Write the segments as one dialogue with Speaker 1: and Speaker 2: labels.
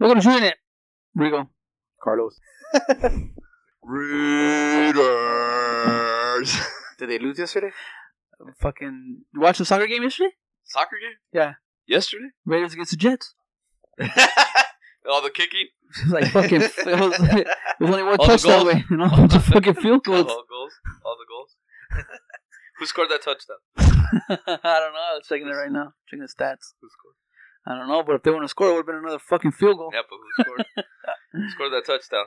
Speaker 1: Look what I'm shooting at. Regal.
Speaker 2: Carlos.
Speaker 3: Raiders.
Speaker 2: Did they lose yesterday?
Speaker 1: Fucking. You watched the soccer game yesterday?
Speaker 3: Soccer game?
Speaker 1: Yeah.
Speaker 3: Yesterday?
Speaker 1: Raiders against the Jets.
Speaker 3: All the kicking,
Speaker 1: It was like fucking. it, was, it was only one
Speaker 3: All the
Speaker 1: touchdown
Speaker 3: goals.
Speaker 1: away and all a bunch of fucking field
Speaker 3: all
Speaker 1: goals.
Speaker 3: the goals, all the goals. Who scored that touchdown?
Speaker 1: I don't know. I'm checking it right now. Checking the stats.
Speaker 3: Who scored?
Speaker 1: I don't know, but if they want to score, it would have been another fucking field goal.
Speaker 3: Yeah, but who scored? who scored that touchdown?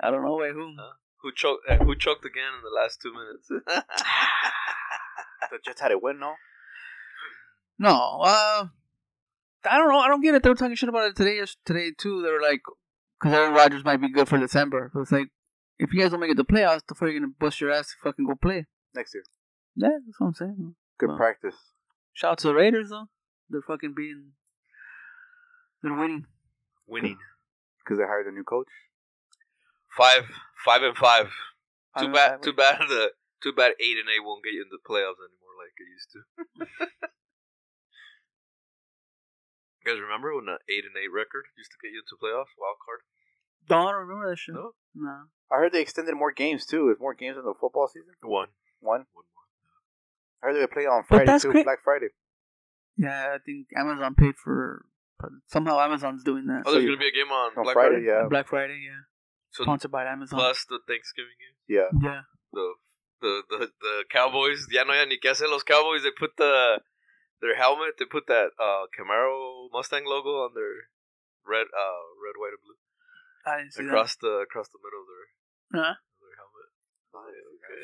Speaker 1: I don't know. Wait, who?
Speaker 3: Who choked? eh, Who choked again in the last two minutes?
Speaker 2: The Jets had it win, no?
Speaker 1: No, uh, I don't know. I don't get it. They were talking shit about it today. yes- Today too, they were like, because Aaron Rodgers might be good for December. So it's like, if you guys don't make it to playoffs, the fuck are you gonna bust your ass to fucking go play?
Speaker 2: Next year.
Speaker 1: Yeah, that's what I'm saying.
Speaker 2: Good
Speaker 1: Well.
Speaker 2: practice.
Speaker 1: Shout out to the Raiders though. They're fucking being, they're winning.
Speaker 3: Winning
Speaker 2: Because they hired a new coach.
Speaker 3: five, five and five.
Speaker 1: I
Speaker 3: Too
Speaker 1: mean,
Speaker 3: bad.
Speaker 1: I-
Speaker 3: Too bad. The too bad eight and eight won't get you in the playoffs anymore like it used to. you guys remember when the eight and eight record used to get you into playoffs wild card?
Speaker 1: Don't remember that shit.
Speaker 3: No.
Speaker 1: No.
Speaker 2: I heard they extended more games, too. It's more games in the football season.
Speaker 3: One.
Speaker 2: One. I heard they were playing on
Speaker 1: But
Speaker 2: Friday,
Speaker 1: that's
Speaker 2: too.
Speaker 1: great.
Speaker 2: Black Friday.
Speaker 1: Yeah, I think Amazon paid for. but Somehow Amazon's doing that.
Speaker 3: Oh, there's gonna be a game on
Speaker 2: On
Speaker 3: Black
Speaker 2: Friday,
Speaker 3: Friday.
Speaker 2: yeah.
Speaker 1: Black Friday, yeah.
Speaker 3: So
Speaker 1: Sponsored by Amazon.
Speaker 3: plus the Thanksgiving game.
Speaker 2: Yeah.
Speaker 1: Yeah.
Speaker 3: the the the, the Cowboys. Ya no hay ni qué hacer los Cowboys. They put the their helmet. They put that uh, Camaro Mustang logo on their red uh red white and blue
Speaker 1: I didn't see
Speaker 3: across the across the middle of their,
Speaker 1: that. Huh?
Speaker 3: their helmet. Oh,
Speaker 1: The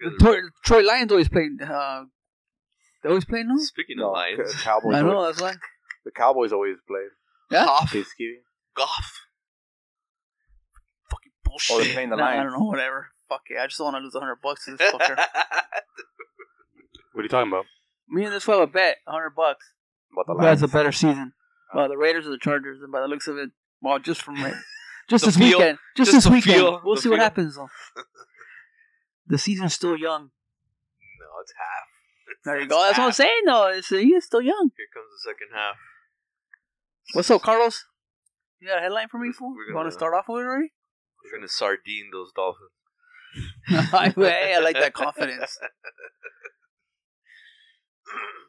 Speaker 3: You guys are-
Speaker 1: Troy, Troy Lions always played. Uh, they always play no.
Speaker 3: Speaking
Speaker 2: No,
Speaker 3: of Lions,
Speaker 2: the Cowboys.
Speaker 1: I know
Speaker 2: always-
Speaker 1: that's why.
Speaker 2: The Cowboys always play. Oh,
Speaker 1: Yeah.
Speaker 3: Goff,
Speaker 2: Thanksgiving.
Speaker 3: Goff, fucking bullshit.
Speaker 2: Oh, they're playing the
Speaker 1: Nah, I
Speaker 2: Lions.
Speaker 1: don't know. Whatever. Fuck it. I just don't want to lose hundred bucks to this fucker.
Speaker 4: What are you talking about?
Speaker 1: Me and this fool have a bet, hundred bucks.
Speaker 2: About the
Speaker 1: Who has
Speaker 2: Lions.
Speaker 1: a better season? Well, the Raiders or the Chargers? And by the looks of it, well, just from it, just
Speaker 3: The
Speaker 1: this
Speaker 3: feel.
Speaker 1: weekend, just, this
Speaker 3: Just the
Speaker 1: weekend,
Speaker 3: feel.
Speaker 1: we'll
Speaker 3: The
Speaker 1: see what
Speaker 3: feel.
Speaker 1: happens. Though. the season's still young.
Speaker 3: no, it's half.
Speaker 1: There you go. That's what I'm saying. Though it's, he's still young.
Speaker 3: Here comes the second half.
Speaker 1: What's up, Carlos? You got a headline for me, fool?
Speaker 3: We're
Speaker 1: You want
Speaker 3: gonna-
Speaker 1: to start off with it already?
Speaker 3: We're gonna sardine those Dolphins.
Speaker 1: hey, I like that confidence.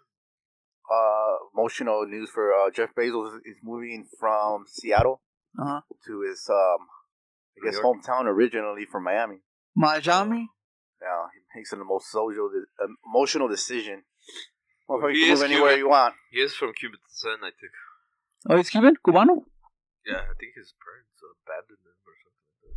Speaker 2: uh, emotional news for uh, Jeff Bezos is, is moving from Seattle
Speaker 1: Uh huh.
Speaker 2: to his um, I
Speaker 3: New
Speaker 2: guess
Speaker 3: York.
Speaker 2: hometown originally from Miami.
Speaker 1: Majami.
Speaker 2: Now he makes an most social, de- um, emotional decision. Well,
Speaker 3: He
Speaker 2: you can
Speaker 3: is
Speaker 2: move anywhere
Speaker 3: Cuban.
Speaker 2: you want.
Speaker 3: He is from Cuban descent, I think.
Speaker 1: Oh, he's Cuban? Cubano?
Speaker 3: Yeah, I think his parents abandoned him or something.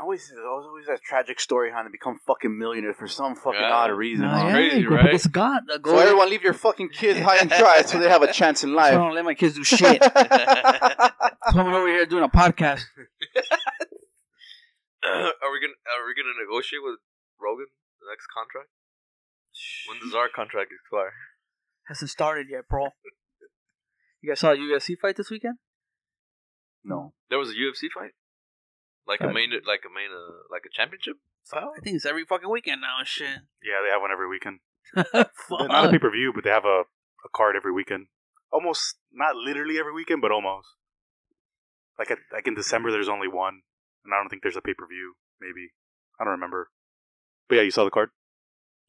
Speaker 2: Always, there's always that tragic story how to become fucking millionaires for some fucking
Speaker 3: Yeah.
Speaker 2: odd reason.
Speaker 1: No,
Speaker 2: huh?
Speaker 1: yeah,
Speaker 3: crazy,
Speaker 1: go up
Speaker 3: right?
Speaker 1: against God. Uh, go
Speaker 2: So everyone leave your fucking kids high and dry so they have a chance in
Speaker 1: I
Speaker 2: life.
Speaker 1: don't let my kids do Oh, shit. so I'm over here doing a podcast.
Speaker 3: are we gonna are we gonna negotiate with Rogan the next contract? When does our contract expire?
Speaker 1: Hasn't started yet, bro. You guys saw the UFC fight this weekend?
Speaker 2: no,
Speaker 3: There was a UFC fight, like a
Speaker 4: Uh,
Speaker 3: main, like a main, uh, like a championship.
Speaker 1: I think it's every fucking weekend now and shit.
Speaker 4: Yeah, they have one every weekend.
Speaker 1: Fuck.
Speaker 4: Not a pay per view, but they have a, a card every weekend. Almost not literally every weekend, but almost. Like at, like in December, there's only one, and I don't think there's a pay per view. Maybe I don't remember. But yeah, you saw the card.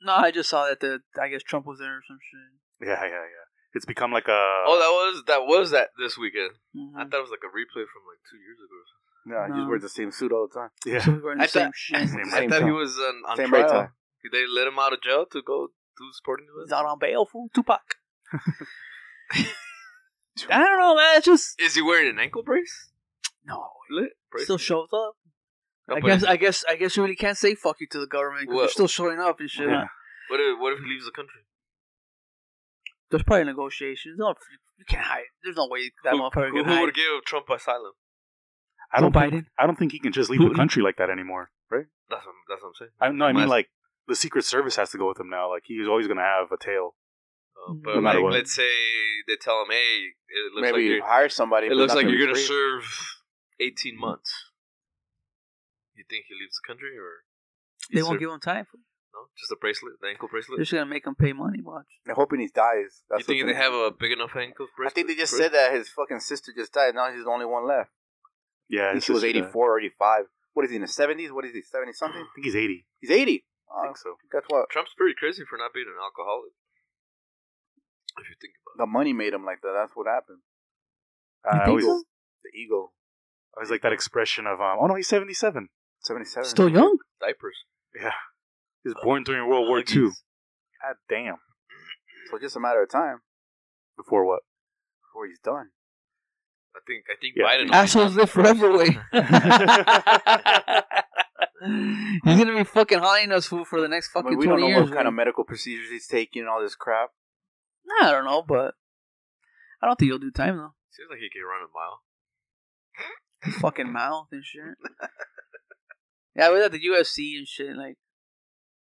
Speaker 1: no, I just saw that the I guess Trump was there or some shit.
Speaker 4: Yeah, yeah, yeah. It's become like a
Speaker 2: uh,
Speaker 3: oh, that was that was that this weekend. I
Speaker 1: Mhm.
Speaker 3: thought it was like a replay from like two years ago. Or
Speaker 2: no, he just
Speaker 1: No.
Speaker 2: wears the same suit all the time.
Speaker 4: yeah.
Speaker 1: So we were in the
Speaker 3: I
Speaker 1: same
Speaker 3: thought-
Speaker 1: shit.
Speaker 4: Same
Speaker 3: something.
Speaker 4: rate.
Speaker 3: I thought
Speaker 2: time.
Speaker 3: he was on, on
Speaker 2: Same rate
Speaker 3: trial.
Speaker 2: time.
Speaker 3: Did they let him out of jail to go do sporting
Speaker 1: He's
Speaker 3: events?
Speaker 1: out on bail, fool. Tupac. I don't know, man. It's just
Speaker 3: Is he wearing an ankle brace?
Speaker 1: no.
Speaker 3: Lit brace?
Speaker 1: Still shows up.
Speaker 3: No,
Speaker 1: I
Speaker 3: but
Speaker 1: guess. I guess. I guess you really can't say fuck you to the government because
Speaker 3: Well-
Speaker 1: they're still showing up and shit.
Speaker 4: Yeah.
Speaker 3: What if what if he leaves the country?
Speaker 1: There's probably negotiations. No, you can't hide. There's no way that
Speaker 3: Who,
Speaker 1: motherfucker
Speaker 3: who,
Speaker 1: can
Speaker 3: who would
Speaker 1: hide.
Speaker 3: give Trump asylum?
Speaker 4: I don't
Speaker 1: Joe
Speaker 4: think, I don't think he can just leave
Speaker 1: Who-
Speaker 4: the country like that anymore.
Speaker 3: That's what, that's what I'm saying.
Speaker 4: I, no, I mean
Speaker 3: Mas-
Speaker 4: like the Secret Service has to go with him now. Like he's always gonna have a tail.
Speaker 3: Uh,
Speaker 1: Mm.
Speaker 3: but
Speaker 4: No matter
Speaker 3: like,
Speaker 4: what.
Speaker 3: let's say they tell him, "Hey, it looks
Speaker 2: Maybe
Speaker 3: like
Speaker 2: you
Speaker 3: you're,
Speaker 2: hire somebody.
Speaker 3: it
Speaker 2: but
Speaker 3: looks
Speaker 2: not
Speaker 3: like you're
Speaker 2: be
Speaker 3: gonna
Speaker 2: free.
Speaker 3: serve 18 months." You think he leaves the country, or
Speaker 1: They
Speaker 3: he
Speaker 1: won't
Speaker 3: served-
Speaker 1: give him time.
Speaker 3: No, No, just the bracelet, the ankle bracelet.
Speaker 1: They're just gonna make him pay money. Watch.
Speaker 2: I'm hoping he dies.
Speaker 3: You
Speaker 2: That's
Speaker 3: think
Speaker 2: what
Speaker 3: they have a big enough ankle
Speaker 2: I
Speaker 3: bracelet?
Speaker 2: think they just
Speaker 3: bracelet?
Speaker 2: said that his fucking sister just died. Now he's the only one left. I
Speaker 4: Yeah,
Speaker 2: think
Speaker 4: his
Speaker 2: he was
Speaker 4: sister died.
Speaker 2: 84 or 85. What is he in the 70s? What is he, 70 something?
Speaker 4: I think he's eighty.
Speaker 2: He's 80.
Speaker 4: I
Speaker 2: Oh,
Speaker 4: think so.
Speaker 2: guess what?
Speaker 3: Trump's pretty crazy for not being an alcoholic. If you think about
Speaker 2: The money made him like that. That's what happened.
Speaker 4: I
Speaker 1: think
Speaker 4: always,
Speaker 1: so?
Speaker 2: The ego.
Speaker 4: I always like that expression of, um, oh no, he's seventy-seven.
Speaker 2: 77.
Speaker 1: Still young.
Speaker 3: it, diapers.
Speaker 4: Yeah, he was born during World War Two.
Speaker 3: Huggies.
Speaker 4: God damn.
Speaker 2: Ah, So just a matter of time
Speaker 4: Before what?
Speaker 2: before he's done.
Speaker 3: I think I think
Speaker 4: Yeah.
Speaker 3: Biden.
Speaker 1: Assholes live forever, way. He's gonna be fucking haunting us fool for the next
Speaker 2: I
Speaker 1: fucking
Speaker 2: mean, we don't
Speaker 1: twenty
Speaker 2: know
Speaker 1: years.
Speaker 2: what kind
Speaker 1: wey.
Speaker 2: of medical procedures he's taking and all this crap.
Speaker 1: Nah, I don't know, but I don't think he'll do time though.
Speaker 3: Seems like he can run a mile.
Speaker 1: His fucking mouth and shit. yeah, we at the UFC and shit. Like,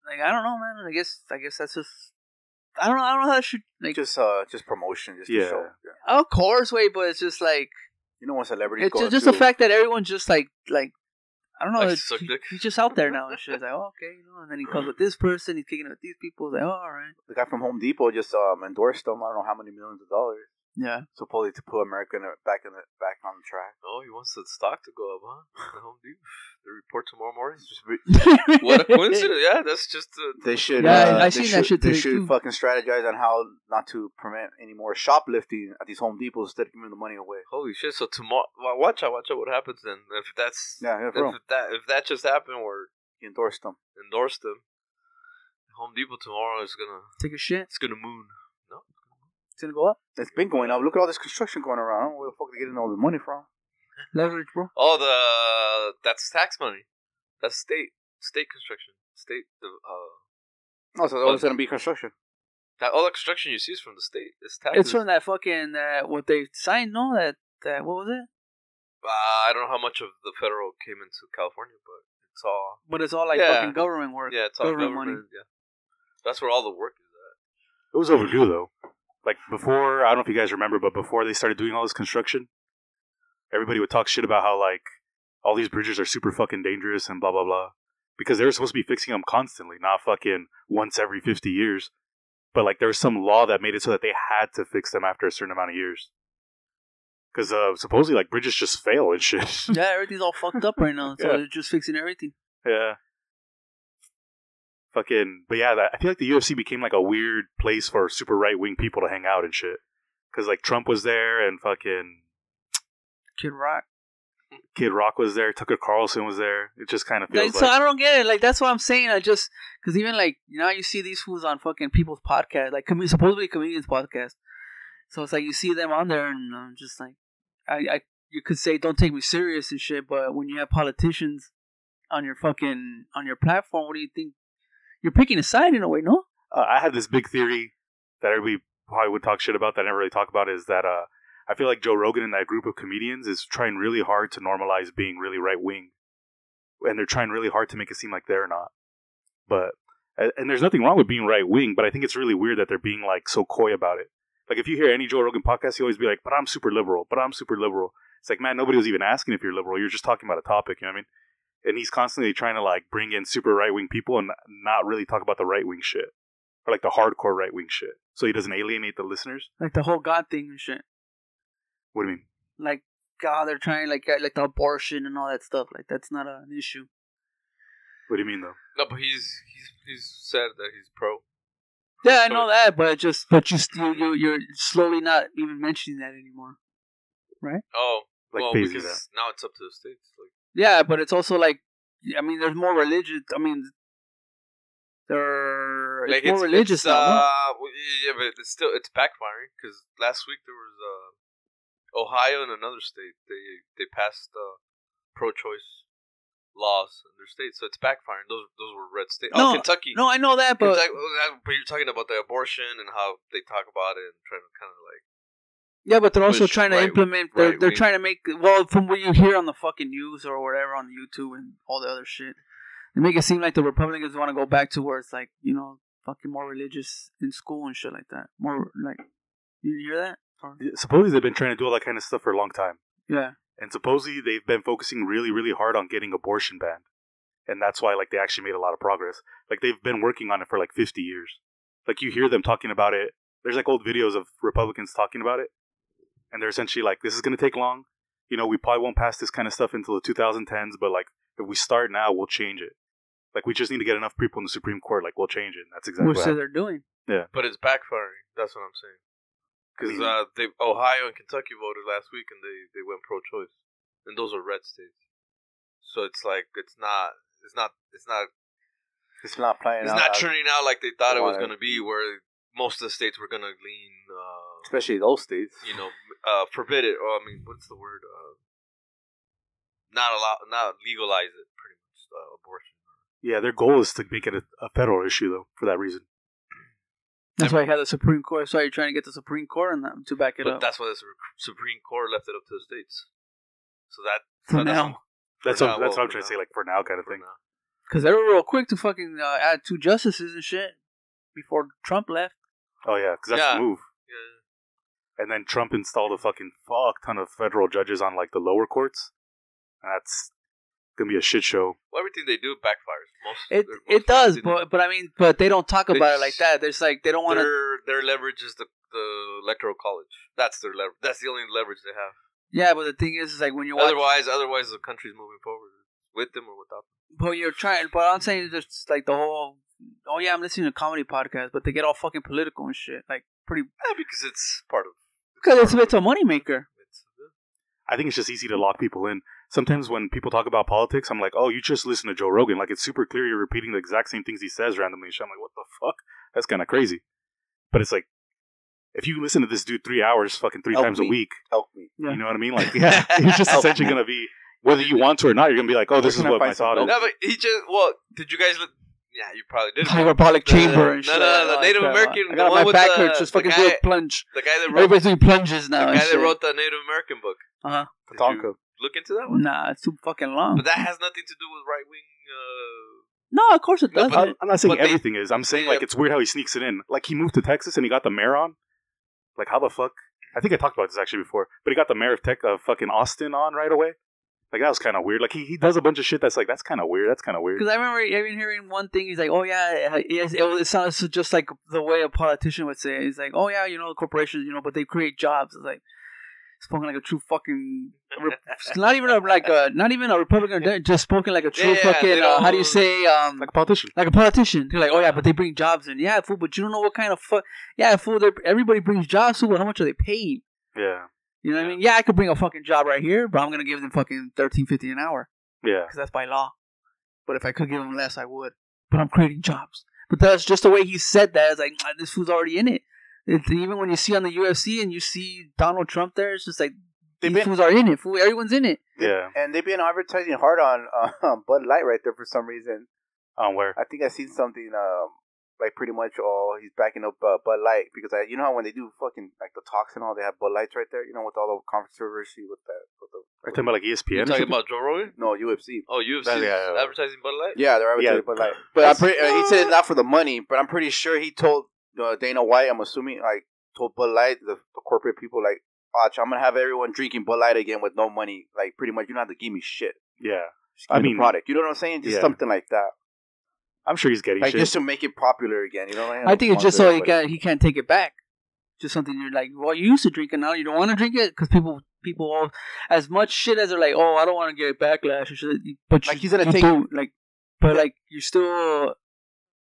Speaker 1: like I don't know, man. I guess, I guess that's just. I don't know. I don't know how that should like.
Speaker 2: Just uh, just promotion, just
Speaker 4: Yeah.
Speaker 2: to show. Yeah.
Speaker 1: of course, wait, but it's just like
Speaker 2: You know when celebrities
Speaker 1: it's
Speaker 2: go
Speaker 1: just, just
Speaker 2: through-
Speaker 1: the fact that everyone's just like like I don't know.
Speaker 3: Like,
Speaker 1: it's-
Speaker 3: suck
Speaker 1: he-
Speaker 3: dick.
Speaker 1: he's just out there now and shit. It's like, oh, okay, you know. And then he comes with this person. He's kicking it with these people. It's like, oh, all right,
Speaker 2: the guy from Home Depot just um, endorsed him. I don't know how many millions of dollars,
Speaker 1: yeah.
Speaker 2: supposedly to put America in the, back in the back on the track.
Speaker 3: Oh, he wants the stock to go up, huh? The Home Depot. The report tomorrow morning.
Speaker 2: It's just re-
Speaker 3: What a coincidence! Yeah, that's just uh,
Speaker 2: They should.
Speaker 1: Yeah,
Speaker 2: uh,
Speaker 1: I seen
Speaker 2: they should,
Speaker 1: that shit
Speaker 2: They
Speaker 1: today,
Speaker 2: should
Speaker 1: too.
Speaker 2: fucking strategize on how not to prevent any more shoplifting at these Home Depots instead of giving the money away.
Speaker 3: holy shit. So tomorrow, well, watch out, watch out what happens then. If that's
Speaker 2: Yeah, yeah,
Speaker 3: if
Speaker 2: for real.
Speaker 3: that if that just happened or
Speaker 2: He endorsed them.
Speaker 3: endorsed them, Home Depot tomorrow is gonna
Speaker 1: Take a shit.
Speaker 3: it's gonna moon.
Speaker 1: It's gonna go up.
Speaker 2: It's been going up. Look at all this construction going around. I don't know where the fuck they're getting all the money from.
Speaker 1: Leverage, bro.
Speaker 3: Oh, the that's tax money. That's state state construction. State the uh
Speaker 2: Oh, so there's always gonna be construction.
Speaker 3: that all the construction you see is from the state. It's taxes.
Speaker 1: It's from that fucking uh, what they signed. No, that that what was it?
Speaker 3: uh, I don't know how much of the federal came into California, but it's all
Speaker 1: But it's all like
Speaker 3: Yeah.
Speaker 1: fucking government work.
Speaker 3: yeah, it's all
Speaker 1: Government
Speaker 3: government.
Speaker 1: money.
Speaker 3: Yeah, that's where all the work is at.
Speaker 4: It was overdue though. Like before, I don't know if you guys remember, but before they started doing all this construction, everybody would talk shit about how like all these bridges are super fucking dangerous and blah blah blah, because they were supposed to be fixing them constantly, not fucking once every fifty years. But like there was some law that made it so that they had to fix them after a certain amount of years, because uh, supposedly like bridges just fail and shit.
Speaker 1: Yeah, everything's all fucked up right now. So
Speaker 4: Yeah.
Speaker 1: they're just fixing everything.
Speaker 4: Yeah. Fucking, but yeah, that, I feel like the UFC became like a weird place for super right wing people to hang out and shit. Because like Trump was there and fucking
Speaker 1: Kid Rock.
Speaker 4: Kid Rock was there, Tucker Carlson was there. It just kind of
Speaker 1: Like,
Speaker 4: feels
Speaker 1: so
Speaker 4: like,
Speaker 1: I don't get it. Like that's what I'm saying. I just because even like now you see these fools on fucking people's podcast, like com- supposedly comedians podcast. So it's like you see them on there, and I'm just like, I, I you could say don't take me serious and shit, but when you have politicians on your fucking on your platform, what do you think? You're picking a side in a way, no?
Speaker 4: uh, I had this big theory that everybody probably would talk shit about that I never really talk about is that uh, I feel like Joe Rogan and that group of comedians is trying really hard to normalize being really right wing, and they're trying really hard to make it seem like they're not. But and and there's nothing wrong with being right wing, but I think it's really weird that they're being like so coy about it. Like if you hear any Joe Rogan podcast, he always be like, "But I'm super liberal. But I'm super liberal." It's like, man, nobody was even asking if you're liberal. You're just talking about a topic. You know what I mean? And he's constantly trying to like bring in super right wing people and not really talk about the right wing shit or like the hardcore right wing shit. So he doesn't alienate the listeners.
Speaker 1: Like the whole God thing and shit.
Speaker 4: What do you mean?
Speaker 1: Like God, they're trying like uh, like the abortion and all that stuff. Like that's not an issue.
Speaker 4: What do you mean though?
Speaker 3: No, but he's he's he's said that he's pro.
Speaker 1: Yeah, I
Speaker 3: So-
Speaker 1: know that, but just but you still you you're slowly not even mentioning that anymore.
Speaker 3: Oh,
Speaker 4: Like
Speaker 3: well,
Speaker 4: phasing
Speaker 3: because now it's up to the states. Like,
Speaker 1: Yeah, but it's also like, I mean, there's more religious. I mean, there
Speaker 3: Like,
Speaker 1: it's more religious now. no?
Speaker 3: uh, well, yeah, but it's still it's backfiring because last week there was uh, Ohio and another state they they passed uh, pro-choice laws in their state, so it's backfiring. Those those were red states.
Speaker 1: No,
Speaker 3: oh, Kentucky.
Speaker 1: no, I know that, but
Speaker 3: Kentucky, but you're talking about the abortion and how they talk about it and trying to kind of like
Speaker 1: yeah, but they're also
Speaker 3: Which
Speaker 1: trying to
Speaker 3: right-
Speaker 1: implement. They're
Speaker 3: right
Speaker 1: they're
Speaker 3: wing-
Speaker 1: trying to make well from what you hear on the fucking news or whatever on YouTube and all the other shit. They make it seem like the Republicans want to go back to where it's like you know fucking more religious in school and shit like that. More like you hear that? Or-
Speaker 4: Supposedly they've been trying to do all that kind of stuff for a long time,
Speaker 1: yeah,
Speaker 4: and supposedly they've been focusing really, really hard on getting abortion banned. and that's why like they actually made a lot of progress. Like they've been working on it for like 50 years. Like you hear them talking about it. There's like old videos of Republicans talking about it, and they're essentially like, "This is going to take long. You know, we probably won't pass this kind of stuff until the 2010s, but like if we start now, we'll change it. Like we just need to get enough people in the Supreme Court. Like we'll change it. And that's exactly
Speaker 1: Which
Speaker 4: what
Speaker 1: they
Speaker 4: happened.
Speaker 1: they're doing.
Speaker 3: But it's backfiring. That's what I'm saying. Because
Speaker 1: Mm-hmm.
Speaker 4: I mean-
Speaker 3: uh, they Ohio and Kentucky voted last week, and they they went pro-choice, and those are red states. So it's like it's not it's not it's not
Speaker 2: It's not playing
Speaker 3: it's
Speaker 2: out.
Speaker 3: not
Speaker 2: as-
Speaker 3: turning out like they thought it was
Speaker 2: Why?
Speaker 3: gonna be, where most of the states were gonna lean, uh,
Speaker 2: Especially those states.
Speaker 3: you know, uh, forbid it. Or I mean, what's the word? Uh, not allow, not legalize it. Pretty much uh, abortion.
Speaker 4: yeah, their goal is to make it a, a federal issue though. For that reason,
Speaker 1: That's why you had the Supreme Court. So you're trying to get the Supreme Court and them to back it
Speaker 3: but
Speaker 1: up.
Speaker 3: that's why the Su- Supreme Court left it up to the states. So that
Speaker 1: for
Speaker 3: so that's-
Speaker 1: now,
Speaker 3: for now,
Speaker 4: that's what, that's
Speaker 3: well,
Speaker 4: what I'm
Speaker 3: for
Speaker 4: trying to say.
Speaker 3: now.
Speaker 4: Like for now, kind of
Speaker 3: For
Speaker 4: thing.
Speaker 3: now.
Speaker 1: because they were real quick to fucking uh, add two justices and shit before Trump left.
Speaker 4: Oh yeah, because that's
Speaker 3: Yeah.
Speaker 4: the move.
Speaker 3: Yeah.
Speaker 4: And then Trump installed a fucking fuck ton of federal judges on like the lower courts. That's gonna be a shit show.
Speaker 3: Well, everything they do backfires. Most
Speaker 1: It
Speaker 3: they're- most
Speaker 1: it does,
Speaker 3: things they
Speaker 1: but but I mean, but they don't talk
Speaker 3: They
Speaker 1: about it
Speaker 3: just-
Speaker 1: like that. There's like they don't want to.
Speaker 3: their their leverage is the the electoral college. That's their leverage. That's the only leverage they have.
Speaker 1: Yeah, but the thing is, is like when you watch,
Speaker 3: Otherwise, otherwise the country's moving forward with them or without them.
Speaker 1: but you're trying. But I'm saying there's like the whole. Oh yeah, I'm listening to comedy podcasts, but they get all fucking political and shit. Like pretty
Speaker 3: Yeah, because it's part of
Speaker 1: because it's it's a moneymaker.
Speaker 3: it's
Speaker 4: I think it's just easy to lock people in. Sometimes when people talk about politics, I'm like, oh, you just listen to Joe Rogan. Like it's super clear you're repeating the exact same things he says randomly. and shit. I'm like, what the fuck? That's kind of crazy. But it's like, if you listen to this dude three hours, fucking three
Speaker 2: Help
Speaker 4: times
Speaker 2: me.
Speaker 4: a week,
Speaker 2: Help me.
Speaker 1: Yeah.
Speaker 4: you know what I mean? Like, yeah, you're just essentially gonna be whether you want to or not. You're gonna be like, oh, this
Speaker 2: Where
Speaker 4: is
Speaker 2: can I
Speaker 4: what
Speaker 2: find
Speaker 4: my
Speaker 2: some
Speaker 4: thought is.
Speaker 2: help?
Speaker 3: No, but he just well. Did you guys? Look? Yeah, you probably did.
Speaker 1: Hyperbolic
Speaker 3: The-
Speaker 1: chamber and
Speaker 3: no,
Speaker 1: shit.
Speaker 3: no, no,
Speaker 1: I
Speaker 3: the
Speaker 1: like
Speaker 3: Native
Speaker 1: that one.
Speaker 3: American-
Speaker 1: I
Speaker 3: the
Speaker 1: got
Speaker 3: one
Speaker 1: my
Speaker 3: with
Speaker 1: back
Speaker 3: the-
Speaker 1: hurts. Just
Speaker 3: the
Speaker 1: fucking
Speaker 3: guy-
Speaker 1: do a plunge.
Speaker 3: The guy that wrote
Speaker 1: Everybody's doing plunges
Speaker 3: the
Speaker 1: now. and
Speaker 3: guy that
Speaker 1: shit.
Speaker 3: wrote the Native American book.
Speaker 1: Uh-huh.
Speaker 3: Did you
Speaker 2: Tonka.
Speaker 3: look into that one.
Speaker 1: Nah, it's too fucking long.
Speaker 3: But that has nothing to do with right wing. Uh,
Speaker 1: no, of course it
Speaker 3: No, but-
Speaker 1: doesn't.
Speaker 4: I'm, I'm not saying
Speaker 3: But they-
Speaker 4: everything is. I'm saying like
Speaker 3: Yeah.
Speaker 4: it's weird how he sneaks it in. Like he moved to Texas and he got the mayor on. Like how the fuck? I think I talked about this actually before, but he got the mayor of Tech of fucking Austin on right away. Like that was kind of weird. Like he, he does a bunch of shit that's like that's kind of weird. That's kind of weird.
Speaker 1: Because I remember even hearing one thing. He's like, "Oh yeah, it, it, it sounds just like the way a politician would say." It. He's like, "Oh yeah, you know, corporations, you know, but they create jobs." It's like spoken like a true fucking, re- not even a, like a, not even a Republican, they're just spoken like a true
Speaker 3: Yeah, they
Speaker 1: fucking. Uh, how do you
Speaker 3: don't-
Speaker 1: say? Um,
Speaker 4: Like a politician.
Speaker 1: like a politician. They're like, "Oh yeah, but they bring jobs in." Yeah, fool, but you don't know what kind of fuck. Yeah, fool, they're- everybody brings jobs. Fool, but how much are they paid?
Speaker 4: Yeah,
Speaker 1: You know what I mean? Yeah, I could bring a fucking job right here, but I'm gonna give them fucking thirteen fifty an hour
Speaker 4: yeah.
Speaker 1: because that's by law. But if I could give him less, I would. But I'm creating jobs. But that's just the way he said that. It's like "Ah, this food's already in it. It's, even when you see on the UFC and you see Donald Trump there, it's just like
Speaker 2: They've
Speaker 1: these
Speaker 2: been-
Speaker 1: fools are in it. Fool, everyone's in it.
Speaker 4: Yeah.
Speaker 2: And they've been advertising hard on uh, Bud Light right there for some reason.
Speaker 4: On where?
Speaker 2: I think I seen something um, like pretty much all he's backing up uh, Bud Light because I you know how when they do fucking like the talks and all they have Bud Lights right there you know with all the controversy with that with the
Speaker 4: Are you talking about like E
Speaker 3: you
Speaker 4: ESPN? or
Speaker 3: talking
Speaker 4: something?
Speaker 3: about Joe Rogan?
Speaker 2: no UFC
Speaker 3: Oh, UFC
Speaker 4: That- yeah, yeah.
Speaker 3: advertising Bud Light.
Speaker 2: yeah they're
Speaker 4: Yeah.
Speaker 2: advertising Bud Light but I'm pretty, uh, he said it's not for the money but I'm pretty sure he told uh, Dana White I'm assuming like told Bud Light the, the corporate people like watch I'm gonna have everyone drinking Bud Light again with no money like pretty much you don't have to give me shit
Speaker 4: yeah.
Speaker 2: Just give
Speaker 4: I
Speaker 2: me the
Speaker 4: mean-
Speaker 2: product you know what I'm saying just
Speaker 4: Yeah.
Speaker 2: something like that
Speaker 4: I'm sure he's getting
Speaker 2: like
Speaker 4: shit.
Speaker 2: just to make it popular again you know what I mean
Speaker 1: I think it's just so he
Speaker 2: Sponsor
Speaker 1: can he can't take it back. Just something you're like, well, you used to drink it, now you don't want to drink it because people people all as much shit as they're like, oh, I don't want to get backlash or shit. But
Speaker 2: Like,
Speaker 1: you-
Speaker 2: he's gonna
Speaker 1: you
Speaker 2: take-
Speaker 1: do, like, but like you're still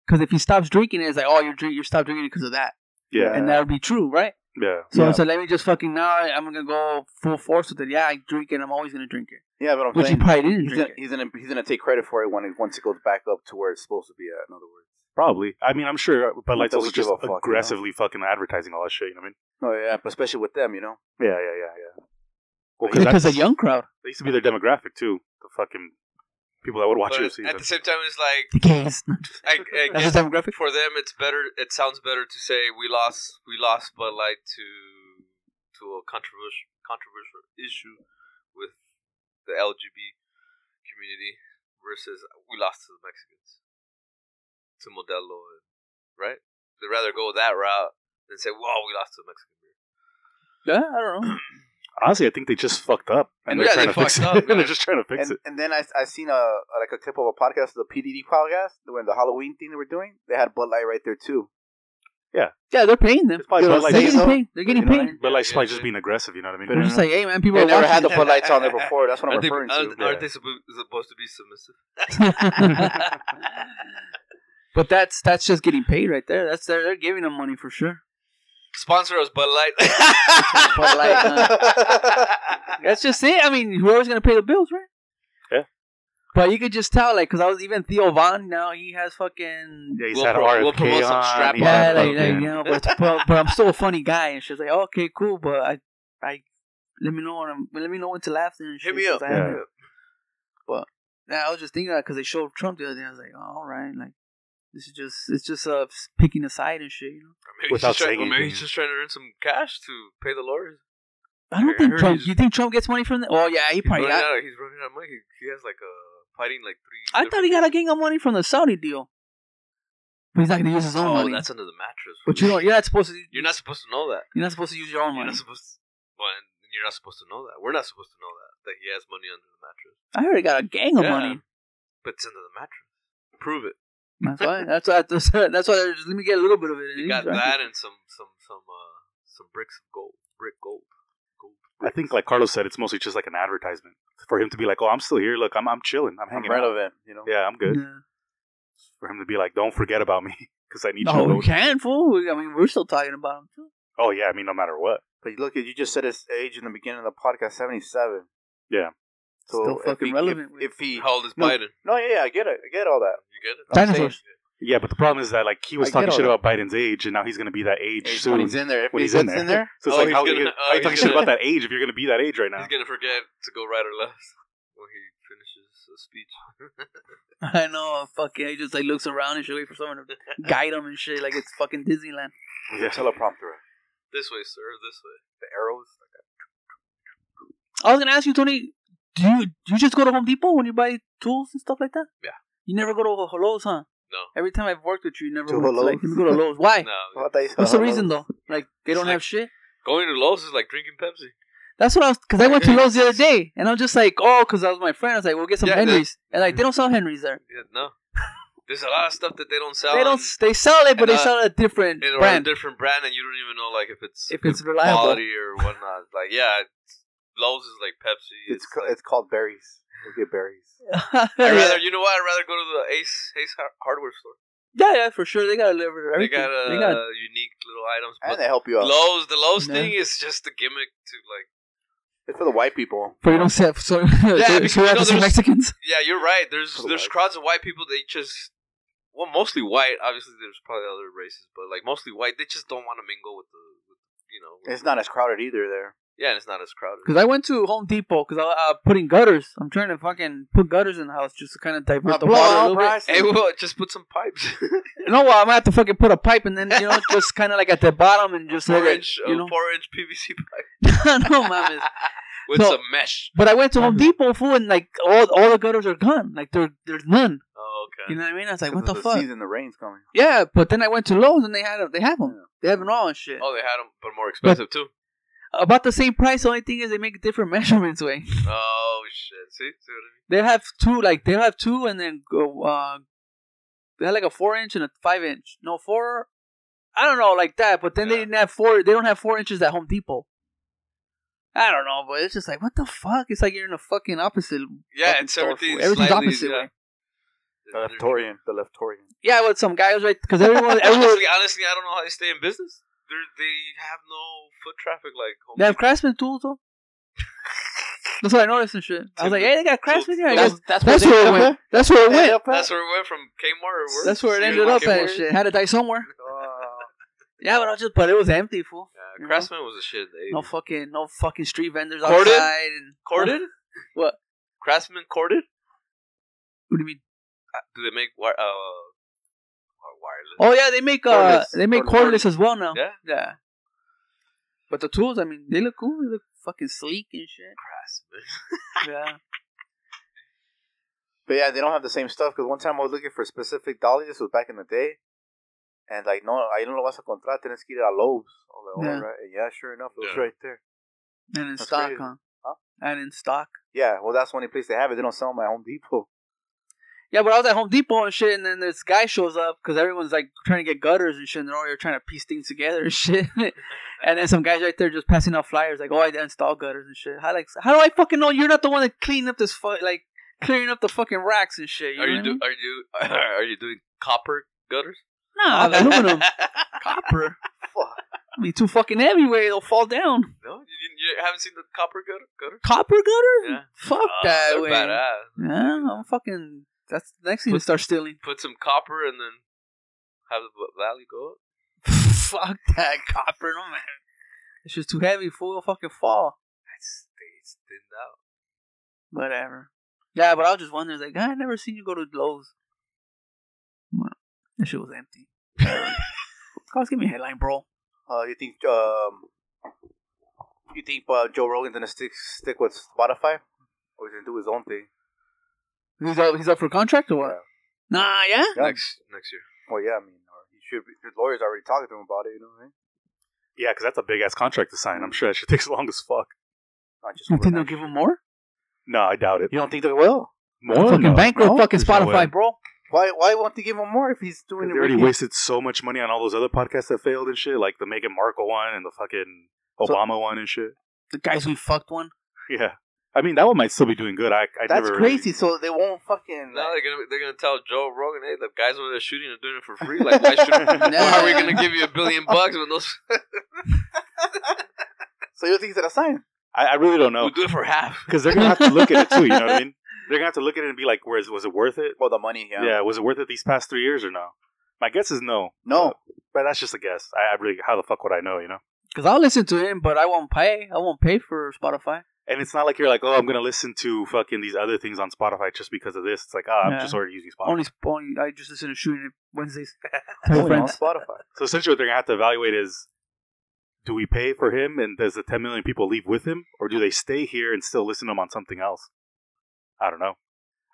Speaker 1: because if he stops drinking it, it's like, oh, you're drink you stop drinking it because of that,
Speaker 4: yeah.
Speaker 1: and that would be true, right?
Speaker 4: yeah.
Speaker 1: So
Speaker 2: Yeah.
Speaker 1: I said, let me just fucking now. I'm gonna go full force with it. Yeah, I drink it. I'm always gonna drink it,
Speaker 2: Yeah, but I'm
Speaker 1: which he
Speaker 2: saying
Speaker 1: probably didn't
Speaker 2: he's
Speaker 1: drink
Speaker 2: gonna,
Speaker 1: it.
Speaker 2: he's gonna he's gonna take credit for it when it once it goes back up to where it's supposed to be at. In other words,
Speaker 4: Probably. I mean, I'm sure Bud
Speaker 2: Not
Speaker 4: Light's
Speaker 2: that we
Speaker 4: also
Speaker 2: give
Speaker 4: just
Speaker 2: a fuck, you know?
Speaker 4: aggressively fucking advertising all that shit. You know
Speaker 2: oh
Speaker 4: what
Speaker 2: yeah, but especially with them, you know.
Speaker 4: I mean? Yeah, yeah, yeah, yeah. Well,
Speaker 1: Yeah, Because the
Speaker 4: that's-
Speaker 1: young crowd,
Speaker 4: They used to be their demographic too. The fucking people that would watch
Speaker 3: But
Speaker 4: UFC.
Speaker 3: at the same time, it's like
Speaker 1: the gays.
Speaker 3: I, I
Speaker 1: That's his
Speaker 3: guess
Speaker 1: demographic.
Speaker 3: for them, it's better. It sounds better to say we lost, we lost Bud Light to to a controversial controversial issue with the LGB community versus we lost to the Mexicans to Modelo, and- right? They'd rather go that route than say, "Well, we lost to the Mexican."
Speaker 1: Yeah, I don't know.
Speaker 4: Honestly, I think they just fucked up, and
Speaker 3: Yeah,
Speaker 4: they're trying
Speaker 3: they
Speaker 4: to fix it.
Speaker 3: fucked up, man.
Speaker 4: they're just trying to fix
Speaker 2: and,
Speaker 4: it.
Speaker 2: and then I, I seen a like a clip of a podcast, the PDD podcast, when the Halloween thing they were doing, they had Bud Light right there too.
Speaker 1: Yeah, they're paying them.
Speaker 4: It's probably
Speaker 2: You know,
Speaker 4: Bud Light.
Speaker 1: They're
Speaker 2: Say
Speaker 1: getting
Speaker 2: so.
Speaker 1: paid. They're getting
Speaker 2: You know,
Speaker 1: paid.
Speaker 4: Bud Light's
Speaker 3: Yeah,
Speaker 4: probably
Speaker 3: yeah.
Speaker 4: just being aggressive. You know what I mean?
Speaker 1: They're
Speaker 2: Better
Speaker 1: just like, hey man, people
Speaker 2: They
Speaker 1: are
Speaker 2: never had the
Speaker 1: watching.
Speaker 2: Bud Lights on there before. That's what I'm
Speaker 3: Aren't they,
Speaker 2: referring to.
Speaker 3: aren't, aren't
Speaker 4: yeah.
Speaker 3: they suppo- supposed to be submissive?
Speaker 1: but that's that's just getting paid right there. That's they're, they're giving them money for sure.
Speaker 3: Sponsor us, Bud Light.
Speaker 1: Bud Light, uh, That's just it. I mean, whoever's gonna pay the bills, right?
Speaker 4: Yeah.
Speaker 1: But you could just tell, like, because I was even Theo Vaughn. Now he has fucking
Speaker 4: Yeah, he's
Speaker 3: We'll
Speaker 4: had
Speaker 3: pro-
Speaker 4: RFK
Speaker 3: we'll promote some
Speaker 4: on.
Speaker 3: strap
Speaker 4: he's
Speaker 3: on.
Speaker 1: yeah,
Speaker 4: had
Speaker 1: like, like,
Speaker 4: fucking-
Speaker 1: you know, but, but but I'm still a funny guy, and she's like, okay, cool, but I I let me know when I'm, let me know when to laugh then. and
Speaker 2: Hit
Speaker 1: shit,
Speaker 2: me
Speaker 1: 'cause
Speaker 2: up.
Speaker 1: I haven't-
Speaker 4: Yeah.
Speaker 1: Yeah, I was just thinking that because they showed Trump the other day. I was like, oh, all right, like this is just it's just uh picking a side and shit, you know.
Speaker 3: maybe
Speaker 4: Without
Speaker 3: he's just
Speaker 4: saying
Speaker 3: trying, maybe he's
Speaker 4: anything.
Speaker 3: just trying to earn some cash to pay the lawyers.
Speaker 1: I don't
Speaker 3: I
Speaker 1: think
Speaker 3: heard
Speaker 1: Trump.
Speaker 3: he's-
Speaker 1: You think Trump gets money from that? Oh yeah, he
Speaker 3: He's
Speaker 1: probably
Speaker 3: running,
Speaker 1: got.
Speaker 3: out of, he's running out of money. He, he has like a fighting like three.
Speaker 1: I thought he got a gang of money from the Saudi deal, but he's not gonna use his own
Speaker 3: Oh,
Speaker 1: money.
Speaker 3: that's under the mattress.
Speaker 1: But you don't. You're not supposed to.
Speaker 3: You're not supposed to know that.
Speaker 1: You're not supposed to use your own
Speaker 3: You're
Speaker 1: money.
Speaker 3: not supposed. To, well, and you're not supposed to know that. We're not supposed to know that that he has money under the mattress.
Speaker 1: I heard he got a gang of
Speaker 3: Yeah.
Speaker 1: money.
Speaker 3: But it's under the mattress. Prove it.
Speaker 1: That's why. That's why. That's, that's why. they're Just, let me get a little bit of it.
Speaker 3: He got that and some some some uh some bricks of gold, brick gold, gold.
Speaker 4: I think, like Carlos said, it's mostly just like an advertisement for him to be like, "Oh, I'm still here. Look, I'm I'm chilling. I'm
Speaker 2: I'm
Speaker 4: hanging out.
Speaker 2: relevant, you know.
Speaker 4: Yeah, I'm good."
Speaker 1: Yeah.
Speaker 4: For him to be like, "Don't forget about me because I need
Speaker 1: No,
Speaker 4: you."
Speaker 1: Oh, we can't fool. I mean, we're still talking about him too.
Speaker 4: Oh yeah, I mean, no matter what.
Speaker 2: But look, you just said his age in the beginning of the podcast, seventy-seven.
Speaker 4: Yeah.
Speaker 2: So
Speaker 1: Still
Speaker 2: if
Speaker 1: fucking
Speaker 2: he-
Speaker 1: relevant with-
Speaker 2: If, if he,
Speaker 3: How old is
Speaker 2: No.
Speaker 3: Biden?
Speaker 2: no, yeah, yeah, I get it, I get all that.
Speaker 3: You get it?
Speaker 2: I'm saying-
Speaker 1: Dinosaurs.
Speaker 4: Yeah, but the problem is that like he
Speaker 2: I
Speaker 4: was
Speaker 2: get
Speaker 4: talking
Speaker 2: all
Speaker 4: shit
Speaker 2: that.
Speaker 4: about Biden's age, and now he's gonna be that
Speaker 2: Age
Speaker 4: age
Speaker 2: when
Speaker 4: soon.
Speaker 2: he's in there, if
Speaker 4: when
Speaker 2: he
Speaker 4: he's in
Speaker 2: gets
Speaker 4: there.
Speaker 2: in there,
Speaker 4: So it's
Speaker 3: Oh,
Speaker 4: like,
Speaker 3: he's
Speaker 4: how, are you
Speaker 3: gonna- oh,
Speaker 4: gonna- how are you
Speaker 3: he's
Speaker 4: talking shit
Speaker 3: gonna-
Speaker 4: about that age if you're gonna be that age right now?
Speaker 3: He's gonna forget to go right or left when he finishes a speech.
Speaker 1: I know. Fucking. He just like looks around and shit, wait for someone to guide him and shit. Like it's fucking Disneyland.
Speaker 4: Yeah.
Speaker 2: teleprompter,
Speaker 3: this way, sir. This way.
Speaker 2: the arrows.
Speaker 1: I was gonna ask you, Tony. Do you do you just go to Home Depot when you buy tools and stuff like that?
Speaker 3: Yeah.
Speaker 1: You never go to Ho- Lowe's, huh?
Speaker 3: No.
Speaker 1: Every time I've worked with you, you never
Speaker 2: To
Speaker 1: went to,
Speaker 2: Lowe's?
Speaker 1: like, let me go to Lowe's. Why?
Speaker 3: No,
Speaker 2: What they-
Speaker 1: What's the reason though? Like they
Speaker 3: It's
Speaker 1: don't
Speaker 3: like-
Speaker 1: have shit.
Speaker 3: going to Lowe's is like drinking Pepsi.
Speaker 1: That's what I was because I went to Lowe's the other day and I was just like, oh, because I was with my friend. I was like, we'll get some
Speaker 3: Yeah, Mm. the-
Speaker 1: Henrys, and like they don't sell Henrys there.
Speaker 3: Yeah, no. There's a lot of stuff that they don't sell.
Speaker 1: They don't.
Speaker 3: in-
Speaker 1: They sell it, but
Speaker 3: and,
Speaker 1: they
Speaker 3: uh,
Speaker 1: sell a different
Speaker 3: in or
Speaker 1: brand.
Speaker 3: a different brand, and you don't even know like if it's
Speaker 1: If it's reliable.
Speaker 3: quality or whatnot. Like yeah, it's, Lowe's is like Pepsi.
Speaker 2: It's
Speaker 3: It's,
Speaker 2: ca-
Speaker 3: like,
Speaker 2: it's called berries. We'll get berries.
Speaker 3: I'd
Speaker 1: yeah.
Speaker 3: rather you know what? I'd rather go to the Ace Ace Har- Hardware store.
Speaker 1: yeah, yeah, for sure. They got to deliver
Speaker 3: They
Speaker 1: everything.
Speaker 3: got, uh,
Speaker 1: they got
Speaker 3: unique little items.
Speaker 2: And
Speaker 3: But
Speaker 2: they help you out.
Speaker 3: Lowe's, the Lowe's
Speaker 1: No.
Speaker 3: thing is just a gimmick to like.
Speaker 2: It's for the white people.
Speaker 1: But you don't say so. so,
Speaker 3: because
Speaker 1: so
Speaker 3: you
Speaker 1: we have
Speaker 3: know
Speaker 1: to see
Speaker 3: there's-
Speaker 1: Mexicans.
Speaker 3: Yeah, you're right. There's
Speaker 2: For the
Speaker 3: there's
Speaker 2: white.
Speaker 3: crowds of white people. They just well, mostly white. Obviously, there's probably other races, but like mostly white. They just don't want to mingle with the with, you know. with-
Speaker 2: It's not as crowded either there.
Speaker 3: yeah, and it's not as crowded.
Speaker 1: Because I went to Home Depot because I uh, putting gutters. I'm trying to fucking put gutters in the house just to kind of divert the water a little bit.
Speaker 3: Hey, well, just put some pipes.
Speaker 1: You know what? I'm gonna have to fucking put a pipe and then you know just kind of like at the bottom and just
Speaker 3: four
Speaker 1: let it.
Speaker 3: inch,
Speaker 1: You
Speaker 3: uh,
Speaker 1: know,
Speaker 3: four inch PVC pipe.
Speaker 1: no mames.
Speaker 3: with
Speaker 1: So-
Speaker 3: some mesh.
Speaker 1: But I went to Home Depot fool and like all all the gutters are gone. Like there there's none.
Speaker 3: Oh, okay.
Speaker 1: You know what I mean? I was like, what
Speaker 2: Because
Speaker 1: the
Speaker 2: of
Speaker 1: fuck?
Speaker 2: Season the rain's coming.
Speaker 1: Yeah, but then I went to Lowe's and they had 'em- they have them. They have them all and shit.
Speaker 3: oh, they had them, but more expensive too.
Speaker 1: About the same price. The only thing is they make different measurements. Way
Speaker 3: Oh shit! See, see what I mean?
Speaker 1: they have two like they have two and then go. Uh, they had like a four inch and a five inch. No four. I don't know like that. But then they
Speaker 3: Yeah.
Speaker 1: didn't have four. They don't have four inches at Home Depot. I don't know, but it's just like what the fuck. It's like you're in a fucking opposite.
Speaker 3: Yeah,
Speaker 1: fucking
Speaker 3: it's
Speaker 1: store, fool.
Speaker 3: everything.
Speaker 1: Everything's
Speaker 3: slightly,
Speaker 1: opposite.
Speaker 3: Yeah.
Speaker 1: way.
Speaker 2: The Leftorian. The Leftorian.
Speaker 1: Yeah, with some guy was right because everyone, everyone
Speaker 3: honestly, honestly, I don't know how they stay in business. They're, they have no foot traffic like. Home
Speaker 1: They have
Speaker 3: Depot.
Speaker 1: craftsman tools though. That's what I noticed and shit. I was like, hey, they got craftsman here. I
Speaker 3: That's-
Speaker 1: guess that's where it went. That's where it went.
Speaker 3: That's where it went from Kmart. Or where
Speaker 1: That's where it
Speaker 3: See,
Speaker 1: ended
Speaker 3: like
Speaker 1: up at. and
Speaker 3: Kmart. Oh,
Speaker 1: Shit, had to die somewhere. Yeah, but I was just, but it was empty, fool.
Speaker 3: Yeah, Craftsman was a shit. They
Speaker 1: No fucking, no fucking street vendors
Speaker 3: Corded?
Speaker 1: outside. And
Speaker 3: corded.
Speaker 1: What?
Speaker 3: Craftsman corded?
Speaker 1: What do you mean?
Speaker 3: Uh, Do they make wi- uh, uh wireless?
Speaker 1: Oh yeah, they make uh,
Speaker 2: Cordless.
Speaker 1: they make
Speaker 2: Cordless.
Speaker 1: cordless as well now.
Speaker 3: Yeah?
Speaker 1: yeah. But the tools, I mean, they look cool. They look fucking sleek and shit.
Speaker 3: Craftsman.
Speaker 1: Yeah.
Speaker 2: But yeah, they don't have the same stuff. Because one time I was looking for specific dolly. This was back in the day. And like, no, ahí no lo vas a encontrar. Tienes que ir a Lowe's. I was like, oh,
Speaker 1: Yeah.
Speaker 2: right. Yeah, sure enough. It was
Speaker 3: Yeah.
Speaker 2: right there.
Speaker 1: And in
Speaker 2: That's
Speaker 1: stock,
Speaker 2: crazy.
Speaker 1: huh?
Speaker 2: Huh?
Speaker 1: And in stock.
Speaker 2: Yeah, well, that's the only place they have it. They don't sell them at Home Depot.
Speaker 1: Yeah, but I was at Home Depot and shit, and then this guy shows up because everyone's like trying to get gutters and shit, and they're all here trying to piece things together and shit. and then some guys right there just passing out flyers like, "Oh, I installed gutters and shit." How like, how do I fucking know you're not the one that cleaning up this fu- like clearing up the fucking racks and shit? You
Speaker 3: Are
Speaker 1: know
Speaker 3: you
Speaker 1: what
Speaker 3: do? Are you are you doing copper gutters?
Speaker 1: I mean? Nah, aluminum, copper.
Speaker 2: Fuck.
Speaker 1: I mean, too fucking heavyweight, they'll fall down.
Speaker 3: No, you, didn't- you haven't seen the copper gutter gutter.
Speaker 1: Copper gutters?
Speaker 3: Yeah.
Speaker 1: Fuck
Speaker 3: Oh,
Speaker 1: that
Speaker 3: they're
Speaker 1: way.
Speaker 3: badass.
Speaker 1: Yeah, I'm fucking. That's the next thing to
Speaker 3: Put-
Speaker 1: start stealing.
Speaker 3: Put some copper and then have the valley go up.
Speaker 1: Fuck that copper, no man. It's just too heavy. Fool, it'll fucking fall.
Speaker 3: It's, it's thinned out.
Speaker 1: Whatever. Yeah, but I was just wondering, like, I never seen you go to Lowe's. Well, that shit was empty. Cause give me a headline, bro.
Speaker 2: Uh, you think um, you think uh, Joe Rogan's gonna stick stick with Spotify, or he's gonna do his own thing?
Speaker 1: He's up. He's up for contract or what?
Speaker 2: Yeah.
Speaker 1: Nah, yeah.
Speaker 2: Yeah.
Speaker 3: Next next year.
Speaker 2: Well, yeah, I mean, or you should. Be, your lawyer's already talking to him about it. You know what I mean?
Speaker 4: Yeah, because that's a big ass contract to sign. I'm sure that shit takes long as fuck.
Speaker 2: Not just
Speaker 1: You think they'll
Speaker 2: overnight.
Speaker 1: give him more?
Speaker 4: No, I doubt it.
Speaker 2: You don't think they will?
Speaker 4: More
Speaker 1: fucking
Speaker 4: no.
Speaker 1: bankrupt,
Speaker 4: No,
Speaker 1: fucking
Speaker 4: there's no way.
Speaker 1: Spotify, bro.
Speaker 2: Why? Why won't they give him more if he's doing
Speaker 4: They
Speaker 2: it?
Speaker 4: already
Speaker 2: wicked?
Speaker 4: wasted so much money on all those other podcasts that failed and shit, like the Meghan Markle one and the fucking
Speaker 2: So-
Speaker 4: Obama one and shit.
Speaker 1: The guys we fucked one.
Speaker 4: Yeah, I mean that one might still be doing good. I, I
Speaker 2: That's
Speaker 4: never really-
Speaker 2: crazy. So they won't fucking.
Speaker 3: Now they're gonna they're gonna tell Joe Rogan, hey, the guys over there shooting are doing it for free. Like, why, should, why are we gonna give you a billion bucks when those
Speaker 2: so you think he's gonna sign?
Speaker 4: I, I really don't know
Speaker 3: we do it for half?
Speaker 4: because they're gonna have to look at it too. You know what I mean? They're gonna have to look at it and be like, "Where's was it worth it?
Speaker 2: Well, the money.
Speaker 4: Yeah. was it worth it these past three years or no?" My guess is no,
Speaker 2: No.
Speaker 4: but that's just a guess. I, I really, how the fuck would I know? You know?
Speaker 1: Cause I'll listen to him, but I won't pay. I won't pay for Spotify.
Speaker 4: And it's not like you're like, "Oh, I'm gonna listen to fucking these other things on Spotify just because of this." It's like, "Ah, I'm
Speaker 1: Yeah.
Speaker 4: just already using Spotify."
Speaker 1: Only, only I just listen to Shooting It Wednesdays.
Speaker 2: Only
Speaker 1: Tell your
Speaker 2: on
Speaker 1: friends.
Speaker 2: Spotify.
Speaker 4: So essentially, what they're gonna have to evaluate is: Do we pay for him, and does the 10 million people leave with him, or do they stay here and still listen to him on something else? I don't know.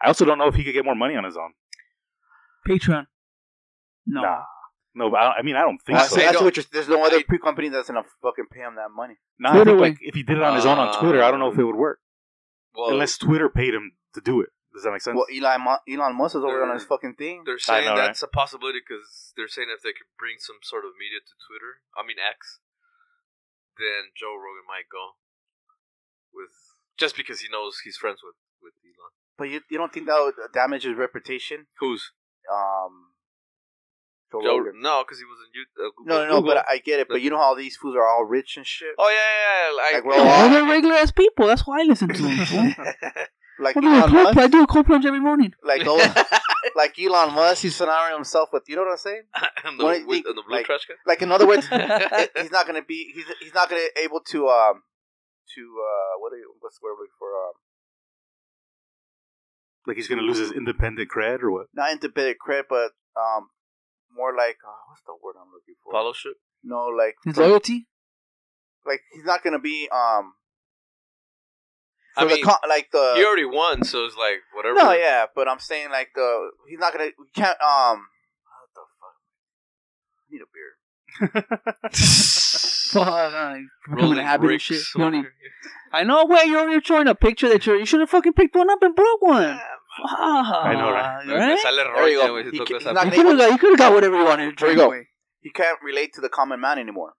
Speaker 4: I also don't know if he could get more money on his own.
Speaker 1: Patreon. No.
Speaker 4: Nah. No, but I, don't- I mean, I don't think
Speaker 2: Well,
Speaker 4: so.
Speaker 2: so Uh, that's
Speaker 3: don't-
Speaker 2: what you're, there's no other
Speaker 3: I-
Speaker 2: pre company that's gonna fucking pay him that money.
Speaker 4: Nah, I think,
Speaker 1: Twitter
Speaker 4: like if he did it on his own on Twitter, I don't know if it would work
Speaker 3: Well,
Speaker 4: unless Twitter paid him to do it. Does that make sense?
Speaker 2: Well, Elon Mu- Elon Musk is over there on his fucking thing.
Speaker 3: they're saying
Speaker 4: know, right?
Speaker 3: that's a possibility because they're saying if they could bring some sort of media to Twitter, I mean X, then Joe Rogan might go with just because he knows he's friends with with Elon.
Speaker 2: But you, you don't think that would damage his reputation?
Speaker 3: Who's
Speaker 2: Um, Joe
Speaker 3: Joe?
Speaker 2: Rogan.
Speaker 3: No, because he was in you. Uh,
Speaker 2: No, no, no.
Speaker 3: Google.
Speaker 2: But I get it. But you know how these fools are all rich and shit.
Speaker 3: oh yeah, yeah, yeah.
Speaker 2: Like,
Speaker 3: Like,
Speaker 2: we're
Speaker 1: Yeah,
Speaker 2: all-
Speaker 1: they're regular ass people. That's why I listen to them. fool.
Speaker 2: Like
Speaker 1: I do a
Speaker 2: Elon
Speaker 1: cold plunge. I
Speaker 2: Musk,
Speaker 1: do a cold plunge every morning.
Speaker 2: like oh, like Elon Musk, he's surrounding himself with. You know what I'm saying?
Speaker 3: And the,
Speaker 2: What do you
Speaker 3: with-
Speaker 2: think,
Speaker 3: and the blue
Speaker 2: like-
Speaker 3: trash can.
Speaker 2: Like in other words, it- he's not gonna be. He's he's not gonna able to um to uh what are you, what's the word I'm looking for um
Speaker 4: like he's gonna lose his independent cred or what?
Speaker 2: not into bit of credit, but um more like uh, what's the word I'm looking for?
Speaker 3: Fellowship.
Speaker 2: No, like
Speaker 1: His
Speaker 2: from-
Speaker 1: loyalty.
Speaker 2: like he's not gonna be um.
Speaker 3: I
Speaker 2: for the
Speaker 3: mean,
Speaker 2: con- like the
Speaker 3: He already won, so it's like whatever.
Speaker 2: No, yeah, but I'm saying like the he's not gonna we can't um what the fuck I need a beer.
Speaker 1: Fuck, I becoming a habit and
Speaker 3: bricks
Speaker 1: shit. You
Speaker 3: over
Speaker 1: don't even-
Speaker 3: here.
Speaker 1: I know where you're only showing a picture that you're. You should have fucking picked one up and brought one.
Speaker 4: I know, right?
Speaker 1: Fuck, right?
Speaker 3: Sale eh,
Speaker 2: There you
Speaker 3: roña,
Speaker 2: go.
Speaker 3: güey, si
Speaker 2: He-
Speaker 3: tocas
Speaker 2: he's
Speaker 3: a-
Speaker 2: not
Speaker 1: You
Speaker 2: gonna-
Speaker 1: could have got. You could have got whatever you wanted.
Speaker 2: There
Speaker 1: Drink
Speaker 2: you go.
Speaker 1: away.
Speaker 2: He can't relate to the common man anymore.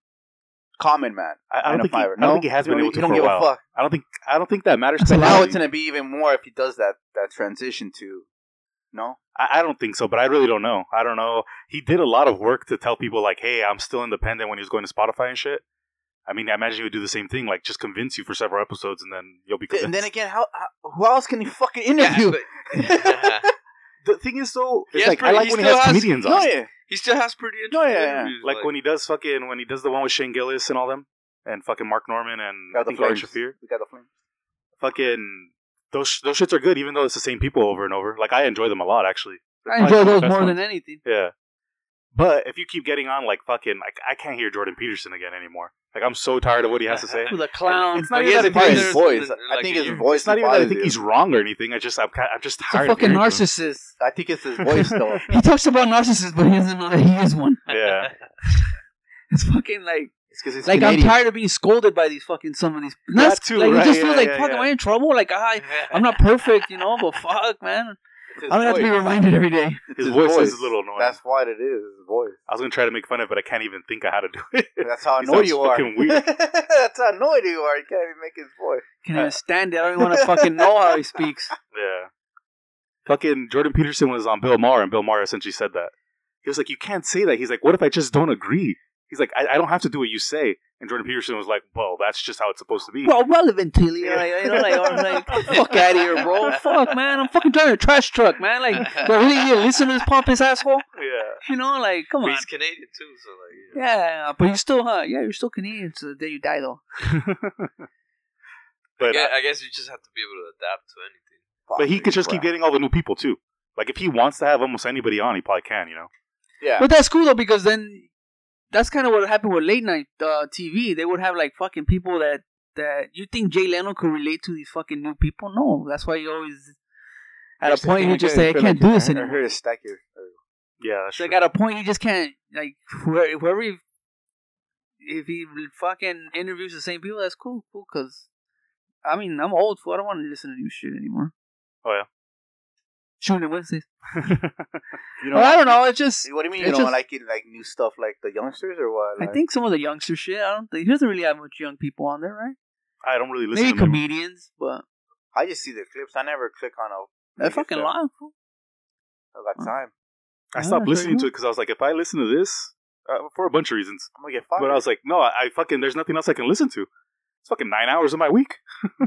Speaker 2: Common man.
Speaker 4: I, I don't
Speaker 2: Nine to
Speaker 4: think he,
Speaker 2: five,
Speaker 4: I don't
Speaker 2: no?
Speaker 4: think he has
Speaker 2: You
Speaker 4: been
Speaker 2: don't-
Speaker 4: able to
Speaker 2: you don't
Speaker 4: for
Speaker 2: give
Speaker 4: a
Speaker 2: a
Speaker 4: while.
Speaker 2: fuck.
Speaker 4: I don't think I don't think that matters.
Speaker 1: That's
Speaker 4: to
Speaker 1: a
Speaker 4: him.
Speaker 1: lot.
Speaker 2: Now
Speaker 1: Really?
Speaker 2: it's gonna be even more if he does that that transition to no.
Speaker 4: I, I don't think so, but I really don't know. I don't know. He did a lot of work to tell people like, "Hey, I'm still independent." When he was going to Spotify and shit. I mean, I imagine he would do the same thing, like just convince you for several episodes, and then you'll be
Speaker 2: Th-
Speaker 4: convinced.
Speaker 2: and then again, how, how who else can he fucking
Speaker 3: Yeah,
Speaker 2: interview?
Speaker 3: but- Yeah.
Speaker 4: the thing is, though,
Speaker 3: He
Speaker 4: it's
Speaker 3: has
Speaker 4: like I
Speaker 3: pretty-
Speaker 4: like
Speaker 3: he
Speaker 4: when he
Speaker 3: still
Speaker 4: has
Speaker 3: has-
Speaker 4: comedians
Speaker 2: no,
Speaker 4: on,
Speaker 2: yeah.
Speaker 3: He still has pretty
Speaker 2: No,
Speaker 3: interesting
Speaker 2: yeah, yeah.
Speaker 3: interviews.
Speaker 4: like when he does fucking when he does the one with Shane Gillis and all them, and fucking Mark Norman and
Speaker 2: Got
Speaker 4: I
Speaker 2: the
Speaker 4: think Ari
Speaker 2: flames.
Speaker 4: Shafir.
Speaker 2: We got the flame.
Speaker 4: Fucking those sh- those shits are good, even though it's the same people over and over. Like I enjoy them a lot, actually.
Speaker 1: I enjoy those more than anything.
Speaker 4: Yeah. But if you keep getting on like fucking, like I can't hear Jordan Peterson again anymore. Like I'm so tired of what he has to say.
Speaker 1: With a clown.
Speaker 4: It's not
Speaker 1: But he
Speaker 4: even
Speaker 1: has a
Speaker 4: that he
Speaker 2: Probably
Speaker 4: There's-
Speaker 2: his
Speaker 1: brother.
Speaker 2: voice.
Speaker 3: there's-
Speaker 2: I
Speaker 3: like,
Speaker 2: think it's
Speaker 3: you-
Speaker 2: his voice.
Speaker 4: It's not even that I
Speaker 2: bothers
Speaker 4: think
Speaker 2: you.
Speaker 4: he's wrong or anything. I just I'm, ki- I'm just
Speaker 1: It's a
Speaker 4: tired.
Speaker 1: fucking
Speaker 4: of hearing him.
Speaker 1: narcissist.
Speaker 2: I think it's his voice though.
Speaker 1: He talks about narcissists, but he doesn't know that he is one.
Speaker 4: Yeah,
Speaker 1: It's fucking like
Speaker 2: It's because he's
Speaker 1: Like
Speaker 2: Canadian.
Speaker 1: I'm tired of being scolded by these fucking some of these.
Speaker 2: That
Speaker 1: That's
Speaker 2: too,
Speaker 1: like
Speaker 2: right,
Speaker 1: it just
Speaker 2: yeah,
Speaker 1: feels like
Speaker 2: yeah,
Speaker 1: fuck.
Speaker 2: yeah.
Speaker 1: Am I in trouble? Like ah, I, I'm not perfect, you know. But fuck, man,
Speaker 2: It's his
Speaker 1: I don't have to be
Speaker 2: voice.
Speaker 1: reminded every day.
Speaker 2: It's
Speaker 4: His voice is a little annoying.
Speaker 2: That's what it is. His voice.
Speaker 4: I was gonna try to make fun of, it, but I can't even think of how to do it.
Speaker 2: That's how
Speaker 4: He
Speaker 2: annoyed
Speaker 4: sounds
Speaker 2: you are.
Speaker 4: fucking weird.
Speaker 2: That's how annoyed you are. You can't even make his voice.
Speaker 1: Can't even stand it. I don't even want to fucking know how he speaks.
Speaker 4: yeah. Fucking Jordan Peterson was on Bill Maher, and Bill Maher essentially said that. He was like, "You can't say that." He's like, "What if I just don't agree?" He's like, "I, I don't have to do what you say." And Jordan Peterson was like, "Well, that's just how it's supposed to be."
Speaker 1: Well, relevant to you, like, you know, like, or, like fuck out of here, bro. Fuck, man, I'm fucking driving a trash truck, man. Like, do I really need to listen to this pompous asshole?
Speaker 4: yeah.
Speaker 1: You know, like, come
Speaker 3: But
Speaker 1: on.
Speaker 3: he's Canadian too, so like yeah.
Speaker 1: Yeah, but you're still, huh? Yeah, you're still Canadian to the day you die, though.
Speaker 4: but
Speaker 3: Yeah, I guess you just have to be able to adapt to anything.
Speaker 4: but he could just keep getting all the new people too. Like if he wants to have almost anybody on, he probably can. You know.
Speaker 2: Yeah.
Speaker 1: But that's cool though because then that's kind of what happened with late night uh, TV. They would have like fucking people that that you think Jay Leno could relate to these fucking new people. No, that's why you always at a point you just say I can't do this
Speaker 2: I
Speaker 1: anymore.
Speaker 2: heard a stack here.
Speaker 4: Yeah. That's
Speaker 1: It's Like at a point you just can't like whoever, whoever you, if he fucking interviews the same people, that's cool, cool. Cause I mean I'm old, fool. I don't want to listen to new shit anymore.
Speaker 4: Oh, yeah.
Speaker 1: Shooting Wednesdays.
Speaker 2: You
Speaker 1: Well, I don't know. It's just
Speaker 2: What do you mean? You
Speaker 1: It's
Speaker 2: don't
Speaker 1: just-
Speaker 2: like it, like new stuff, like the youngsters or what?
Speaker 1: I
Speaker 2: Like-
Speaker 1: think some of the youngster shit. I don't think he doesn't really have much young people on there, right?
Speaker 4: I don't really listen
Speaker 1: Maybe
Speaker 4: to him.
Speaker 1: comedians, but
Speaker 2: I just see the clips. I never click on a.
Speaker 1: they're fucking
Speaker 2: lot.
Speaker 1: long. fool.
Speaker 2: I got time.
Speaker 4: I
Speaker 1: Ah,
Speaker 4: stopped
Speaker 1: there
Speaker 4: listening
Speaker 1: you
Speaker 4: to
Speaker 1: go.
Speaker 4: it because I was like, if I listen to this uh, for a bunch of reasons,
Speaker 2: I'm gonna get fired.
Speaker 4: but I was like, no, I, I fucking there's nothing else I can listen to. It's fucking nine hours of my week.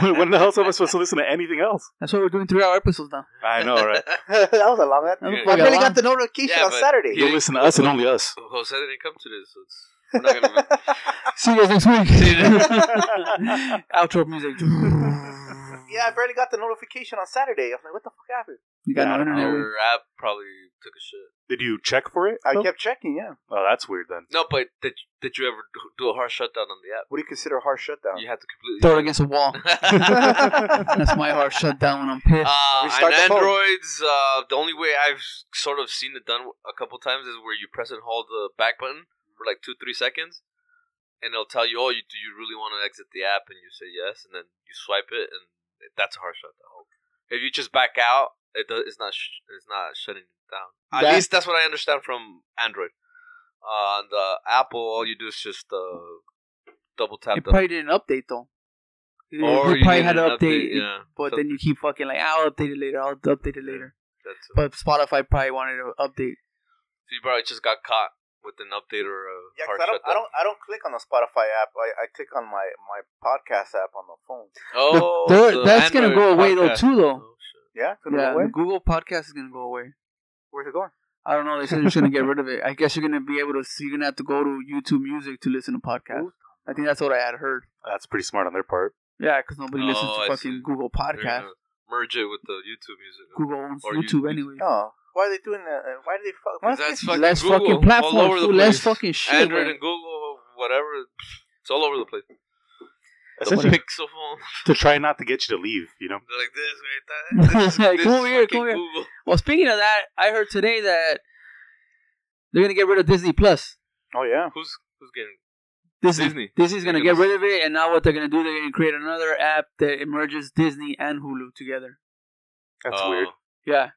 Speaker 4: when, when the hell am I supposed to listen to anything else?
Speaker 1: That's why we're doing three-hour episodes now.
Speaker 4: I know, right?
Speaker 2: that was a long.
Speaker 1: That
Speaker 2: That
Speaker 1: was
Speaker 3: Yeah.
Speaker 2: I
Speaker 1: fucking
Speaker 2: barely
Speaker 1: long.
Speaker 2: got the notification
Speaker 3: Yeah,
Speaker 2: on
Speaker 3: but
Speaker 2: Saturday.
Speaker 4: You listen to us and only us.
Speaker 3: So Jose didn't come to this, so it's we're not gonna be
Speaker 1: See you guys next week.
Speaker 4: later.
Speaker 1: Outro music.
Speaker 2: yeah, I barely got the notification on Saturday. I'm like, what the fuck happened?
Speaker 1: You got
Speaker 4: Yeah, I
Speaker 1: no
Speaker 4: don't
Speaker 1: internet.
Speaker 3: Our app probably took a shit.
Speaker 4: Did you check for it?
Speaker 2: I
Speaker 4: though?
Speaker 2: kept checking. Yeah.
Speaker 4: Oh, that's weird then.
Speaker 3: No, but did did you ever do- do a hard shutdown on the app?
Speaker 2: What do you consider a hard shutdown?
Speaker 3: You had to completely
Speaker 1: Throw it against a wall. That's
Speaker 2: That's
Speaker 1: my heart shut down when I'm pissed.
Speaker 3: Uh,
Speaker 2: Restart
Speaker 3: on
Speaker 2: the phone.
Speaker 3: Androids, uh, the only way I've sort of seen it done a couple times is where you press and hold the back button for like two, three seconds, and it'll tell you, "Oh, you, do you really want to exit the app?" And you say yes, and then you swipe it, and that's a hard shutdown. If you just back out, it does, it's not sh- it's not shutting it down. At
Speaker 1: That-
Speaker 3: least that's what I understand from Android. Uh, On the Apple, all you do is just uh, double tap.
Speaker 1: it
Speaker 3: the-
Speaker 1: probably didn't update though. It-
Speaker 3: or
Speaker 1: it
Speaker 3: you
Speaker 1: probably
Speaker 3: need
Speaker 1: had to
Speaker 3: an
Speaker 1: update, it,
Speaker 3: yeah,
Speaker 1: but
Speaker 3: so
Speaker 1: then you keep fucking like, I'll update it later. I'll update it later.
Speaker 3: that's it.
Speaker 1: But Spotify probably wanted to update.
Speaker 3: So you probably just got caught with an update or a
Speaker 2: Yeah, 'cause
Speaker 3: hard
Speaker 2: I don't, I
Speaker 3: shutdown.
Speaker 2: don't, I don't click on the Spotify app. I, I click on my my podcast app on the phone.
Speaker 3: Oh,
Speaker 1: But there-
Speaker 3: so
Speaker 1: that's gonna
Speaker 3: Android
Speaker 1: go away though,
Speaker 3: podcast.
Speaker 1: too, though.
Speaker 3: Oh, shit.
Speaker 2: Yeah, Couldn't go
Speaker 1: Yeah,
Speaker 2: away?
Speaker 1: the Google Podcast is gonna go away.
Speaker 2: where's it going?
Speaker 1: I don't know. They said they're going to get rid of it. I guess you're going to be able to. See, you're going to have to go to YouTube Music to listen to podcasts. I think that's what I had heard.
Speaker 4: That's pretty smart on their part.
Speaker 1: Yeah, because nobody listens
Speaker 3: Oh,
Speaker 1: to
Speaker 3: I
Speaker 1: fucking
Speaker 3: see.
Speaker 1: Google
Speaker 3: They're
Speaker 1: Podcast.
Speaker 3: gonna Merge it with the YouTube music.
Speaker 1: Google owns
Speaker 3: Or
Speaker 1: YouTube
Speaker 3: YouTube.
Speaker 1: anyway.
Speaker 2: No, why are they doing that? Uh, Why do they fuck? why
Speaker 3: 'Cause that's
Speaker 2: they-
Speaker 3: fucking
Speaker 1: less
Speaker 3: Google
Speaker 1: fucking
Speaker 3: all
Speaker 1: platforms,
Speaker 3: over the
Speaker 1: fool, less
Speaker 3: place.
Speaker 1: fucking shit.
Speaker 3: Android
Speaker 1: man.
Speaker 3: and Google, whatever. It's all over the place.
Speaker 4: Essentially,
Speaker 3: Pixel phone,
Speaker 4: to try not to get you to leave, you know?
Speaker 3: they're like this, right? That. This, is-
Speaker 1: Like,
Speaker 3: this
Speaker 1: come
Speaker 3: is
Speaker 1: over here,
Speaker 3: fucking
Speaker 1: come here.
Speaker 3: Google.
Speaker 1: Well, speaking of that, I heard today that they're going to get rid of Disney Plus.
Speaker 2: Oh yeah,
Speaker 3: Who's who's getting?
Speaker 1: Disney.
Speaker 3: Disney.
Speaker 1: Disney's going to
Speaker 3: They're
Speaker 1: get
Speaker 3: gonna-
Speaker 1: rid of it, and now what they're going to do, they're going to create another app that merges Disney and Hulu together.
Speaker 4: That's
Speaker 3: Oh,
Speaker 4: weird.
Speaker 1: Yeah.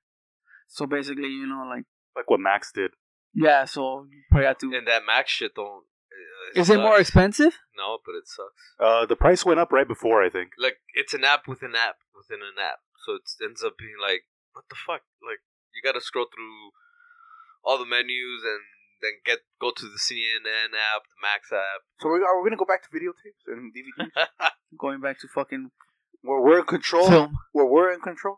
Speaker 1: So basically, you know, like,
Speaker 4: Like what Max did.
Speaker 1: yeah, so you probably have to.
Speaker 3: And that Mac shit don't.
Speaker 1: Is it more
Speaker 3: sucks.
Speaker 1: expensive?
Speaker 3: No, but it sucks.
Speaker 4: Uh, the price went up right before, I think.
Speaker 3: Like it's an app within an app within an app, so it ends up being like, what the fuck? Like you got to scroll through all the menus and then get go to the CNN app, the Max app.
Speaker 2: so we're are we gonna go back to videotapes and DVDs?
Speaker 1: Going back to fucking
Speaker 2: where we're in control?
Speaker 1: film.
Speaker 2: where we're in control?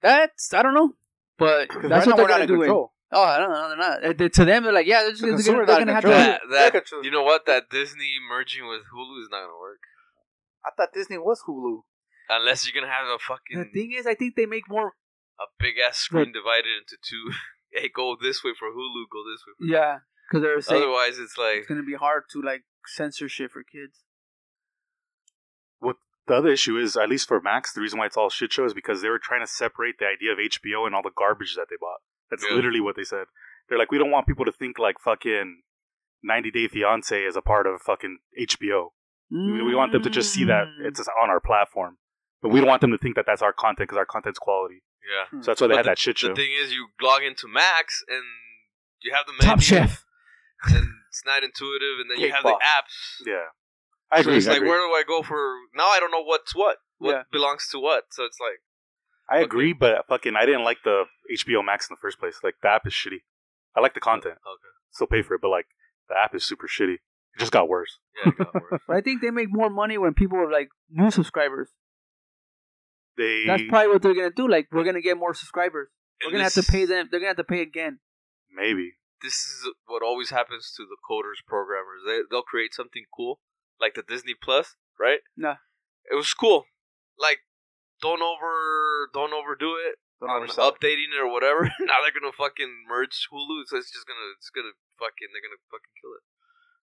Speaker 1: That's I don't know, but
Speaker 2: 'Cause
Speaker 1: that's
Speaker 2: right now
Speaker 1: what they're
Speaker 2: we're not
Speaker 1: gonna
Speaker 2: in
Speaker 1: do. It.
Speaker 2: control.
Speaker 1: Oh, I don't know. They're not. Uh, they- to them, they're like, yeah, they're, just,
Speaker 2: The
Speaker 1: they're,
Speaker 2: consumer's
Speaker 1: gonna, they're
Speaker 2: not
Speaker 1: gonna have to.
Speaker 2: in
Speaker 3: that,
Speaker 2: control.
Speaker 3: that,
Speaker 2: Look at you.
Speaker 3: you know what? That Disney merging with Hulu is not gonna work
Speaker 2: I thought Disney was Hulu.
Speaker 3: unless you're gonna have a
Speaker 1: The
Speaker 3: fucking
Speaker 1: thing is, I think they make more.
Speaker 3: a big ass screen divided into two. hey, go this way for Hulu, go this way. For
Speaker 1: Yeah, because they're saying
Speaker 3: Otherwise, it's like
Speaker 1: it's gonna be hard to like censor shit for kids.
Speaker 4: The other issue is, at least for Max, the reason why it's all shit show is because they were trying to separate the idea of HBO and all the garbage that they bought. That's
Speaker 3: Yeah.
Speaker 4: literally what they said. They're like, we don't want people to think like fucking 90 Day Fiance is a part of fucking HBO. We- We want them to just see that
Speaker 3: Mm.
Speaker 1: Mm.
Speaker 4: it's just on our platform, but we don't want them to think that that's our content because our content's quality.
Speaker 3: Yeah.
Speaker 4: So that's why they
Speaker 3: Hmm. But
Speaker 4: had that shit show.
Speaker 3: The thing is, you log into Max and you have the menu.
Speaker 1: Top Chef.
Speaker 3: And it's not intuitive, and then you have the
Speaker 2: Kickbox.
Speaker 3: apps.
Speaker 4: yeah,
Speaker 3: So
Speaker 4: I agree.
Speaker 3: it's
Speaker 4: I
Speaker 3: like,
Speaker 4: agree.
Speaker 3: where do I go for now? I don't know what's what. What
Speaker 1: Yeah.
Speaker 3: belongs to what? So it's like,
Speaker 4: I agree, but fucking, I didn't like the HBO Max in the first place. Like the app is shitty. I like the content.
Speaker 3: Okay.
Speaker 4: Still pay for it, but like the app is super shitty. It just got worse.
Speaker 3: yeah, it got worse.
Speaker 1: But I think they make more money when people are like new subscribers.
Speaker 4: They
Speaker 1: That's probably what they're gonna do. Like we're gonna get more subscribers. We're
Speaker 3: And
Speaker 1: gonna have to
Speaker 3: this-
Speaker 1: pay them. They're gonna have to pay again.
Speaker 4: maybe
Speaker 3: This is what always happens to the coders, programmers. They they'll create something cool, like the Disney Plus, right?
Speaker 1: No.
Speaker 3: it was cool. Like, don't over, don't overdo it.
Speaker 2: Don't
Speaker 3: on
Speaker 2: oversell it.
Speaker 3: updating it or whatever. now they're gonna fucking merge Hulu, so it's just gonna it's gonna fucking they're gonna fucking kill it.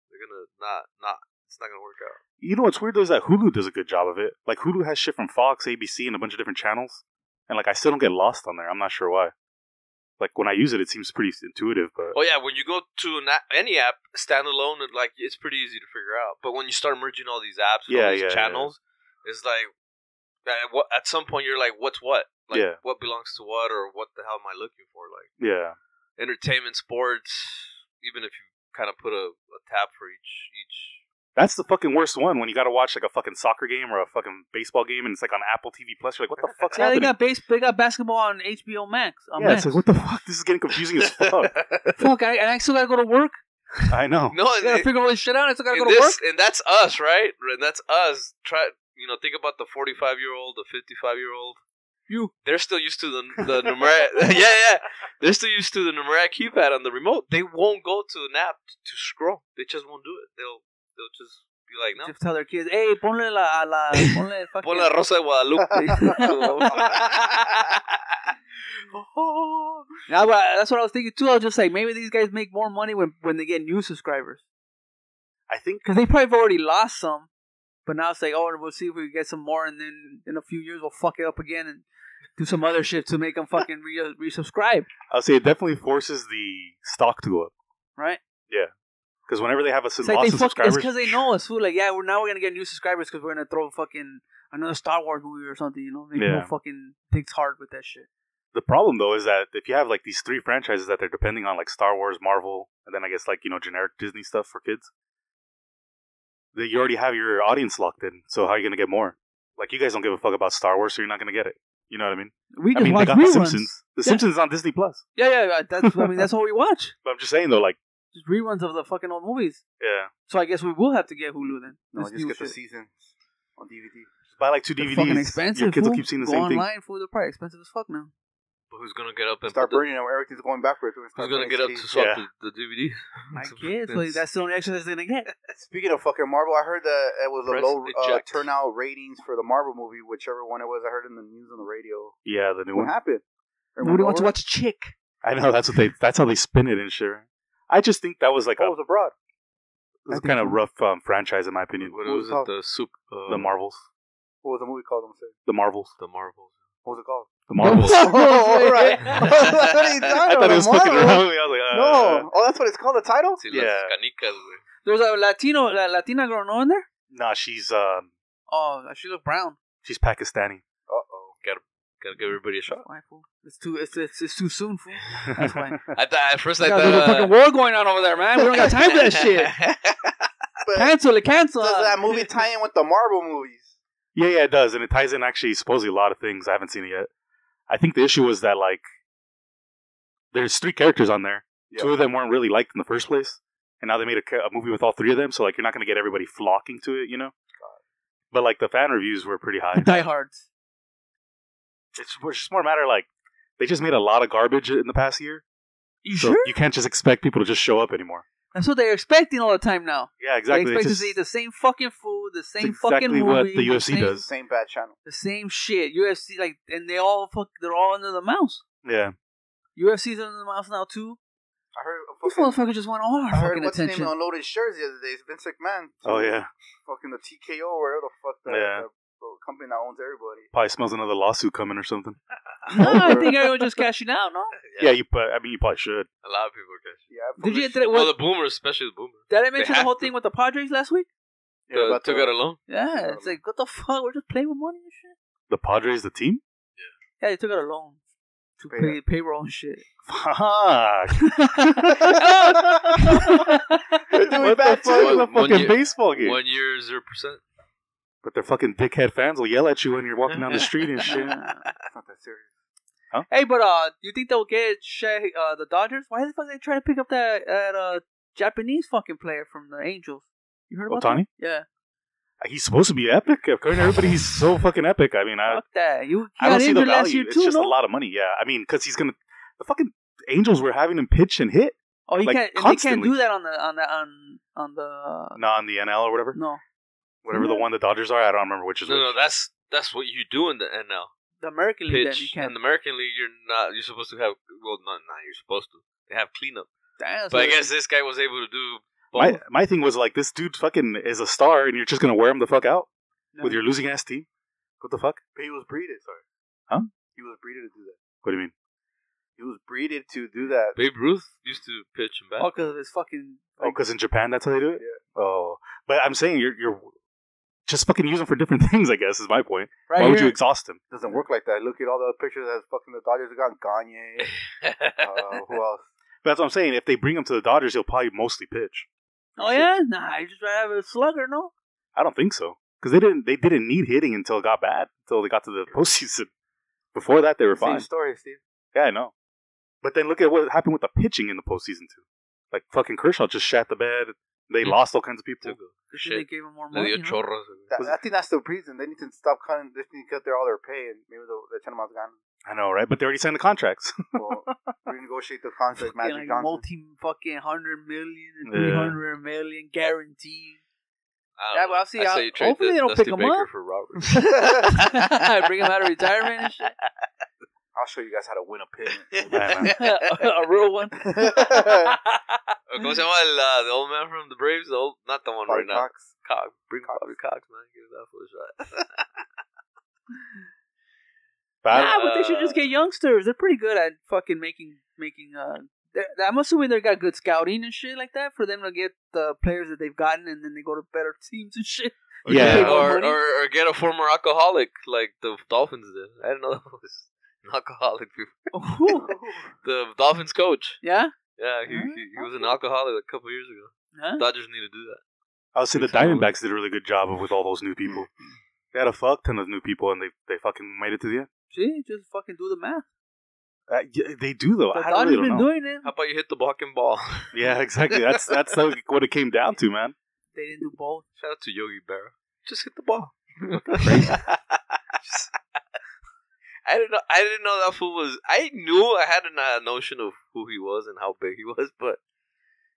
Speaker 3: They're gonna not not it's not gonna work out.
Speaker 4: you know what's weird though is that Hulu does a good job of it. Like Hulu has shit from Fox, ABC, and a bunch of different channels, and like I still don't get lost on there. I'm not sure why. Like when I use it, it seems pretty intuitive, but
Speaker 3: Oh yeah, when you go to an a- any app standalone, it, like it's pretty easy to figure out. But when you start merging all these apps, and all
Speaker 4: Yeah,
Speaker 3: these
Speaker 4: yeah, yeah.
Speaker 3: channels, it's like at, what, at some point you're like, what's what? Like
Speaker 4: Yeah.
Speaker 3: what belongs to what, or what the hell am I looking for? Like
Speaker 4: yeah,
Speaker 3: entertainment, sports, even if you kind of put a, a tab for each each
Speaker 4: that's the fucking worst one when you got to watch like a fucking soccer game or a fucking baseball game, and it's like on Apple TV Plus. You're like, what the fuck's
Speaker 1: Yeah, they
Speaker 4: happening?
Speaker 1: got base. They got basketball on HBO Max. On
Speaker 4: yeah,
Speaker 1: Max.
Speaker 4: it's like what the fuck? This is getting confusing as fuck.
Speaker 1: Fuck, I, and I still gotta go to work.
Speaker 4: I know.
Speaker 3: no,
Speaker 1: I
Speaker 3: and
Speaker 1: gotta
Speaker 3: it-
Speaker 1: figure all this shit out. I still gotta
Speaker 3: and
Speaker 1: go to work.
Speaker 3: Eh, this- and that's us, right? And that's us. Try, you know, think about the forty-five year old, the fifty-five year old. You, they're still used to the the numeric. yeah, yeah, they're still used to the numeric keypad on the remote. They won't go to an app t- to scroll. They just won't do it. They'll they'll just be like, no.
Speaker 1: Just tell their kids, hey, ponle la, a la, ponle fucking.
Speaker 3: Pon la Rosa de Guadalupe.
Speaker 1: Now, but that's what I was thinking too. I was just like, maybe these guys make more money when when they get new subscribers
Speaker 4: I think
Speaker 1: because they probably have already lost some, but now it's like, oh, we'll see if we can get some more, and then in a few years we'll fuck it up again and do some other shit to make them fucking re- resubscribe,
Speaker 4: I'll say it definitely forces the stock to go up
Speaker 1: right?
Speaker 4: because whenever they have a
Speaker 1: It's
Speaker 4: loss
Speaker 1: like they
Speaker 4: in
Speaker 1: fuck. It's
Speaker 4: subscribers,
Speaker 1: because they know us. Fool, like, yeah, we're now we're gonna get new subscribers because we're gonna throw fucking another Star Wars movie or something. You know, they
Speaker 4: Yeah.
Speaker 1: people fucking thinks hard with that shit.
Speaker 4: the problem though is that if you have like these three franchises that they're depending on, like Star Wars, Marvel, and then I guess like you know generic Disney stuff for kids, that you already have your audience locked in. So how are you gonna get more? Like you guys don't give a fuck about Star Wars, so you're not gonna get it. You know what I mean?
Speaker 1: We
Speaker 4: I
Speaker 1: just
Speaker 4: mean, they
Speaker 1: watch
Speaker 4: got The
Speaker 1: reruns.
Speaker 4: Simpsons. The
Speaker 1: Yeah.
Speaker 4: Simpsons is on Disney Plus.
Speaker 1: Yeah, yeah, yeah. That's I mean, that's all we watch.
Speaker 4: But I'm just saying though, like
Speaker 1: Just reruns of the fucking old movies.
Speaker 4: yeah,
Speaker 1: So I guess we will have to get Hulu then.
Speaker 2: No,
Speaker 1: This
Speaker 2: just
Speaker 1: new
Speaker 2: get the
Speaker 1: shit.
Speaker 2: seasons on DVD.
Speaker 4: just buy like two
Speaker 1: They're
Speaker 4: DVDs.
Speaker 1: Fucking expensive.
Speaker 4: Your kids will
Speaker 1: fool.
Speaker 4: keep seeing the
Speaker 1: Go
Speaker 4: same thing.
Speaker 1: online, fool. They're probably expensive as fuck now.
Speaker 3: But who's gonna get up and put
Speaker 2: Start
Speaker 3: the-
Speaker 2: burning and everything's going backwards. We're
Speaker 3: Who's
Speaker 2: start
Speaker 3: gonna
Speaker 2: burning
Speaker 3: get up to
Speaker 2: CDs.
Speaker 3: swap
Speaker 4: Yeah.
Speaker 3: the, the DVD?
Speaker 1: My
Speaker 3: It's-
Speaker 1: kids,
Speaker 3: it's-
Speaker 1: like, that's the only exercise they're gonna get.
Speaker 2: Speaking of fucking Marvel, I heard that it was a
Speaker 3: Press
Speaker 2: low uh,
Speaker 3: eject.
Speaker 2: turnout ratings for the Marvel movie, whichever one it was. I heard in the news on the radio.
Speaker 4: Yeah, the new
Speaker 2: What
Speaker 4: one.
Speaker 2: happened?
Speaker 1: Nobody wants to
Speaker 2: Everyone
Speaker 1: watch a chick.
Speaker 4: I know that's what they. That's how they spin it and shit. right? I just think that was like
Speaker 2: over?
Speaker 4: a
Speaker 2: Oh, it was abroad.
Speaker 4: It's kind of rough um, franchise, in my opinion.
Speaker 3: What
Speaker 2: Who's
Speaker 3: was it?
Speaker 2: called?
Speaker 3: The soup. Uh,
Speaker 4: The Marvels,
Speaker 2: What was the movie called? I'm sorry.
Speaker 4: the Marvels,
Speaker 3: The Marvels.
Speaker 2: What was it called?
Speaker 4: the Marvels.
Speaker 1: Marvels.
Speaker 2: all right.
Speaker 4: I thought it was fucking
Speaker 2: Marvel.
Speaker 4: around. I was like, uh,
Speaker 2: No. Oh, that's what it's called. The title.
Speaker 3: Sí,
Speaker 4: Yeah.
Speaker 3: las canicas, güey.
Speaker 1: There's a Latino, la, Latina girl, no in there.
Speaker 4: Nah, she's um,
Speaker 1: Oh, she look brown.
Speaker 4: she's Pakistani.
Speaker 2: Uh oh.
Speaker 3: Gotta give everybody a shot.
Speaker 1: Why, fool? It's too, it's, it's, it's too soon, fool. That's why.
Speaker 3: I thought at first I
Speaker 1: There's a
Speaker 3: thought. uh,
Speaker 1: fucking war going on over there, man. We don't got time for that shit. Cancel it, cancel.
Speaker 2: Does
Speaker 1: it.
Speaker 2: that movie tie in with the Marvel movies?
Speaker 4: yeah, yeah, it does, and it ties in actually supposedly a lot of things. I haven't seen it yet. I think the issue was that like there's three characters on there.
Speaker 2: Yeah.
Speaker 4: Two of them weren't really liked in the first place, and now they made a, ca- a movie with all three of them. So like, you're not gonna get everybody flocking to it, you know. But like the fan reviews were pretty high.
Speaker 1: The diehards.
Speaker 4: It's, it's just more a matter like they just made a lot of garbage in the past year.
Speaker 1: You
Speaker 4: So
Speaker 1: sure?
Speaker 4: you can't just expect people to just show up anymore.
Speaker 1: That's what they're expecting all the time now.
Speaker 4: Yeah, exactly.
Speaker 1: They
Speaker 4: It's
Speaker 1: expect
Speaker 4: just-
Speaker 1: us to eat the same fucking food, the same
Speaker 4: It's exactly
Speaker 1: fucking
Speaker 4: what
Speaker 1: movie,
Speaker 4: the UFC
Speaker 1: same-
Speaker 4: does.
Speaker 2: Same bad channel.
Speaker 1: the same shit. UFC like, and they all fuck, they're all under the mouse.
Speaker 4: yeah,
Speaker 1: UFC's under the mouse now too.
Speaker 2: I heard.
Speaker 1: These
Speaker 2: fucking-
Speaker 1: motherfuckers just want all our
Speaker 2: I heard
Speaker 1: fucking
Speaker 2: what's his
Speaker 1: attention.
Speaker 2: name unloaded shirts the other day. It's Vince McMahon.
Speaker 4: oh yeah.
Speaker 2: Fucking the TKO or whatever the fuck the,
Speaker 4: Yeah.
Speaker 2: the, the company that owns everybody.
Speaker 4: Probably smells another lawsuit coming or something.
Speaker 1: no, I think everyone just cashing out. No,
Speaker 4: Yeah, you. Put, I mean, you probably should.
Speaker 3: A lot of people are catching.
Speaker 2: Yeah.
Speaker 1: did you?
Speaker 2: probably
Speaker 1: Did,
Speaker 3: Well,
Speaker 1: what,
Speaker 3: the boomers, especially the boomers.
Speaker 1: Did I mention the
Speaker 3: have
Speaker 1: whole
Speaker 3: to.
Speaker 1: thing with the Padres last week?
Speaker 2: Yeah,
Speaker 3: The-
Speaker 2: about
Speaker 3: took
Speaker 2: the-
Speaker 3: out a loan.
Speaker 1: Yeah, it's like what the fuck? We're just playing with money and shit.
Speaker 4: The Padres, the team?
Speaker 1: Yeah, they took out a loan to pay
Speaker 2: Pay
Speaker 1: payroll and shit.
Speaker 4: Fuck.
Speaker 1: Oh!
Speaker 2: They're doing bad
Speaker 4: fuck
Speaker 2: too.
Speaker 4: is a
Speaker 3: One- one
Speaker 4: fucking
Speaker 3: year-
Speaker 4: baseball game?
Speaker 3: One year, zero percent.
Speaker 4: But their fucking dickhead fans will yell at you when you're walking down the street and shit.
Speaker 2: It's not that serious.
Speaker 1: Hey, but uh, you think they'll get Shea, uh, the Dodgers? Why the fuck they trying to pick up that that uh Japanese fucking player from the Angels? You heard about
Speaker 4: Ohtani?
Speaker 1: that? Yeah,
Speaker 4: He's supposed to be epic. According to everybody, he's so fucking epic. I mean, I,
Speaker 1: fuck that. You
Speaker 4: Uh, I don't
Speaker 1: got
Speaker 4: see the
Speaker 1: injured last
Speaker 4: value.
Speaker 1: year
Speaker 4: It's
Speaker 1: too,
Speaker 4: just
Speaker 1: no?
Speaker 4: a lot of money. Yeah, I mean, because he's gonna the fucking Angels were having him pitch and hit.
Speaker 1: Oh, you
Speaker 4: like,
Speaker 1: can't. and They can't
Speaker 4: constantly.
Speaker 1: do that on the on the on on the
Speaker 4: Nah, in the NL or whatever,
Speaker 1: no
Speaker 4: whatever the one the Dodgers are. I don't remember which is
Speaker 3: No,
Speaker 4: which.
Speaker 3: no, that's that's what you do in the NL.
Speaker 1: the American League. Then you
Speaker 3: Pitch in
Speaker 1: can't.
Speaker 3: the American League, you're not. You're supposed to have. Well, not not. You're supposed to. They have cleanup.
Speaker 1: Damn, so
Speaker 3: But I guess this guy was able to do.
Speaker 4: my
Speaker 3: Both.
Speaker 4: my thing was like this dude fucking is a star, and you're just gonna wear him the fuck out
Speaker 1: No.
Speaker 4: with your losing ass team. What the fuck?
Speaker 2: But he was breeded, sorry.
Speaker 4: Huh?
Speaker 2: He was breeded to do that.
Speaker 4: What do you mean?
Speaker 2: He was breeded to do that.
Speaker 3: Babe Ruth used to pitch and bat.
Speaker 1: Oh, because of his fucking.
Speaker 4: Oh, because in Japan that's how they do it. Oh, but I'm saying you're you're just fucking use him for different things. I guess is my point.
Speaker 1: Right
Speaker 4: Why would
Speaker 1: here.
Speaker 4: you exhaust him?
Speaker 2: doesn't work like that. Look at all the pictures that fucking the Dodgers have gotten. Gagne.
Speaker 1: Oh.
Speaker 2: Uh, who else?
Speaker 4: But that's what I'm saying. If they bring him to the Dodgers, he'll probably mostly pitch.
Speaker 1: oh yeah, nah. You just rather have a slugger, no?
Speaker 4: I don't think so because they didn't they didn't need hitting until it got bad until they got to the postseason. Before that, they were
Speaker 2: Same
Speaker 4: fine.
Speaker 2: story, Steve.
Speaker 4: Yeah, I know. But then look at what happened with the pitching in the postseason too. Like fucking Kershaw just shat the bed. They
Speaker 3: Mhm.
Speaker 4: lost all kinds of people.
Speaker 3: Took
Speaker 1: Oh.
Speaker 3: a
Speaker 1: Shit. They
Speaker 3: Shit.
Speaker 1: gave him more
Speaker 3: Le
Speaker 1: money.
Speaker 3: dio
Speaker 1: huh?
Speaker 3: chorros.
Speaker 2: That, I think that's the reason. They need to stop cutting, they need to cut their all their pay and maybe they'll, they'll turn them out to Ghana.
Speaker 4: I know, right? But they already signed the contracts.
Speaker 2: Well, renegotiate the contract,
Speaker 1: Fucking,
Speaker 2: Magic
Speaker 1: like
Speaker 2: Johnson.
Speaker 1: multi fucking hundred million and
Speaker 4: Yeah.
Speaker 1: three hundred million guaranteed.
Speaker 3: I
Speaker 1: Yeah,
Speaker 3: don't
Speaker 1: but
Speaker 3: know.
Speaker 1: I'll see.
Speaker 3: I
Speaker 1: I'll-
Speaker 3: say you trade
Speaker 1: hopefully
Speaker 3: the
Speaker 1: they don't
Speaker 3: Dusty
Speaker 1: pick 'em
Speaker 3: Baker
Speaker 1: up.
Speaker 3: for Roberts.
Speaker 1: Bring him out of retirement and shit.
Speaker 2: I'll show you guys how to win a pennant.
Speaker 4: Yeah,
Speaker 1: a real one.
Speaker 3: Oh, ¿Cómo se llama el, uh, the old man from the Braves? The old, not the one
Speaker 2: Bobby
Speaker 3: right now.
Speaker 2: Cox.
Speaker 3: Cox. Bring Bobby Cox, man. Give that fool a shot.
Speaker 4: But I
Speaker 1: Nah,
Speaker 4: don't-
Speaker 1: but they should just get youngsters. They're pretty good at fucking making making. Uh, they're- I'm assuming they got good scouting and shit like that for them to get the players that they've gotten, and then they go to better teams and shit.
Speaker 4: Yeah.
Speaker 1: Big old
Speaker 3: Or,
Speaker 1: money.
Speaker 3: or, or get a former alcoholic like the Dolphins did. I didn't know that was an alcoholic. before.
Speaker 1: Ooh.
Speaker 3: The Dolphins coach.
Speaker 1: yeah,
Speaker 3: Yeah, he, he, he was an alcoholic a couple years ago.
Speaker 1: huh?
Speaker 3: Dodgers need to do that.
Speaker 4: I would say the Diamondbacks did a really good job of with all those new people. They had a fuck ton of new people, and they they fucking made it to the end.
Speaker 1: See, just fucking do the math.
Speaker 4: Uh, yeah, they do though.
Speaker 1: The
Speaker 4: I
Speaker 1: Dodgers
Speaker 4: really don't
Speaker 1: been
Speaker 4: know.
Speaker 1: doing it.
Speaker 3: How about you hit the fucking ball?
Speaker 4: yeah, exactly. That's that's like what it came down to, man.
Speaker 1: They didn't do both.
Speaker 3: Shout out to Yogi Berra. Just hit the ball. I didn't know. I didn't know that fool was. I knew I had a uh, notion of who he was and how big he was, but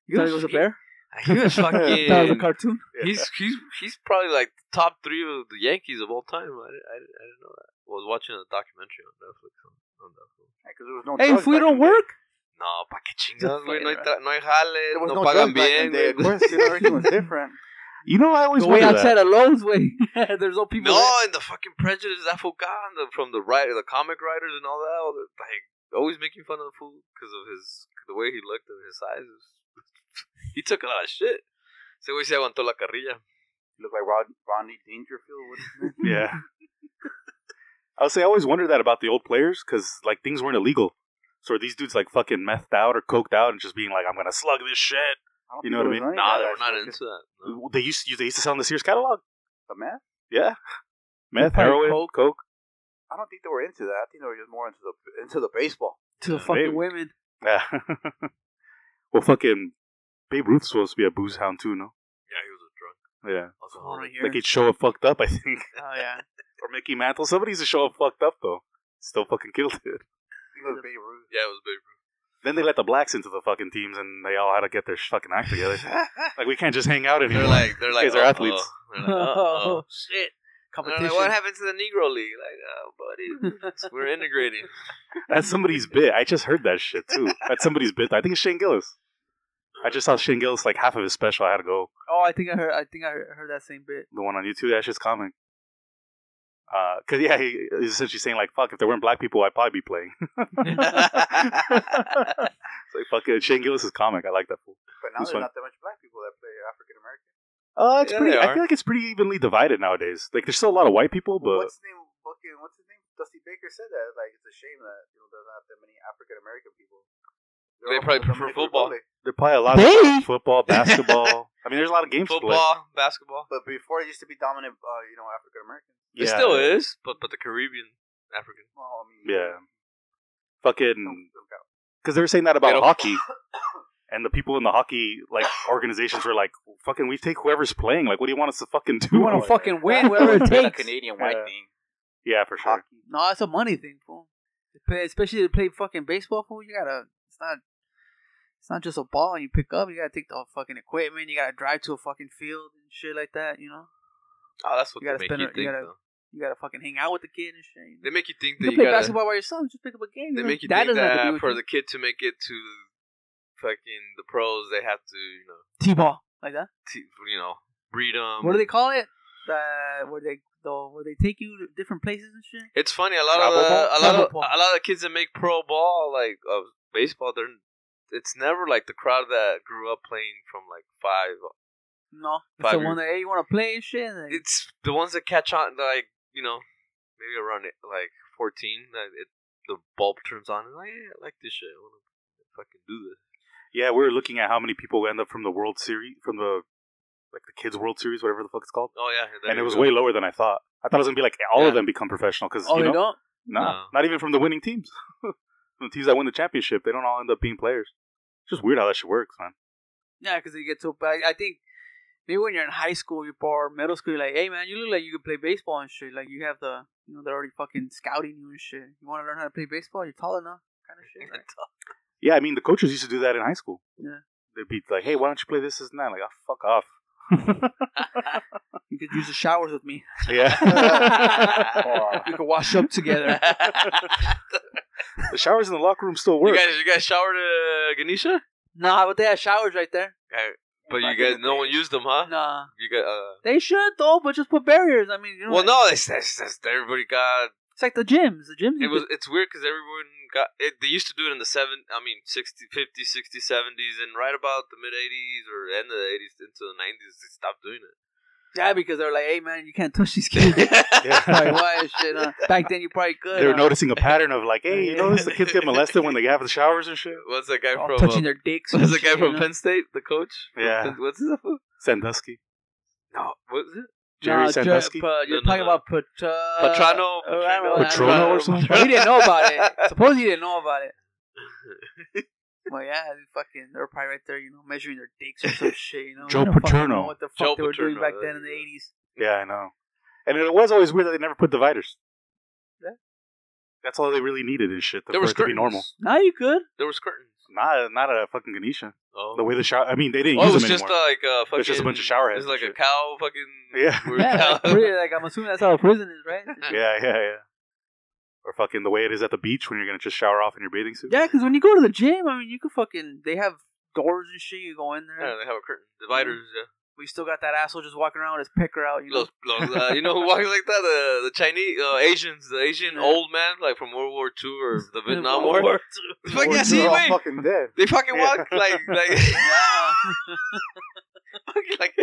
Speaker 1: You thought it was a bear?
Speaker 3: he was fucking.
Speaker 1: That was a cartoon.
Speaker 3: he's he's he's probably like the top three of the Yankees of all time. I, didn't- I, didn't- I didn't know that. I was watching a documentary on Netflix on, on that fool.
Speaker 2: Because there was no
Speaker 1: Hey,
Speaker 2: drugs
Speaker 1: if we
Speaker 2: back
Speaker 1: don't
Speaker 2: in the day.
Speaker 1: work,
Speaker 3: No, pa que chingas, güey. No hay,
Speaker 1: Fuera.
Speaker 3: tra- no hay jale,
Speaker 2: There was
Speaker 3: no,
Speaker 2: no, drugs
Speaker 3: pagan
Speaker 2: back
Speaker 3: bien,
Speaker 2: in the day.
Speaker 3: güey.
Speaker 4: eh,
Speaker 2: Of course, you know, everything was different.
Speaker 4: You know, I always
Speaker 1: the way
Speaker 4: wonder that.
Speaker 1: outside of Lowe's way, there's no people. there.
Speaker 3: No, and the fucking prejudice that fool got on the, from the writer, the comic writers, and all that. all the- Like always making fun of the fool because of his the way he looked and his size. he took a lot of shit. Ese güey se aguantó la carrilla.
Speaker 2: You look like Rod, Rodney Dangerfield. What is his name?
Speaker 4: Yeah. I would say I always wondered that about the old players because like things weren't illegal. So are these dudes like fucking methed out or coked out and just being like, "I'm gonna slug this shit"?
Speaker 2: don't
Speaker 4: You
Speaker 2: think
Speaker 4: know what I
Speaker 2: there was
Speaker 4: mean?
Speaker 2: any
Speaker 3: Nah,
Speaker 2: of
Speaker 3: they
Speaker 2: that
Speaker 3: were not
Speaker 2: shit.
Speaker 3: into that. No.
Speaker 4: They used to, they used to sell in the Sears catalog.
Speaker 2: The math?
Speaker 4: Yeah, meth,
Speaker 1: Probably
Speaker 4: heroin, coke.
Speaker 1: coke.
Speaker 2: I don't think they were into that. I think they were just more into the into the baseball.
Speaker 1: to the
Speaker 4: Yeah,
Speaker 1: fucking
Speaker 4: maybe.
Speaker 1: women.
Speaker 4: Yeah. well, fucking Babe Ruth's supposed to be a booze hound too, no?
Speaker 3: Yeah, he was a drunk.
Speaker 4: Yeah,
Speaker 1: Over
Speaker 3: alcoholic.
Speaker 1: here.
Speaker 4: like he'd show up fucked up. I think,
Speaker 1: oh yeah.
Speaker 4: or Mickey Mantle. Somebody's to show up fucked up though. Still fucking killed
Speaker 2: I
Speaker 4: it.
Speaker 2: think it was Babe Ruth.
Speaker 3: Yeah, it was big.
Speaker 4: Then they let the blacks into the fucking teams, and they all had to get their fucking act together. like we can't just hang out anymore.
Speaker 3: They're like they're like
Speaker 4: guys are
Speaker 3: uh-oh.
Speaker 4: athletes.
Speaker 3: They're like, uh-oh.
Speaker 1: shit!
Speaker 3: And they're like, what happened to the Negro League? Like, oh, buddy, we're integrating.
Speaker 4: That's somebody's bit. I just heard that shit too. That's somebody's bit. I think it's Shane Gillis. I just saw Shane Gillis like half of his special. I had to go
Speaker 1: oh, I think I heard. I think I heard, heard that same bit.
Speaker 4: the one on YouTube. That shit's comic. Uh, cause yeah, he, he's essentially saying like, "Fuck, if there weren't black people, I'd probably be playing." it's like fucking Shane Gillis is comic. I like that fool.
Speaker 2: But now
Speaker 4: Who's
Speaker 2: there's
Speaker 4: fine.
Speaker 2: not that much black people that play
Speaker 4: Uh, it's
Speaker 3: Yeah,
Speaker 4: pretty.
Speaker 3: they
Speaker 4: I
Speaker 3: are.
Speaker 4: feel like it's pretty evenly divided nowadays. Like, there's still a lot of white people, but
Speaker 2: what's his name? Fucking what's his name? Dusty Baker said that. Like it's a shame that you know there's not that many African American people.
Speaker 3: They
Speaker 2: all
Speaker 3: probably
Speaker 2: from the
Speaker 3: prefer
Speaker 2: Dominican
Speaker 3: football.
Speaker 2: Republic.
Speaker 4: there's probably a lot
Speaker 1: They-
Speaker 4: of football, basketball. I mean, there's a lot of games. Split.
Speaker 3: Football, basketball.
Speaker 2: But before it used to be dominant, uh, you know, African American.
Speaker 3: It
Speaker 4: Yeah.
Speaker 3: still is, but but the Caribbean, African.
Speaker 2: Well, I mean,
Speaker 4: Yeah.
Speaker 2: don't-
Speaker 4: Fucking
Speaker 2: don't count.
Speaker 4: because they were saying that about
Speaker 3: They don't-
Speaker 4: hockey, and the people in the hockey like organizations were like, "Fucking, we take whoever's playing. Like, what do you want us to fucking do?"
Speaker 1: We want to
Speaker 4: Like,
Speaker 1: fucking win whatever it
Speaker 2: It's a
Speaker 1: takes.
Speaker 2: Canadian white
Speaker 4: Yeah.
Speaker 2: thing.
Speaker 4: yeah, for sure.
Speaker 2: Hockey.
Speaker 1: No, it's a money thing, fool. Especially to play fucking baseball, fool. You gotta. It's not. It's not just a ball you pick up. You gotta take the whole fucking equipment. You gotta drive to a fucking field and shit like that. You know.
Speaker 3: Oh, that's what
Speaker 1: You gotta
Speaker 3: they make
Speaker 1: spend
Speaker 3: you
Speaker 1: a- you
Speaker 3: think.
Speaker 1: gotta-
Speaker 3: though.
Speaker 1: You gotta fucking hang out with the kid and shit.
Speaker 3: They make you think
Speaker 1: You
Speaker 3: that
Speaker 1: can
Speaker 3: you
Speaker 1: play
Speaker 3: gotta.
Speaker 1: basketball by yourself. Just pick up a game.
Speaker 3: They
Speaker 1: know,
Speaker 3: make you
Speaker 1: that
Speaker 3: think
Speaker 1: doesn't have to be
Speaker 3: that
Speaker 1: with
Speaker 3: for
Speaker 1: you.
Speaker 3: the kid to make it to fucking the pros, they have to you know
Speaker 1: t-ball like that.
Speaker 3: t- you know breed them.
Speaker 1: what do they call it? The where they the, where they take you to different places and shit.
Speaker 3: It's funny. A lot
Speaker 1: Travel
Speaker 3: of the,
Speaker 1: ball?
Speaker 3: a lot of
Speaker 1: Travel ball.
Speaker 3: a lot of kids that make pro ball, like of baseball, they're it's never like the crowd that grew up playing from like five.
Speaker 1: No, it's
Speaker 3: Five
Speaker 1: the
Speaker 3: years.
Speaker 1: one that hey, you want to play and shit. And then-
Speaker 3: It's the ones that catch on, like you know, maybe around it, like fourteen. That it, the bulb turns on, and like yeah, I like this shit. I want to fucking do this.
Speaker 4: Yeah, we were looking at how many people end up from the World Series, from the like the kids' World Series, whatever the fuck it's called.
Speaker 3: Oh yeah, there
Speaker 4: and it
Speaker 3: you
Speaker 4: was
Speaker 3: go.
Speaker 4: way lower than I thought. I thought it was gonna be like all of
Speaker 3: Yeah.
Speaker 4: them become professional because
Speaker 1: oh,
Speaker 4: you
Speaker 1: they
Speaker 4: know,
Speaker 1: don't.
Speaker 4: Nah,
Speaker 3: No.
Speaker 4: not even from the winning teams. from the teams that win the championship, they don't all end up being players. It's just weird how that shit works, man.
Speaker 1: Yeah, because they get so bad. I think maybe when you're in high school, you or middle school, you're like, hey man, you look like you could play baseball and shit. Like you have the you know they're already fucking scouting you and shit. You want to learn how to play baseball? You're tall enough, kind of shit. Right?
Speaker 4: Yeah, I mean the coaches used to do that in high school.
Speaker 1: Yeah.
Speaker 4: They'd be like, "Hey, why don't you play this, this, and that?" Like, oh, fuck off.
Speaker 1: You could use the showers with me.
Speaker 4: Yeah.
Speaker 2: oh,
Speaker 1: We could wash up together.
Speaker 4: the showers in the locker room still
Speaker 3: you
Speaker 4: work.
Speaker 3: guys, you guys showered uh, Ganesha,
Speaker 1: nah, but they had showers right there.
Speaker 3: but you guys, no one used them, huh?
Speaker 1: Nah,
Speaker 3: You got. Uh,
Speaker 1: they should though, but just put barriers. I mean, you know,
Speaker 3: well, no, it's, it's, it's, everybody got
Speaker 1: it's like the gyms. The gyms. you
Speaker 3: it was
Speaker 1: could-
Speaker 3: it's weird because everyone got it, they used to do it in the 7 i mean 60 50 60 70s and right about the mid 80s or end of the 80s into the 90s they stopped doing it
Speaker 1: yeah, because they're like, hey man, you can't touch these kids. like,
Speaker 4: Yeah.
Speaker 1: why and shit? Huh? Back then, you probably could.
Speaker 4: they were
Speaker 1: huh?
Speaker 4: noticing a pattern of like, "Hey, you notice the kids get molested when they have the showers and shit."
Speaker 3: what's that guy
Speaker 1: All
Speaker 3: from
Speaker 1: touching
Speaker 3: uh,
Speaker 1: their dicks. and
Speaker 3: what's that
Speaker 1: shit,
Speaker 3: guy
Speaker 1: you
Speaker 3: from
Speaker 1: know?
Speaker 3: penn state the coach From
Speaker 4: Yeah.
Speaker 3: Penn- what's his name
Speaker 4: Sandusky,
Speaker 3: no what's it
Speaker 4: Jerry
Speaker 1: No, Jer-
Speaker 4: Sandusky.
Speaker 1: Pa- you're
Speaker 3: No, no,
Speaker 1: talking
Speaker 3: no.
Speaker 1: about Pat-
Speaker 3: Patrano,
Speaker 1: uh, I don't
Speaker 3: Patrano,
Speaker 1: know.
Speaker 4: Patrono or something?
Speaker 1: But he didn't know about it. Suppose he didn't know about it. Well, yeah, they fucking, they were probably right there, you know, measuring their dicks or some shit, you know.
Speaker 4: Joe
Speaker 1: I don't fucking
Speaker 4: Paterno.
Speaker 1: know What the fuck
Speaker 3: Joe
Speaker 1: they were doing
Speaker 3: Paterno,
Speaker 1: back
Speaker 3: there
Speaker 1: then in the
Speaker 3: you go.
Speaker 1: eighties?
Speaker 4: Yeah, I know. And it was always weird that they never put dividers.
Speaker 1: Yeah.
Speaker 4: That's all they really needed and shit.
Speaker 3: there
Speaker 4: for
Speaker 3: was
Speaker 4: it to be normal.
Speaker 3: curtains
Speaker 1: Now you could.
Speaker 3: there was curtains
Speaker 4: Not not a fucking Ganesha.
Speaker 3: oh
Speaker 4: The way the shower. I mean, they didn't
Speaker 3: Oh, it
Speaker 4: use
Speaker 3: was
Speaker 4: them
Speaker 3: just
Speaker 4: anymore.
Speaker 3: uh, like a fucking.
Speaker 4: was just a bunch of shower heads
Speaker 3: It's like
Speaker 4: and
Speaker 3: a
Speaker 4: shit.
Speaker 3: cow fucking.
Speaker 4: Yeah.
Speaker 3: weird
Speaker 1: Yeah,
Speaker 3: cow.
Speaker 1: like, pri- like, I'm assuming that's how a prison is, right?
Speaker 4: yeah, yeah, yeah. Or fucking the way it is at the beach when you're gonna just shower off in your bathing suit.
Speaker 1: yeah, because when you go to the gym, I mean, you could fucking, they have doors and shit. You go in there.
Speaker 3: Yeah, they have a curtain dividers. Yeah,
Speaker 1: We still got that asshole just walking around with his pecker out. You know,
Speaker 3: Los- los- uh, you know who walks like that? The the Chinese, uh, Asians, the Asian
Speaker 1: Yeah.
Speaker 3: old man, like from World War II or the Vietnam
Speaker 1: World
Speaker 3: War.
Speaker 1: War
Speaker 3: Fuck yeah,
Speaker 2: They're
Speaker 3: see,
Speaker 2: all
Speaker 3: wait,
Speaker 2: fucking dead.
Speaker 3: They fucking
Speaker 4: Yeah.
Speaker 3: walk like like
Speaker 1: Yeah.
Speaker 3: fucking like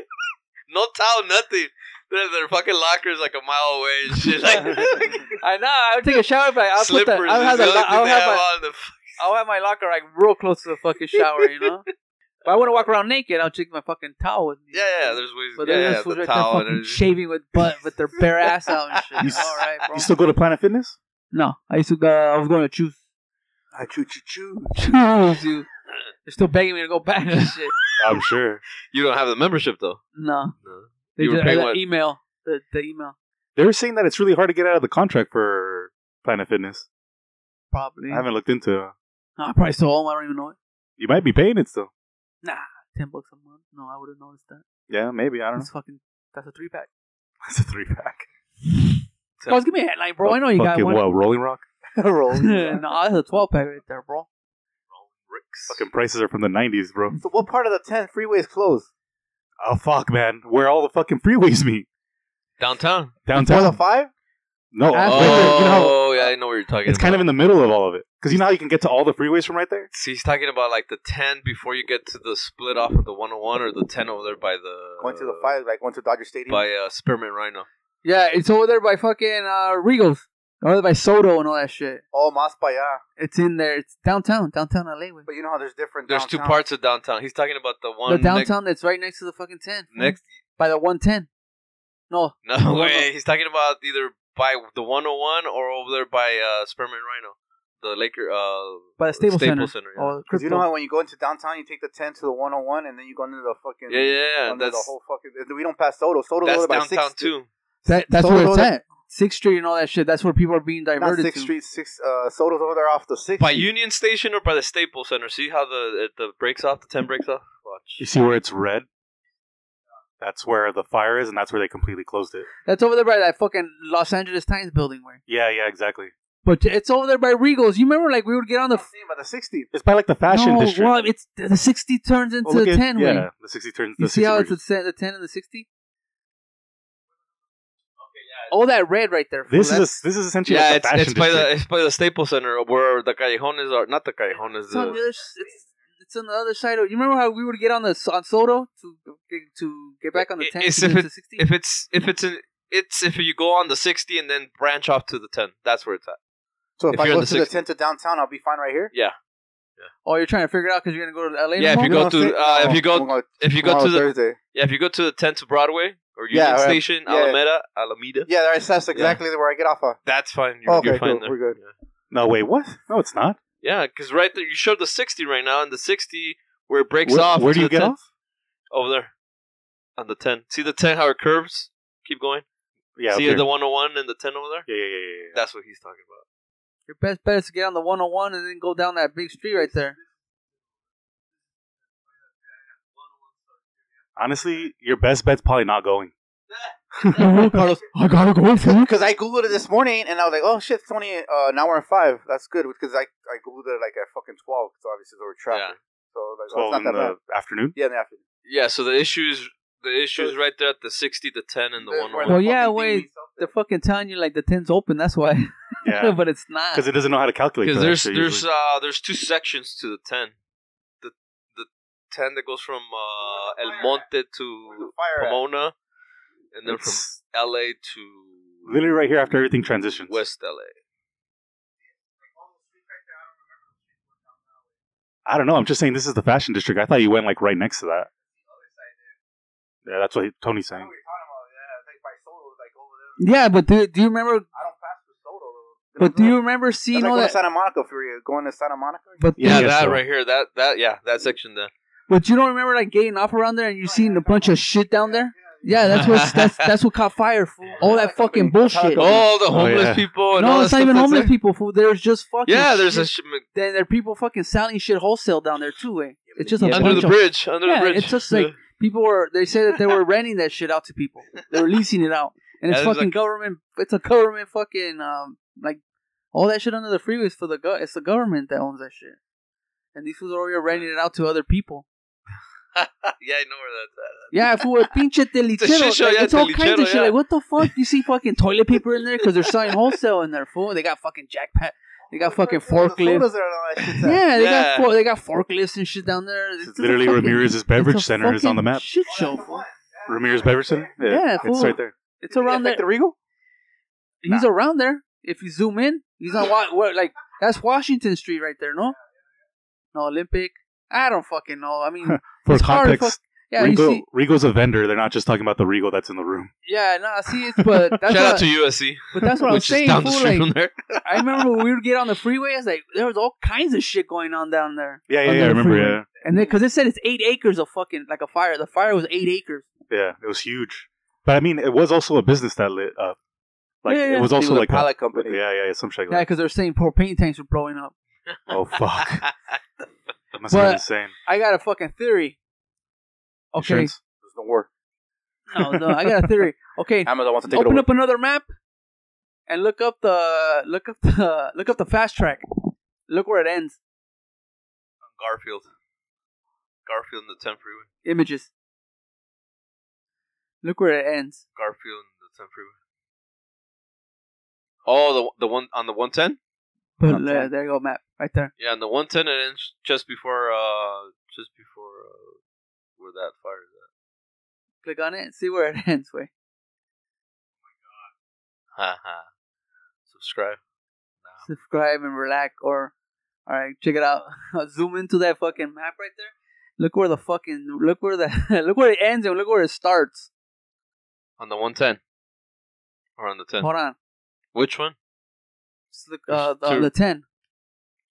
Speaker 3: no towel, nothing. Their their fucking lockers like a mile away and shit. Like,
Speaker 1: I know. I would take a shower, but I'll put
Speaker 3: slippers.
Speaker 1: that. I'll
Speaker 3: is
Speaker 1: have,
Speaker 3: the
Speaker 1: the,
Speaker 3: only
Speaker 1: lo-
Speaker 3: thing
Speaker 1: I'll,
Speaker 3: they
Speaker 1: have
Speaker 3: have
Speaker 1: my,
Speaker 3: on the f-
Speaker 1: I'll have my locker like real close to the fucking shower, you know. but I wouldn't walk around naked. I'll take my fucking towel with me.
Speaker 3: yeah, yeah. There's ways.
Speaker 1: but
Speaker 3: yeah,
Speaker 1: they're
Speaker 3: yeah,
Speaker 1: just
Speaker 3: the
Speaker 1: right there
Speaker 3: towel and
Speaker 1: fucking
Speaker 3: everything.
Speaker 1: shaving with butt with their bare ass out and shit.
Speaker 4: You s-
Speaker 1: All right, bro.
Speaker 4: You still go to Planet Fitness?
Speaker 1: no, I used to. go I was going to choose.
Speaker 2: I choo choo choo.
Speaker 1: Choose you. They're still begging me to go back and shit.
Speaker 4: I'm sure.
Speaker 3: You don't have the membership though.
Speaker 1: No,
Speaker 3: No.
Speaker 1: they
Speaker 3: You were
Speaker 1: just
Speaker 3: paying
Speaker 1: the
Speaker 3: what?
Speaker 1: email. The, the email
Speaker 4: They were saying that it's really hard to get out of the contract for Planet Fitness.
Speaker 1: probably.
Speaker 4: I haven't looked into. it.
Speaker 1: No, I probably sold home. I don't even know it.
Speaker 4: You might be paying it still.
Speaker 1: Nah, ten bucks a month. No, I would have noticed that.
Speaker 4: Yeah, maybe. I don't know.
Speaker 1: That's fucking. That's a three pack.
Speaker 4: It's a three pack.
Speaker 1: Guys, give me a headline, bro. I know you got
Speaker 4: fucking
Speaker 1: one.
Speaker 4: what? Rolling Rock.
Speaker 2: Roll.
Speaker 1: no, that's a 12 pack right there, bro.
Speaker 3: Ricks.
Speaker 4: Fucking prices are from the '90s, bro.
Speaker 2: So what part of the ten freeway is closed?
Speaker 4: Oh fuck, man. Where all the fucking freeways meet
Speaker 3: Downtown.
Speaker 4: downtown?
Speaker 2: Four to five.
Speaker 4: no,
Speaker 1: I- Ah,
Speaker 4: wait, wait, you know how-
Speaker 3: Oh yeah, I know what you're talking.
Speaker 4: it's kind of
Speaker 3: about.
Speaker 4: in the middle of all of it. Because you know how you can get to all the freeways from right there?
Speaker 3: See, he's talking about like the 10 before you get to the split off of the 101 or the 10 over there by the.
Speaker 2: Going to the five, like going to Dodger Stadium.
Speaker 3: By uh, Spearmint Rhino.
Speaker 1: Yeah, it's over there by fucking uh, Regals. Over there by Soto and all that shit.
Speaker 2: Oh, mas pa allá.
Speaker 1: It's in there. It's downtown, downtown LA. Way.
Speaker 2: But you know how there's different.
Speaker 3: There's two
Speaker 2: downtown-
Speaker 3: parts of downtown. He's talking about the one.
Speaker 1: The
Speaker 3: next-
Speaker 1: downtown that's right next to the fucking 10. fool.
Speaker 3: Next,
Speaker 1: By the 110. No,
Speaker 3: No way. He's talking about either by the 101 or over there by uh, Spearmint Rhino. The Laker. Uh,
Speaker 1: by the Staples Center. Oh,
Speaker 3: yeah.
Speaker 1: Or
Speaker 2: Because
Speaker 1: crypto.
Speaker 2: you know how when you go into downtown, you take the 10 to the 101, and then you go into the fucking.
Speaker 3: yeah, yeah, yeah.
Speaker 2: under
Speaker 3: That's,
Speaker 2: the whole fucking. We don't pass Soto. Soto's
Speaker 3: that's
Speaker 2: over by
Speaker 3: downtown
Speaker 2: 6th,
Speaker 3: too.
Speaker 1: that, that's
Speaker 2: Soto
Speaker 1: where it's
Speaker 2: over-
Speaker 1: at. Sixth Street and all that shit. That's where people are being
Speaker 2: Not
Speaker 1: diverted
Speaker 2: Sixth
Speaker 1: to.
Speaker 2: Street. Six. Uh, Soto's over there off the Sixth.
Speaker 3: By
Speaker 2: Street.
Speaker 3: Union Station or by the Staples Center. See how the it, the breaks off, the 10 breaks off?
Speaker 4: You
Speaker 3: Watch.
Speaker 4: see where it's red? That's where the fire is, and that's where they completely closed it.
Speaker 1: That's over there by that fucking Los Angeles Times building. Where,
Speaker 4: Yeah, yeah, exactly.
Speaker 1: but it's over there by Regals. You remember, like we would get on the f-
Speaker 2: By the 60th.
Speaker 4: It's by like the fashion
Speaker 1: no,
Speaker 4: district.
Speaker 1: Well, it's the sixty turns into
Speaker 4: Oh, look
Speaker 1: the
Speaker 4: at-
Speaker 1: ten.
Speaker 4: yeah,
Speaker 1: Way.
Speaker 4: the sixty turns.
Speaker 1: You
Speaker 4: the
Speaker 1: see
Speaker 4: 60
Speaker 1: how it's
Speaker 4: merges.
Speaker 1: the, se- the ten and the sixty? All that red right there. fool,
Speaker 4: This is
Speaker 1: that's-
Speaker 4: a, this is essentially
Speaker 3: Yeah,
Speaker 4: like
Speaker 3: it's,
Speaker 4: the fashion
Speaker 3: it's by the
Speaker 4: district.
Speaker 3: it's by the Staples Center where the callejones are not the callejones.
Speaker 1: it's on the
Speaker 3: The,
Speaker 1: other. s- It's, it's on the other side. Of, you remember how we would get on the s- on Soto to to get back on the
Speaker 3: I-
Speaker 1: ten
Speaker 3: it's
Speaker 1: to
Speaker 3: if
Speaker 1: get to sixty?
Speaker 3: if it's if it's in, it's if you go on the sixty and then branch off to the ten, that's where it's at.
Speaker 2: So if,
Speaker 3: If
Speaker 2: I
Speaker 3: you're
Speaker 2: go
Speaker 3: on the
Speaker 2: to the
Speaker 3: 60th.
Speaker 2: 10 to downtown, I'll be fine right here.
Speaker 3: Yeah,
Speaker 1: Oh, you're trying to figure it out because you're gonna go to LA.
Speaker 3: Yeah, if
Speaker 1: tomorrow?
Speaker 3: you go
Speaker 2: No,
Speaker 3: to,
Speaker 2: Sixth-
Speaker 3: uh, if
Speaker 2: no,
Speaker 3: you go-
Speaker 2: we're going
Speaker 3: if you go
Speaker 2: tomorrow,
Speaker 3: to the
Speaker 2: Thursday.
Speaker 3: yeah if you go to the ten to Broadway or Union
Speaker 2: Yeah,
Speaker 4: uh,
Speaker 2: right.
Speaker 3: Station,
Speaker 2: Yeah.
Speaker 3: Alameda, Alameda,
Speaker 2: Yeah, that's, that's exactly where I get off of.
Speaker 3: that's fine. You're,
Speaker 2: Okay,
Speaker 3: you're fine
Speaker 2: cool.
Speaker 3: there.
Speaker 2: We're good.
Speaker 4: No, wait, what? No, it's not.
Speaker 3: Yeah, because right there you showed the sixty right now, and the sixty where it breaks
Speaker 4: Where,
Speaker 3: off.
Speaker 4: where
Speaker 3: to
Speaker 4: do you
Speaker 3: the
Speaker 4: get
Speaker 3: 10.
Speaker 4: off?
Speaker 3: Over there, on the ten. See the ten how it curves. Keep going.
Speaker 4: Yeah, up
Speaker 3: See
Speaker 4: here.
Speaker 3: the one hundred one and the ten over there.
Speaker 4: yeah, yeah, yeah, yeah, yeah.
Speaker 3: That's what he's talking about.
Speaker 1: Your best bet is to get on the 101 and then go down that big street right there.
Speaker 4: Honestly, your best bet's probably not going.
Speaker 1: Carlos, I gotta go for
Speaker 2: Because I googled it this morning and I was like, oh shit, it's only uh, an hour and five. That's good because I, I googled it like at fucking twelve. So obviously there were traffic. So I was like, oh,
Speaker 4: Twelve
Speaker 2: it's
Speaker 4: in
Speaker 2: not that bad.
Speaker 4: the afternoon.
Speaker 2: Yeah, in the afternoon.
Speaker 3: Yeah, so the issues the issues right there at the sixty, the ten, and the one
Speaker 1: Well,
Speaker 3: one.
Speaker 1: yeah,
Speaker 2: fucking thing
Speaker 1: wait,
Speaker 2: meets up
Speaker 1: They're
Speaker 2: there.
Speaker 1: fucking telling you like the ten's open. That's why,
Speaker 4: Yeah,
Speaker 1: but it's not.
Speaker 4: because it doesn't know how to calculate.
Speaker 3: Because
Speaker 4: that
Speaker 3: there's
Speaker 4: shit
Speaker 3: there's
Speaker 4: usually.
Speaker 3: uh there's two sections to the ten, the the ten that goes from uh, El Monte
Speaker 2: Where's the
Speaker 3: to
Speaker 2: fire at?
Speaker 3: Pomona, and then from
Speaker 4: It's
Speaker 3: L.A. to
Speaker 4: literally right here after everything transitions.
Speaker 3: West L.A.
Speaker 4: I don't know. I'm just saying this is the fashion district. I thought you went like right next to that. Oh, Yeah, that's what Tony's
Speaker 2: I know
Speaker 4: saying.
Speaker 2: what you're talking about. Yeah, it's like by Soto, it's like over there.
Speaker 1: yeah, but do, do you remember?
Speaker 2: I don't pass the Soto. though.
Speaker 1: But do you remember seeing
Speaker 2: That's
Speaker 1: all
Speaker 2: like going
Speaker 1: that?
Speaker 2: to Santa Monica for you. Going to Santa Monica?
Speaker 1: But
Speaker 4: Yeah, I
Speaker 3: Yeah,
Speaker 4: guess
Speaker 3: that
Speaker 4: so.
Speaker 3: right here, that that yeah, that section there.
Speaker 1: but you don't remember like getting off around there and you seen a bunch of shit down there. Yeah, that's what that's that's what caught fire. Fool. All that fucking bullshit.
Speaker 3: All Oh, the homeless
Speaker 4: yeah.
Speaker 3: people. And all
Speaker 1: Oh, no,
Speaker 3: Oh, that
Speaker 1: it's not
Speaker 3: stuff
Speaker 1: even
Speaker 3: that's
Speaker 1: homeless
Speaker 3: there.
Speaker 1: people. Fool. There's just fucking.
Speaker 3: Yeah, there's a
Speaker 1: shit.
Speaker 3: sh-
Speaker 1: then there are people fucking selling shit wholesale down there too. Eh? It's just a bunch
Speaker 3: under the
Speaker 1: of
Speaker 3: bridge, under
Speaker 1: Yeah,
Speaker 3: the bridge.
Speaker 1: it's just like- people were they said that they were renting that shit out to people. They were leasing it out, and it's
Speaker 3: Yeah, there's
Speaker 1: fucking
Speaker 3: like-
Speaker 1: government. It's a government fucking um like all that shit under the freeways for the go- it's the government that owns that shit, and these fools are over here renting it out to other people.
Speaker 3: yeah, I know where that's at.
Speaker 1: Yeah, for a pinche
Speaker 3: a shit
Speaker 1: telichero,
Speaker 3: show,
Speaker 1: like,
Speaker 3: yeah,
Speaker 1: it's all kinds of
Speaker 3: telichero,
Speaker 1: shit.
Speaker 3: yeah.
Speaker 1: Like what the fuck? You see fucking toilet paper in there because they're selling wholesale in there. Fool, they got fucking jackpot. They got fucking forklifts.
Speaker 2: Soto's there and all that shit's at.
Speaker 1: Yeah, they
Speaker 3: Yeah.
Speaker 1: got for- they got forklifts and shit down there.
Speaker 4: This
Speaker 1: It's
Speaker 4: is literally
Speaker 1: a fucking-
Speaker 4: Ramirez's
Speaker 1: it's
Speaker 4: beverage
Speaker 1: a
Speaker 4: center is on the
Speaker 1: fucking
Speaker 4: map.
Speaker 1: Shit show. fool.
Speaker 4: Ramirez beverage center.
Speaker 1: Yeah,
Speaker 4: it's
Speaker 1: fool.
Speaker 4: right there.
Speaker 1: It's around there.
Speaker 2: the Regal?
Speaker 1: He's around there. If you zoom in, he's on wa- where, like that's Washington Street right there, no? No Olympic. I don't fucking know. I mean,
Speaker 4: For
Speaker 1: It's hard to
Speaker 4: context,
Speaker 1: yeah, you
Speaker 4: Regal,
Speaker 1: see,
Speaker 4: Regal's a vendor. They're not just talking about the Regal that's in the room.
Speaker 1: yeah, no, I see it, but that's what,
Speaker 3: Shout out to USC,
Speaker 1: but that's what I'm
Speaker 3: which
Speaker 1: saying.
Speaker 3: is down the
Speaker 1: fool,
Speaker 3: street
Speaker 1: like,
Speaker 3: from there.
Speaker 1: I remember when we would get on the freeway, it's like there was all kinds of shit going on down there,
Speaker 4: Yeah, yeah,
Speaker 1: Under
Speaker 4: Oh, yeah. I
Speaker 1: the
Speaker 4: remember.
Speaker 1: freeway.
Speaker 4: Yeah,
Speaker 1: and then because it said it's eight acres of fucking like a fire. The fire was eight acres.
Speaker 4: yeah. It was huge. But I mean, it was also a business that lit up. Like
Speaker 1: Yeah, yeah.
Speaker 4: it was also
Speaker 2: He was a
Speaker 4: like
Speaker 2: pallet
Speaker 4: a,
Speaker 2: company.
Speaker 4: yeah, yeah, yeah, some shit
Speaker 1: Yeah,
Speaker 4: like
Speaker 1: because they're saying propane tanks were blowing up.
Speaker 4: that. Oh fuck, that must have
Speaker 1: But-
Speaker 4: been insane.
Speaker 1: I got a fucking theory. Okay,
Speaker 4: Insurance?
Speaker 2: There's no war.
Speaker 1: no, no, I got a theory. Okay,
Speaker 2: Amazon wants to take
Speaker 1: open
Speaker 2: it over.
Speaker 1: up another map and look up the look up the look up the fast track. Look where it ends.
Speaker 3: Garfield, Garfield and the 10 freeway.
Speaker 1: Images. Look where it ends.
Speaker 3: Garfield and the 10 freeway. Oh, the the one on the 110.
Speaker 1: But
Speaker 2: Okay.
Speaker 1: uh, there you go, Matt, right there.
Speaker 3: Yeah, and the one ten it ends just before uh just before uh where that fire is at.
Speaker 1: Click on it and see where it ends. Way
Speaker 3: Ha ha. Subscribe.
Speaker 1: subscribe and relax, or all right, check it out. Zoom into that fucking map right there. Look where the fucking look where the look where it ends and look where it starts.
Speaker 3: On the one ten. Or on the ten.
Speaker 1: Hold on,
Speaker 3: Which one?
Speaker 1: just look uh, the,
Speaker 3: Two.
Speaker 1: the ten.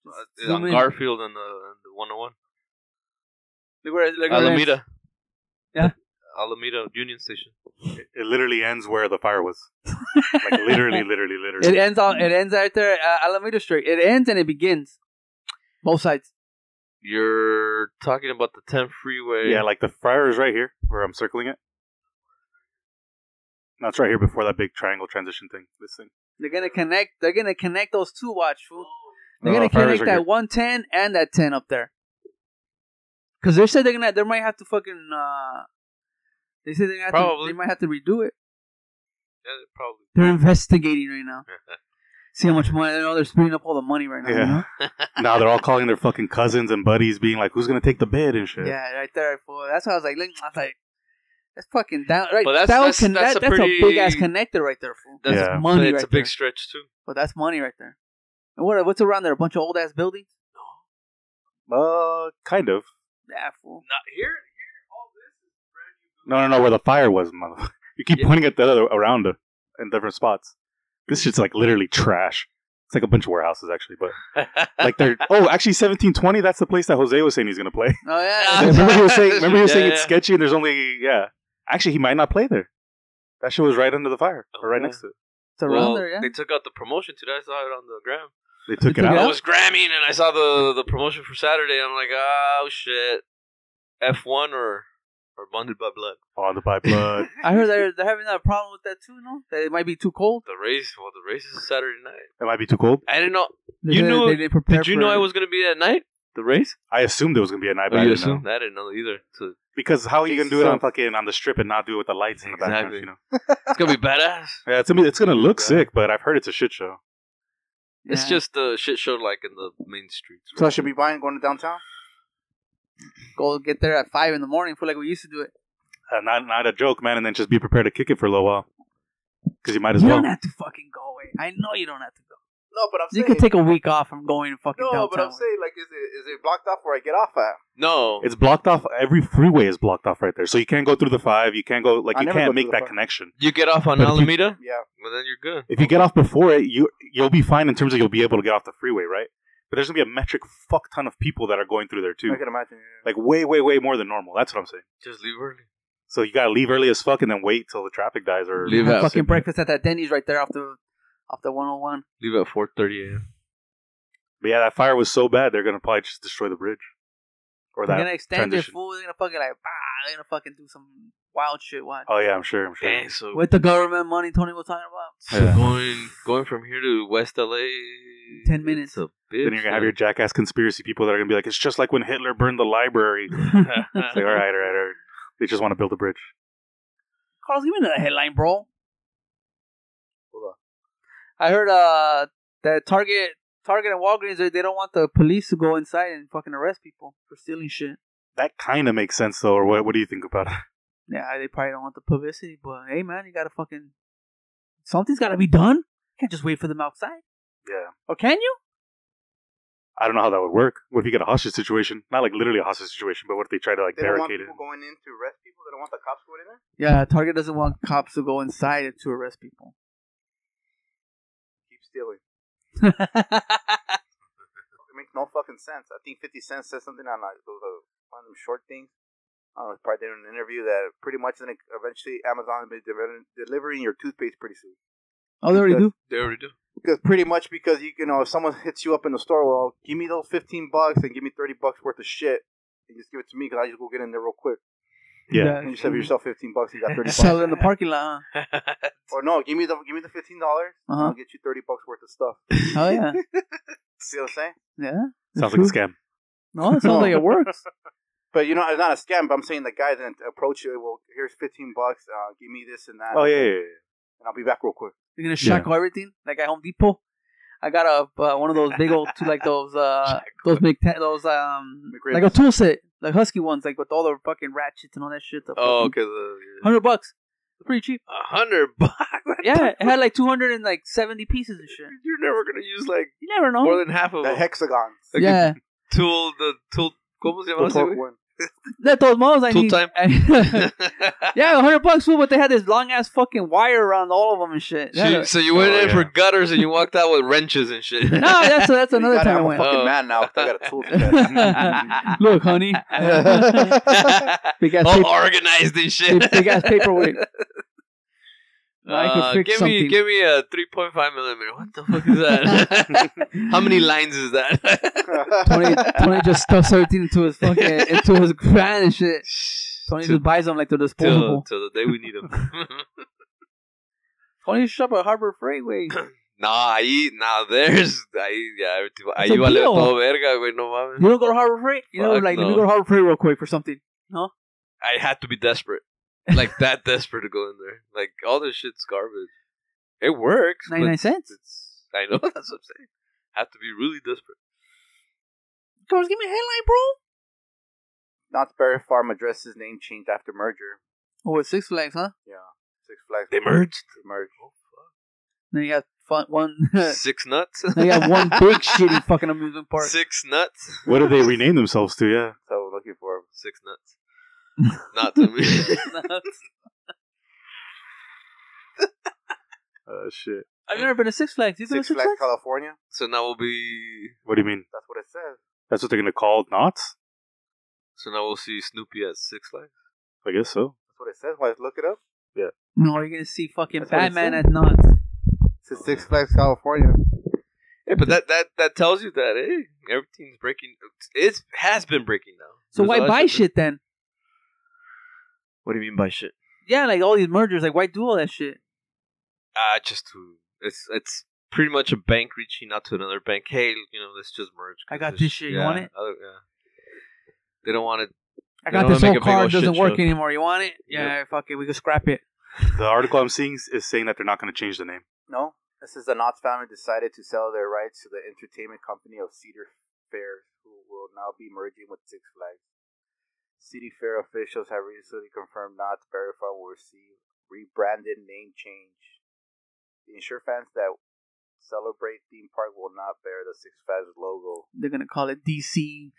Speaker 3: Uh,
Speaker 1: Zoom
Speaker 3: on
Speaker 1: in.
Speaker 3: Garfield and the and the one oh one.
Speaker 1: Look where, it- look where it ends.
Speaker 3: Alameda.
Speaker 1: Yeah.
Speaker 3: Alameda Union Station.
Speaker 4: It, it literally ends where the fire was. like literally, literally, literally.
Speaker 1: It ends on. It ends right there, uh, Alameda Street. It ends and it begins. Both sides.
Speaker 3: You're talking about the 10 freeway.
Speaker 4: Yeah, like the fryer is right here where I'm circling it. No, it's right here before that big triangle transition thing. This thing.
Speaker 1: They're gonna connect. They're gonna connect those two. Watch, fool. They're
Speaker 4: No,
Speaker 1: gonna
Speaker 4: the fire is
Speaker 1: connect
Speaker 4: right
Speaker 1: that
Speaker 4: here.
Speaker 1: 110 and that 10 up there. Cause they said they're gonna. They might have to fucking. uh They said they're gonna have to,
Speaker 3: Probably.
Speaker 1: They might have to redo it.
Speaker 3: Yeah, probably.
Speaker 1: They're investigating right now. See how much money. They know they're spending up all the money right now. you
Speaker 4: Yeah.
Speaker 1: know?
Speaker 4: now they're all calling their fucking cousins and buddies, being like, "Who's gonna take the bid and shit?"
Speaker 1: Yeah, right there. Fool. That's why I was like, look, I was like, that's fucking down. Right.
Speaker 3: But that's-
Speaker 1: that
Speaker 3: that's-
Speaker 1: can,
Speaker 3: that's
Speaker 1: that,
Speaker 3: a
Speaker 1: that's
Speaker 3: pretty-
Speaker 1: a big ass connector right there, fool.
Speaker 3: That's
Speaker 4: Yeah.
Speaker 1: money
Speaker 3: but it's
Speaker 1: right
Speaker 3: a big
Speaker 1: there.
Speaker 3: stretch too.
Speaker 1: But that's money right there. And what? What's around there? A bunch of old ass buildings.
Speaker 4: Uh, kind of.
Speaker 1: Yeah, fool.
Speaker 3: Not here. Here, all this is brand new.
Speaker 4: No, no, no. Where the fire was, motherfucker. You keep
Speaker 3: Yeah.
Speaker 4: pointing at the other around it in different spots. This shit's like literally trash. It's like a bunch of warehouses actually, but like they're oh, actually 1720. That's the place that Jose was saying he's gonna play.
Speaker 1: Oh yeah.
Speaker 3: Yeah.
Speaker 4: remember he was saying, remember he was
Speaker 3: Yeah,
Speaker 4: saying
Speaker 3: yeah.
Speaker 4: it's sketchy and there's only yeah. Actually, he might not play there. That shit was right under the fire, or right
Speaker 3: Okay.
Speaker 4: next to it.
Speaker 1: It's around
Speaker 3: well,
Speaker 1: there, yeah.
Speaker 3: They took out the promotion today. I saw it on the gram.
Speaker 4: They took
Speaker 1: They
Speaker 4: it
Speaker 1: took it
Speaker 4: out.
Speaker 1: Yeah.
Speaker 3: I was gramming and I saw the the promotion for Saturday. I'm like, oh shit, F one or or bonded by blood.
Speaker 4: on the pipe. But
Speaker 1: I heard they're, they're having a problem with that too, no? That it might be too cold.
Speaker 3: The race, well, the race is Saturday night.
Speaker 4: it might be too cold.
Speaker 3: I didn't know.
Speaker 1: They
Speaker 3: You
Speaker 1: said
Speaker 3: knew-
Speaker 1: they didn't prepare
Speaker 3: Did you
Speaker 1: for
Speaker 3: know
Speaker 1: it.
Speaker 3: I was gonna be at night? The race?
Speaker 4: I assumed it was gonna be a night, but I
Speaker 3: Oh, you
Speaker 4: didn't
Speaker 3: assumed?
Speaker 4: know.
Speaker 3: I didn't know either. So
Speaker 4: Because how are you gonna do it on
Speaker 3: Exactly.
Speaker 4: fucking on the strip and not do it with the lights in the background?
Speaker 3: Exactly.
Speaker 4: You know,
Speaker 3: it's gonna be badass.
Speaker 4: yeah, it's gonna be, it's gonna look
Speaker 3: Yeah.
Speaker 4: sick, but I've heard it's a shit show.
Speaker 3: It's
Speaker 1: Yeah.
Speaker 3: just a shit show like in the main streets.
Speaker 2: So I should be buying going to downtown.
Speaker 1: go get there at five in the morning. Feel like we used to do it.
Speaker 4: Uh, not not a joke, man. And then just be prepared to kick it for a little while, because you might as
Speaker 1: you
Speaker 4: well.
Speaker 1: don't have to fucking go away. I know you don't have to go.
Speaker 2: No, but I'm
Speaker 1: You could take a week off from going to fucking
Speaker 2: no,
Speaker 1: downtown.
Speaker 2: but I'm saying like, is it is it blocked off where I get off at?
Speaker 3: No,
Speaker 4: It's blocked off. Every freeway is blocked off right there, so you can't go through the five. You can't go like
Speaker 2: I
Speaker 4: you
Speaker 2: never go
Speaker 4: can't
Speaker 2: through
Speaker 4: make
Speaker 2: the
Speaker 4: that
Speaker 2: five.
Speaker 4: connection.
Speaker 3: you get off on
Speaker 4: But if you-
Speaker 3: Alameda,
Speaker 2: Yeah.
Speaker 3: well then you're good.
Speaker 4: If you get off before it, you you'll be fine in terms of you'll be able to get off the freeway, right? But there's gonna be a metric fuck ton of people that are going through there too,
Speaker 2: I can imagine. yeah.
Speaker 4: like way, way, way more than normal. That's what I'm saying.
Speaker 3: Just leave early.
Speaker 4: So you gotta leave early as fuck and then wait till the traffic dies or
Speaker 3: Leave
Speaker 1: Have
Speaker 3: at
Speaker 1: fucking breakfast at that Denny's right there off the off the 101.
Speaker 3: leave at four thirty a.m.
Speaker 4: But yeah, that fire was so bad they're gonna probably just destroy the bridge. Or
Speaker 1: They're
Speaker 4: that
Speaker 1: gonna extend their
Speaker 4: transition.
Speaker 1: food. They're gonna fucking like, bah, they're gonna fucking do some wild shit. What?
Speaker 4: Oh yeah, I'm sure, I'm sure.
Speaker 3: Dang, so
Speaker 1: With the government money Tony was talking about.
Speaker 4: Yeah.
Speaker 3: going going from here to West LA.
Speaker 1: 10 minutes.
Speaker 3: It's a bitch,
Speaker 4: Then you're gonna have your jackass conspiracy people that are gonna be like, it's just like when Hitler burned the library. It's
Speaker 3: man.
Speaker 4: like, all right, all right, all right. They just want to build a bridge.
Speaker 1: Carlos, give me the headline, bro.
Speaker 2: Hold on.
Speaker 1: I heard uh that Target, Target and Walgreens they they don't want the police to go inside and fucking arrest people for stealing shit.
Speaker 4: That kind of makes sense though. Or what? What do you think about it?
Speaker 1: Yeah, they probably don't want the publicity, but hey, man, you gotta fucking something's gotta be done. Can't just wait for them outside,
Speaker 4: Yeah,
Speaker 1: or can you?
Speaker 4: I don't know how that would work. What if you get a hostage situation? Not like literally a hostage situation, but what if they try to like
Speaker 2: They don't want
Speaker 4: barricade it?
Speaker 2: people going in to arrest people. They don't want the cops going in there.
Speaker 1: Yeah, Target doesn't want cops to go inside to arrest people.
Speaker 2: Keep stealing.
Speaker 1: yeah,
Speaker 2: It makes no fucking sense. I think Fifty Cent said something on like those, uh, one of them short things. I don't know. It's probably did in an interview that pretty much then eventually Amazon will be deliver- delivering your toothpaste pretty soon.
Speaker 1: oh, they already do.
Speaker 3: they already do.
Speaker 2: Because pretty much because you you know if someone hits you up in the store, well, give me those fifteen bucks and give me thirty bucks worth of shit and just give it to me because I just go get in there real quick.
Speaker 4: Yeah.
Speaker 2: And you save yourself fifteen bucks. You got thirty
Speaker 1: Sell
Speaker 2: bucks.
Speaker 1: it in the parking lot.
Speaker 2: or no, give me the give me the fifteen dollars. and
Speaker 1: Uh-huh.
Speaker 2: I'll get you thirty bucks worth of stuff.
Speaker 1: Huh? Oh yeah,
Speaker 2: See what I'm saying?
Speaker 1: yeah.
Speaker 4: Sounds
Speaker 1: True.
Speaker 4: like a scam.
Speaker 1: No, it sounds like it works.
Speaker 2: But you know, it's not a scam. But I'm saying the guy didn't approach you. Well, here's fifteen bucks. Uh, give me this and that.
Speaker 4: Oh yeah, yeah, yeah.
Speaker 2: and I'll be back real quick.
Speaker 1: You're gonna shackle everything like at Home Depot. I got a uh, one of those big old, two, like those, uh, those big, ta- those, um,
Speaker 2: McRibs.
Speaker 1: like a tool set, like husky ones, like with all the fucking ratchets and all that shit. The
Speaker 3: Oh,
Speaker 1: fucking-
Speaker 3: okay. The,
Speaker 1: hundred bucks, pretty cheap.
Speaker 3: a hundred bucks.
Speaker 1: Yeah, it had like two hundred and like seventy pieces and shit.
Speaker 3: You're never gonna use like
Speaker 1: You never know.
Speaker 3: more than half of
Speaker 2: The
Speaker 3: them.
Speaker 2: hexagons.
Speaker 3: like a
Speaker 1: yeah,
Speaker 3: Tool the tool. ¿Cómo se
Speaker 2: The
Speaker 3: llama? ese
Speaker 2: cork
Speaker 3: güey?
Speaker 2: one.
Speaker 1: that those models I
Speaker 3: Tool
Speaker 1: need.
Speaker 3: time.
Speaker 1: yeah, hundred bucks, fool, but they had this long ass fucking wire around all of them and shit.
Speaker 3: So you-
Speaker 1: Yeah.
Speaker 3: so you went
Speaker 4: Oh,
Speaker 3: in
Speaker 4: yeah.
Speaker 3: for gutters and you walked out with wrenches and shit.
Speaker 1: no, that's that's
Speaker 2: You
Speaker 1: another
Speaker 2: gotta
Speaker 1: time I
Speaker 2: have a
Speaker 1: went.
Speaker 2: fucking
Speaker 3: Oh.
Speaker 2: man now. if They got a tool for that.
Speaker 3: fucking-
Speaker 1: Look, honey, big ass
Speaker 3: all
Speaker 1: paper,
Speaker 3: organized and shit.
Speaker 1: big, big ass paperweight. I could
Speaker 3: Uh,
Speaker 1: fix
Speaker 3: give
Speaker 1: something.
Speaker 3: me give me a 3.5 millimeter. What the fuck is that? How many lines is that?
Speaker 1: Tony, Tony just stuffs everything into his fucking into his van and shit. Tony
Speaker 3: Till-
Speaker 1: just buys them like they're
Speaker 3: till,
Speaker 1: disposable.
Speaker 3: till the day we need them.
Speaker 1: Tony used to shop at Harbor Freeway.
Speaker 3: nah, ahí, nah, there's ahí, ya, tipo,
Speaker 1: It's a
Speaker 3: ahí vale
Speaker 1: deal.
Speaker 3: todo verga, güey, no
Speaker 1: You
Speaker 3: mames.
Speaker 1: don't go to Harbor Freight? You know,
Speaker 3: Fuck
Speaker 1: like, let me
Speaker 3: no.
Speaker 1: go to Harbor Freight real quick for something.
Speaker 3: I had to be desperate, like that desperate to go in there. Like all this shit's garbage. It works. but
Speaker 1: 99 cents?
Speaker 3: It's, I know that's what I'm saying. Have to be really desperate.
Speaker 1: Come on, give me a headline, bro.
Speaker 2: Knott's Berry Farm addresses name change after merger.
Speaker 1: Oh, it's Six Flags, huh?
Speaker 2: Six Flags.
Speaker 3: They merged.
Speaker 2: merged.
Speaker 1: Then you got fun, one. then
Speaker 3: Six nuts.
Speaker 1: you got one big shitty fucking amusement park.
Speaker 3: Six nuts.
Speaker 4: What do they rename themselves to? Yeah.
Speaker 2: So we're looking for
Speaker 3: Six nuts. Not to me.
Speaker 4: Uh, shit.
Speaker 1: I've never been to Six Flags. You been to
Speaker 2: Six
Speaker 1: Six
Speaker 2: Flags
Speaker 1: Flags?
Speaker 2: California.
Speaker 3: so now we'll be.
Speaker 4: What do you mean?
Speaker 2: That's what it says.
Speaker 4: That's what they're gonna call knots?
Speaker 3: So now we'll see Snoopy at Six Flags.
Speaker 4: I guess so.
Speaker 2: That's what it says. Why look it up?
Speaker 1: No, you're gonna see fucking
Speaker 2: That's what it
Speaker 1: Batman
Speaker 2: said.
Speaker 1: at Knott's.
Speaker 2: It says Six Flags California.
Speaker 3: Yeah, but that that that tells you that hey, everything's breaking. It has been breaking now.
Speaker 1: So
Speaker 3: There's a
Speaker 1: why
Speaker 3: lot of
Speaker 1: buy shit then?
Speaker 3: What do you mean by shit?
Speaker 1: Yeah, like all these mergers. Like, why do all that shit?
Speaker 3: Uh just to it's it's pretty much a bank reaching out to another bank. Hey, you know, let's just merge. 'cause
Speaker 1: I got
Speaker 3: there's-
Speaker 1: this shit, you
Speaker 3: yeah,
Speaker 1: want it?
Speaker 3: other- yeah. They don't want it.
Speaker 1: I
Speaker 3: They
Speaker 1: got
Speaker 3: don't
Speaker 1: this
Speaker 3: wanna
Speaker 1: whole
Speaker 3: make a big
Speaker 1: car.
Speaker 3: old
Speaker 1: It doesn't
Speaker 3: shit
Speaker 1: work
Speaker 3: show.
Speaker 1: anymore. You want it? Yeah, fuck it. We can scrap it.
Speaker 4: The article I'm seeing is saying that they're not gonna change the name.
Speaker 2: No, this is the Knotts family decided to sell their rights to the entertainment company of Cedar Fair, who will now be merging with Six Flags. City Fair officials have recently confirmed Knott's Berry Farm will receive rebranded name change. The ensure fans that celebrate theme park will not bear the Six Flags logo.
Speaker 1: They're gonna call it DC,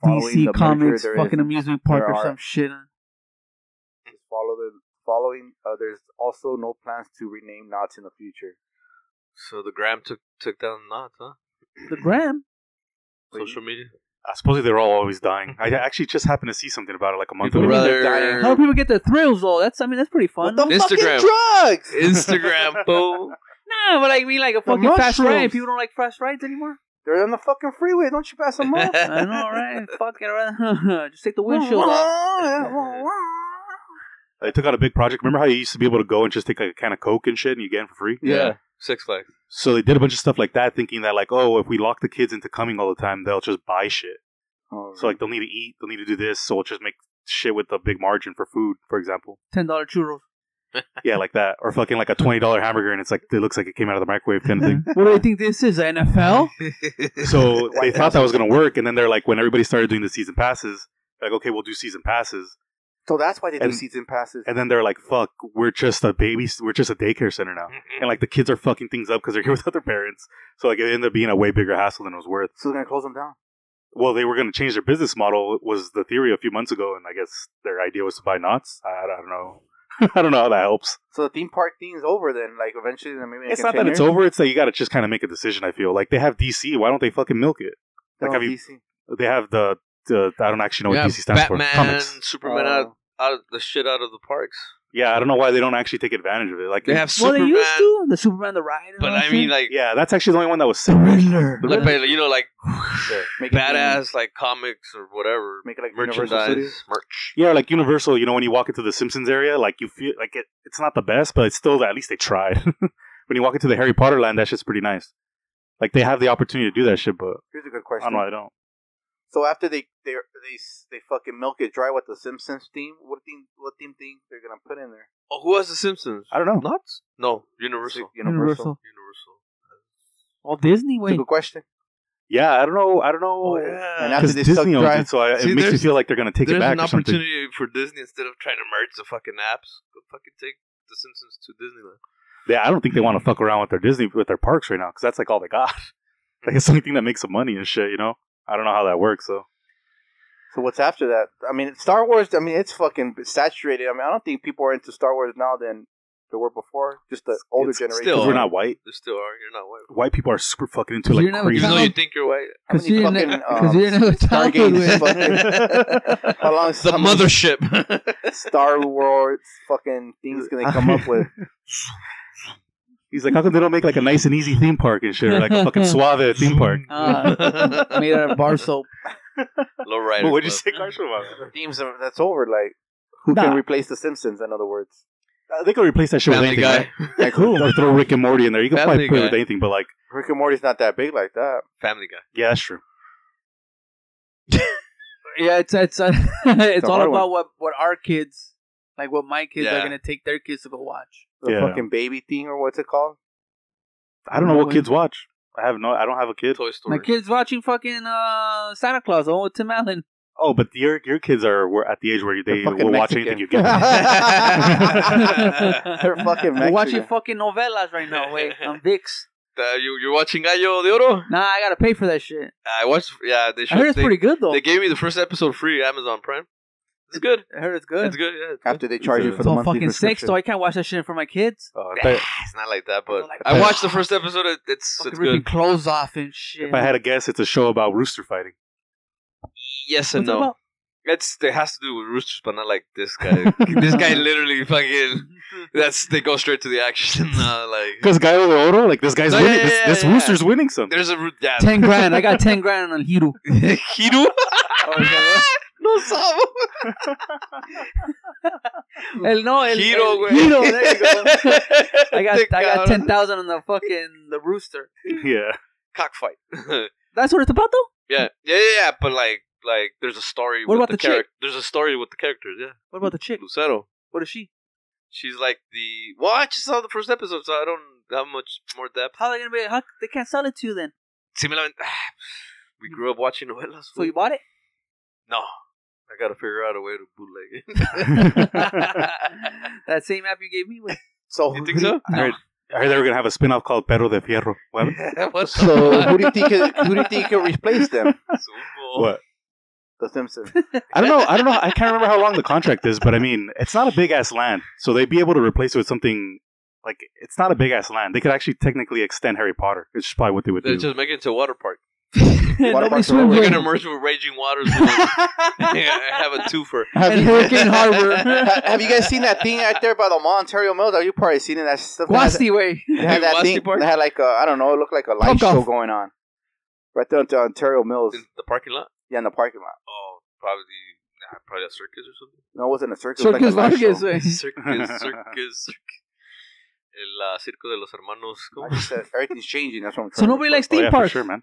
Speaker 2: Following the merger,
Speaker 1: DC Comics,
Speaker 2: there is-
Speaker 1: fucking amusement park
Speaker 2: there
Speaker 1: or
Speaker 2: are-
Speaker 1: some shit.
Speaker 2: Just follow the following. Uh, there's also no plans to rename Knott's in the future.
Speaker 3: So the gram took took down not, huh?
Speaker 1: The gram.
Speaker 3: Social media.
Speaker 4: I suppose Uh, they're all always dying. I actually just happened to see something about it like a month
Speaker 3: People
Speaker 4: ago.
Speaker 3: rather
Speaker 2: dying.
Speaker 1: How do people get their thrills though? That's I mean that's pretty fun.
Speaker 3: fuck is Instagram.
Speaker 2: drugs.
Speaker 3: Instagram, boom.
Speaker 1: Nah, but I mean like a fucking fast ride.
Speaker 2: mushrooms.
Speaker 1: People don't like fast rides anymore.
Speaker 2: They're on the fucking freeway. Don't you pass them off?
Speaker 1: I know, right? Fuck it, right? Just take the windshield off.
Speaker 4: They took out a big project. Remember how you used to be able to go and just take like a can of Coke and shit and you get it for free?
Speaker 3: Yeah. Six Flags.
Speaker 4: So they did a bunch of stuff like that, thinking that like, oh, if we lock the kids into coming all the time, they'll just buy shit.
Speaker 2: Oh,
Speaker 4: So like they'll need to eat, they'll need to do this, so we'll just make shit with a big margin for food, for example.
Speaker 1: Ten dollar churros.
Speaker 4: Yeah, like that. Or fucking like a twenty dollar hamburger and it's like it looks like it came out of the microwave kind of thing.
Speaker 1: what do you think this is? NFL?
Speaker 4: So they thought that was gonna work, and then they're like, when everybody started doing the season passes, they're like, okay, we'll do season passes,
Speaker 2: so that's why they do
Speaker 4: And-
Speaker 2: season passes.
Speaker 4: and then they're like, fuck, we're just a baby, we're just a daycare center now, and like the kids are fucking things up because they're here without their parents. So like it ended up being a way bigger hassle than it was worth.
Speaker 2: so they're gonna close them down.
Speaker 4: Well, they were going to change their business model was the theory a few months ago, and I guess their idea was to buy knots. I, I don't know. I don't know how that helps.
Speaker 2: So the theme park thing is over. Then like eventually, then maybe
Speaker 4: It's not that it's over. It's that you got to just kind of make a decision. I feel like they have DC. Why don't they fucking milk it? Like, have you- They have the, the I don't actually know what
Speaker 3: Yeah,
Speaker 4: DC stands
Speaker 3: Batman,
Speaker 4: for. Comics.
Speaker 3: Superman
Speaker 2: Uh,
Speaker 3: out, out of the shit out of the parks.
Speaker 4: Yeah, I don't know why they don't actually take advantage of it. Like,
Speaker 3: They have
Speaker 1: Well, they
Speaker 3: Superman,
Speaker 1: used to the Superman the ride. and
Speaker 3: but
Speaker 1: all that
Speaker 3: I mean,
Speaker 1: shit.
Speaker 3: like,
Speaker 4: yeah, that's actually the only one that was
Speaker 1: the
Speaker 4: separate.
Speaker 1: Riddler.
Speaker 3: like, but, you know, like
Speaker 2: make it
Speaker 3: badass, like comics or whatever
Speaker 2: Make it like Universal Studios.
Speaker 3: merchandise, merch.
Speaker 4: Yeah, like Universal. You know, when you walk into the Simpsons area, like you feel like it, it's not the best, but it's still at least they tried. when you walk into the Harry Potter land, that shit's pretty nice. Like they have the opportunity to do that shit, but
Speaker 2: Here's a good
Speaker 4: I don't know.
Speaker 2: question.
Speaker 4: I don't.
Speaker 2: So after they they they s- they fucking milk it dry with the Simpsons theme, what theme what theme thing they're gonna put in there?
Speaker 3: Oh, who has the Simpsons?
Speaker 4: I don't know.
Speaker 3: Not? No, Universal.
Speaker 2: Universal.
Speaker 1: Universal.
Speaker 3: Universal.
Speaker 1: Walt Disney.
Speaker 2: It's a
Speaker 1: Wait,
Speaker 2: good question.
Speaker 4: Yeah, I don't know. I don't know.
Speaker 2: And
Speaker 3: Oh, yeah.
Speaker 2: after
Speaker 4: 'Cause
Speaker 2: they suck
Speaker 4: Disney owns
Speaker 2: dry-
Speaker 4: it, so I,
Speaker 3: See,
Speaker 4: it makes me
Speaker 3: there's-
Speaker 4: feel like they're gonna take it
Speaker 3: There's
Speaker 4: back
Speaker 3: an
Speaker 4: or something.
Speaker 3: opportunity for Disney instead of trying to merge the fucking apps, go fucking take The Simpsons to Disneyland.
Speaker 4: Yeah, I don't think they want to fuck around with their Disney with their parks right now because that's like all they got. like it's the only thing that makes them money and shit. You know, I don't know how that works though.
Speaker 2: so what's after that? I mean, Star Wars. I mean, it's fucking saturated. I mean, I don't think people are into Star Wars now than they were before. Just the older
Speaker 3: It's
Speaker 2: generation.
Speaker 3: still-
Speaker 4: Because we're not white.
Speaker 3: They still are. You're not white.
Speaker 4: White people are super fucking into
Speaker 1: You're
Speaker 4: like
Speaker 1: not
Speaker 4: crazy.
Speaker 3: Even though
Speaker 1: Kinda-
Speaker 3: you think you're white.
Speaker 2: How
Speaker 1: because
Speaker 2: many
Speaker 1: you didn't,
Speaker 2: fucking,
Speaker 1: because
Speaker 2: um,
Speaker 1: you didn't have a childhood
Speaker 2: Stargate is
Speaker 1: with.
Speaker 2: fucking. how long-
Speaker 3: The
Speaker 2: how many
Speaker 3: mothership.
Speaker 2: Star Wars fucking things can they come up with?
Speaker 4: He's like, how come they don't make like a nice and easy theme park and shit, or like a fucking suave theme park?
Speaker 1: Uh, made out of bar soap.
Speaker 3: Low rider.
Speaker 4: But what'd you
Speaker 3: Club.
Speaker 4: say, Carson? About that?
Speaker 2: Themes are- that's over. Like who
Speaker 4: Nah.
Speaker 2: can replace the Simpsons? In other words,
Speaker 4: Uh, They could replace that shit with
Speaker 3: Family
Speaker 4: anything.
Speaker 3: guy.
Speaker 4: right? Like, who? Or throw Rick and Morty in there. You can
Speaker 3: Family
Speaker 4: probably put it
Speaker 3: Guy.
Speaker 4: with anything, but like,
Speaker 2: Rick and Morty's not that big like that.
Speaker 3: Family guy.
Speaker 4: yeah, that's true.
Speaker 1: Yeah, it's it's uh, it's
Speaker 2: a
Speaker 1: all
Speaker 2: hard
Speaker 1: about
Speaker 2: one.
Speaker 1: what what our kids, like what my kids
Speaker 3: Yeah.
Speaker 1: are gonna take their kids to go watch.
Speaker 2: The
Speaker 4: Yeah.
Speaker 2: fucking baby thing or what's it called?
Speaker 4: I don't know what
Speaker 1: Wait.
Speaker 4: kids watch. I have no. I don't have a kid.
Speaker 3: Toy Story.
Speaker 1: My kids watching fucking uh, Santa Claus, oh with Tim Allen.
Speaker 4: Oh, but your your kids are were at the age where they
Speaker 2: They're fucking
Speaker 4: will watch
Speaker 2: Mexican.
Speaker 4: anything you give them.
Speaker 3: Uh,
Speaker 1: They're
Speaker 2: They're fucking Mexican.
Speaker 1: watching fucking novelas right now. Wait, on Vix.
Speaker 3: Uh, you, you're watching Gallo de Oro?
Speaker 1: Nah, I gotta pay for that shit.
Speaker 3: I watched. Yeah, they
Speaker 1: I heard
Speaker 3: showed.
Speaker 1: it's
Speaker 3: They,
Speaker 1: pretty good though.
Speaker 3: they gave me the first episode free Amazon Prime. It's good.
Speaker 1: I heard it's good.
Speaker 3: It's good. Yeah. It's, good.
Speaker 2: After they charge you
Speaker 4: It's
Speaker 2: for
Speaker 1: It's
Speaker 2: the
Speaker 1: all
Speaker 2: monthly
Speaker 1: fucking six
Speaker 2: subscription.
Speaker 1: though. I can't watch that shit in front of my kids.
Speaker 4: Uh, if, I,
Speaker 3: Oh, It's not like that, but
Speaker 1: Like-
Speaker 3: I watched the first episode. It, it's
Speaker 1: Fucking
Speaker 3: it's
Speaker 1: ripping
Speaker 3: good.
Speaker 1: clothes off and shit.
Speaker 4: if I had a guess, it's a show about rooster fighting.
Speaker 3: Yes and
Speaker 1: What's it
Speaker 3: no.
Speaker 1: about?
Speaker 3: It's it has to do with roosters, but not like this guy. this guy literally fucking. That's they go straight to the action. Uh, like
Speaker 4: Because Gallo de Oro, like this guy's
Speaker 3: No, yeah,
Speaker 4: winning.
Speaker 3: yeah,
Speaker 4: this
Speaker 3: yeah,
Speaker 4: this
Speaker 3: yeah.
Speaker 4: rooster's winning something.
Speaker 3: there's a root. Yeah.
Speaker 1: Ten Oh, grand. I got ten grand on Hiro.
Speaker 3: Hiro. no sabo.
Speaker 1: El no, el,
Speaker 3: Hiro,
Speaker 1: el
Speaker 3: güey.
Speaker 1: Hiro. There you go. I got
Speaker 3: Este
Speaker 1: I got
Speaker 3: cabrón.
Speaker 1: ten thousand on the fucking the rooster.
Speaker 4: yeah.
Speaker 3: cockfight. yeah,
Speaker 1: That's what it's about though.
Speaker 3: yeah, yeah, yeah. But like, like, there's a story.
Speaker 1: What
Speaker 3: with
Speaker 1: about the chick?
Speaker 3: character? There's a story with the characters. Yeah,
Speaker 1: What about the chick?
Speaker 3: Lucero.
Speaker 1: What is she?
Speaker 3: She's like the. Well, I just saw the first episode, so I don't have much more depth.
Speaker 1: How they gonna be? How they can't sell it to you then?
Speaker 3: Similar. We grew up watching novelas.
Speaker 1: Mm. So
Speaker 3: fool.
Speaker 1: you bought it?
Speaker 3: No, I gotta figure out a way to bootleg it.
Speaker 1: that same app you gave me. With.
Speaker 2: So
Speaker 3: You think so?
Speaker 4: I heard, I heard they were gonna have a spin off called Perro de Fierro. What?
Speaker 3: What?
Speaker 2: So who do you think who do you think can replace them?
Speaker 3: Sumo.
Speaker 2: The Simpsons.
Speaker 4: I don't know. I don't know. I can't remember how long the contract is, but I mean, it's not a big ass land, so they'd be able to replace it with something like it's not a big ass land. They could actually technically extend Harry Potter. It's probably what they would
Speaker 3: They're
Speaker 4: do.
Speaker 3: just making it to a water park.
Speaker 1: Nobody
Speaker 2: parks are
Speaker 1: swims
Speaker 2: over.
Speaker 3: They're
Speaker 1: in.
Speaker 3: gonna merge with Raging Waters. and have a twofer.
Speaker 1: And Hurricane
Speaker 4: Oh,
Speaker 1: Harbor.
Speaker 2: Ha- Have you guys seen that thing out there by the Ontario Mills? Are you probably seen it? That stuff. that has-
Speaker 1: Guasti way.
Speaker 2: They had that
Speaker 3: Guasti
Speaker 2: thing.
Speaker 3: Park?
Speaker 2: They had like a, I don't know. It looked like a light
Speaker 1: Punk
Speaker 2: show
Speaker 1: off.
Speaker 2: going on right there at the Ontario Mills.
Speaker 3: In the parking lot.
Speaker 2: Yeah, in the parking lot.
Speaker 3: Oh, probably nah, probably a circus or something.
Speaker 2: No, it wasn't a circus.
Speaker 1: Circus
Speaker 2: it was like a light
Speaker 1: Vargas
Speaker 2: show.
Speaker 1: way.
Speaker 3: Circus, circus, circus. El ah, circo de los hermanos. ¿cómo?
Speaker 2: I just said everything's changing. That's what I'm.
Speaker 1: So
Speaker 2: trying to
Speaker 1: nobody
Speaker 2: look
Speaker 1: likes
Speaker 2: for.
Speaker 4: oh,
Speaker 1: theme
Speaker 4: yeah, for
Speaker 1: parks.
Speaker 4: sure, man.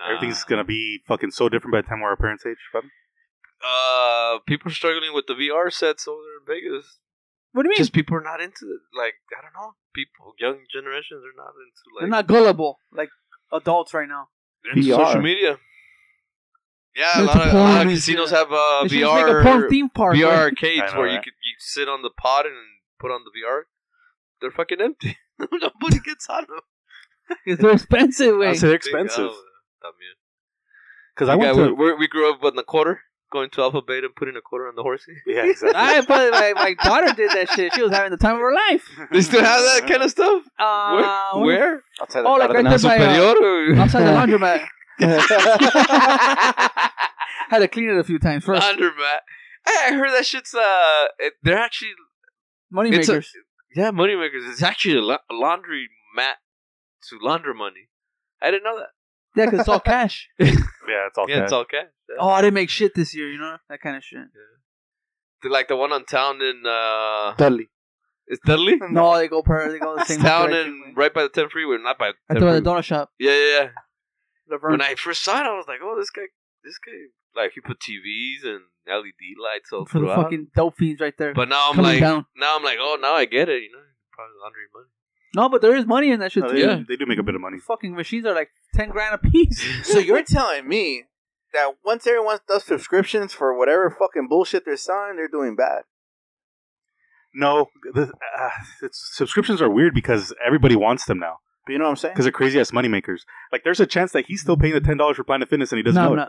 Speaker 3: Ah.
Speaker 4: Everything's gonna be fucking so different by the time we're our parents' age. Robin.
Speaker 3: Uh, people are struggling with the VR sets over there in Vegas.
Speaker 1: What do you mean?
Speaker 3: Just people are not into it. Like I don't know, people, young generations are not into like
Speaker 1: They're not gullible like adults right now.
Speaker 3: they're into
Speaker 2: VR.
Speaker 3: social media. Yeah, a
Speaker 1: They're
Speaker 3: lot, of,
Speaker 1: into
Speaker 3: a lot
Speaker 1: porn
Speaker 3: of
Speaker 1: and
Speaker 3: casinos
Speaker 1: shit.
Speaker 3: have uh,
Speaker 1: They should just make a porn
Speaker 3: VR
Speaker 1: theme park.
Speaker 3: VR
Speaker 1: like-
Speaker 3: arcades
Speaker 4: I know,
Speaker 3: where you
Speaker 4: right?
Speaker 3: could you sit on the pod and put on the VR. They're fucking empty. Nobody gets on them.
Speaker 1: They're expensive. Way.
Speaker 4: I'd say they're expensive.
Speaker 3: Oh, también.
Speaker 4: Because I
Speaker 3: Yeah,
Speaker 4: went
Speaker 3: we, we
Speaker 4: to.
Speaker 3: we grew up with a quarter, going to Alpha Beta and putting a quarter on the horsey.
Speaker 4: Yeah, exactly.
Speaker 1: I probably my, my daughter did that shit. She was having the time of her life.
Speaker 3: They still have that kind of stuff.
Speaker 1: Uh,
Speaker 3: Where? Where?
Speaker 2: Outside
Speaker 1: Oh, like
Speaker 2: the
Speaker 1: right there by uh,
Speaker 3: Superior.
Speaker 1: outside the laundromat.
Speaker 2: Cardinals.
Speaker 1: Had to clean it a few times
Speaker 3: Uh,
Speaker 1: first.
Speaker 3: Laundromat. Hey, I heard that shit's uh, it, they're actually
Speaker 1: Money
Speaker 3: it's a-
Speaker 1: makers.
Speaker 3: yeah, moneymakers. It's actually a, la- a laundry mat to launder money. I didn't know that.
Speaker 1: Yeah, 'cause it's all cash.
Speaker 4: yeah, it's all.
Speaker 3: yeah,
Speaker 4: Yeah,
Speaker 3: it's all cash. Yeah.
Speaker 1: Oh, I didn't make shit this year. You know that kind of shit.
Speaker 3: They're like the one on town in uh,
Speaker 2: Dudley.
Speaker 3: it's Dudley.
Speaker 1: No, they go per. They go the
Speaker 3: It's
Speaker 1: same
Speaker 3: town
Speaker 1: direction,
Speaker 3: in
Speaker 1: way.
Speaker 3: right by the 10 freeway, not by
Speaker 1: I
Speaker 3: the 10
Speaker 1: thought the
Speaker 3: freeway.
Speaker 1: donut shop.
Speaker 3: Yeah, yeah, yeah.
Speaker 1: Laverne.
Speaker 3: When I first saw it, I was like, oh, this guy, this guy, like he put TVs and LED lights all
Speaker 1: for the
Speaker 3: throughout.
Speaker 1: fucking dope fiends right there.
Speaker 3: But now I'm
Speaker 1: coming
Speaker 3: like,
Speaker 1: down.
Speaker 3: now I'm like, oh, now I get it. You know, probably laundry money.
Speaker 1: No, but there is money in that shit
Speaker 4: No,
Speaker 1: too.
Speaker 4: they,
Speaker 3: Yeah.
Speaker 4: they do make a bit of money.
Speaker 1: Fucking machines are like ten grand a piece.
Speaker 2: So you're telling me that once everyone does subscriptions for whatever fucking bullshit they're selling, they're doing bad.
Speaker 4: No, the, uh, it's, subscriptions are weird because everybody wants them now
Speaker 2: But you know what I'm saying?
Speaker 4: because they're crazy ass moneymakers. Like, there's a chance that he's still paying the ten dollars for Planet Fitness and he doesn't
Speaker 1: no,
Speaker 4: know
Speaker 1: I'm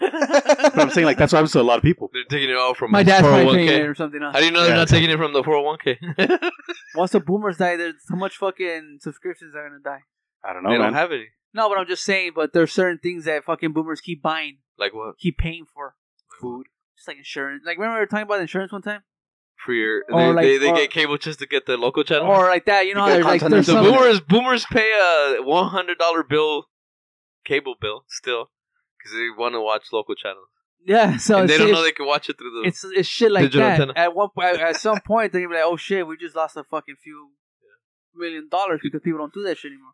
Speaker 4: it.
Speaker 1: not.
Speaker 4: But I'm saying like that's what happens to a lot of people.
Speaker 3: They're taking it all from
Speaker 1: My dad's probably
Speaker 3: 401k.
Speaker 1: paying it or something. huh?
Speaker 3: How do you know they're
Speaker 4: Yeah.
Speaker 3: not taking it from the 401k? they
Speaker 1: Once the boomers die, there's so much fucking subscriptions are gonna die.
Speaker 4: I don't know, man.
Speaker 3: don't have any.
Speaker 1: No, but I'm just saying. But there's certain things that fucking boomers keep buying,
Speaker 3: Like what?
Speaker 1: keep paying for. Food, just like insurance. Like remember we were talking about insurance one time,
Speaker 3: For your,
Speaker 1: Or
Speaker 3: they,
Speaker 1: Oh, like-
Speaker 3: they, they
Speaker 1: or-
Speaker 3: get cable just to get the local channel.
Speaker 1: or like that. You know, how
Speaker 2: You get
Speaker 1: there's like
Speaker 2: continental
Speaker 1: there's
Speaker 3: the
Speaker 1: some.
Speaker 2: boomer-
Speaker 3: boomers boomers pay a one hundred dollar bill, cable bill still, because they want to watch local channels.
Speaker 1: Yeah, so
Speaker 3: and they
Speaker 1: it's,
Speaker 3: don't know
Speaker 1: it's-
Speaker 3: they can watch it through the.
Speaker 1: it's it's shit like
Speaker 3: Digital
Speaker 1: that.
Speaker 3: antenna.
Speaker 1: At one po- at, at some point, they're gonna be like, "Oh shit, we just lost a fucking few million dollars because people don't do that shit anymore."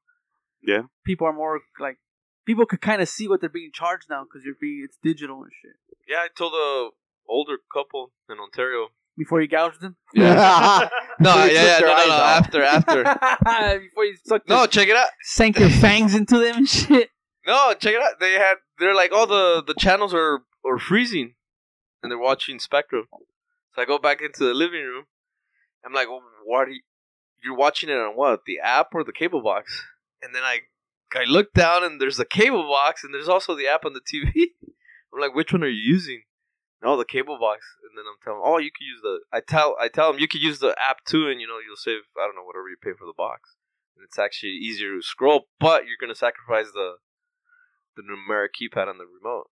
Speaker 4: Yeah.
Speaker 1: people are more like people could kind of see what they're being charged now because you're being it's digital and shit.
Speaker 3: Yeah, I told a older couple in Ontario.
Speaker 1: Before you gougge them,
Speaker 3: Yeah. no,
Speaker 2: They
Speaker 3: yeah,
Speaker 2: took
Speaker 3: yeah,
Speaker 2: their
Speaker 3: no, no,
Speaker 2: eyes
Speaker 3: no.
Speaker 2: off.
Speaker 3: After, after.
Speaker 1: before you suck,
Speaker 3: no,
Speaker 1: their-
Speaker 3: check it out.
Speaker 1: sank your fangs into them and shit.
Speaker 3: No, check it out. They had. They're like, oh, the the channels are are freezing, and they're watching Spectrum. So I go back into the living room. I'm like, well, what? Are you, you're watching it on what? The app or the cable box? And then I I look down and there's the cable box and there's also the app on the TV. I'm like, which one are you using? No, the cable box. And then I'm telling, 'em, oh, you could use the. I tell I tell them you could use the app too, and you know you'll save I don't know whatever you pay for the box. And it's actually easier to scroll, but you're gonna sacrifice the the numeric keypad on the remote.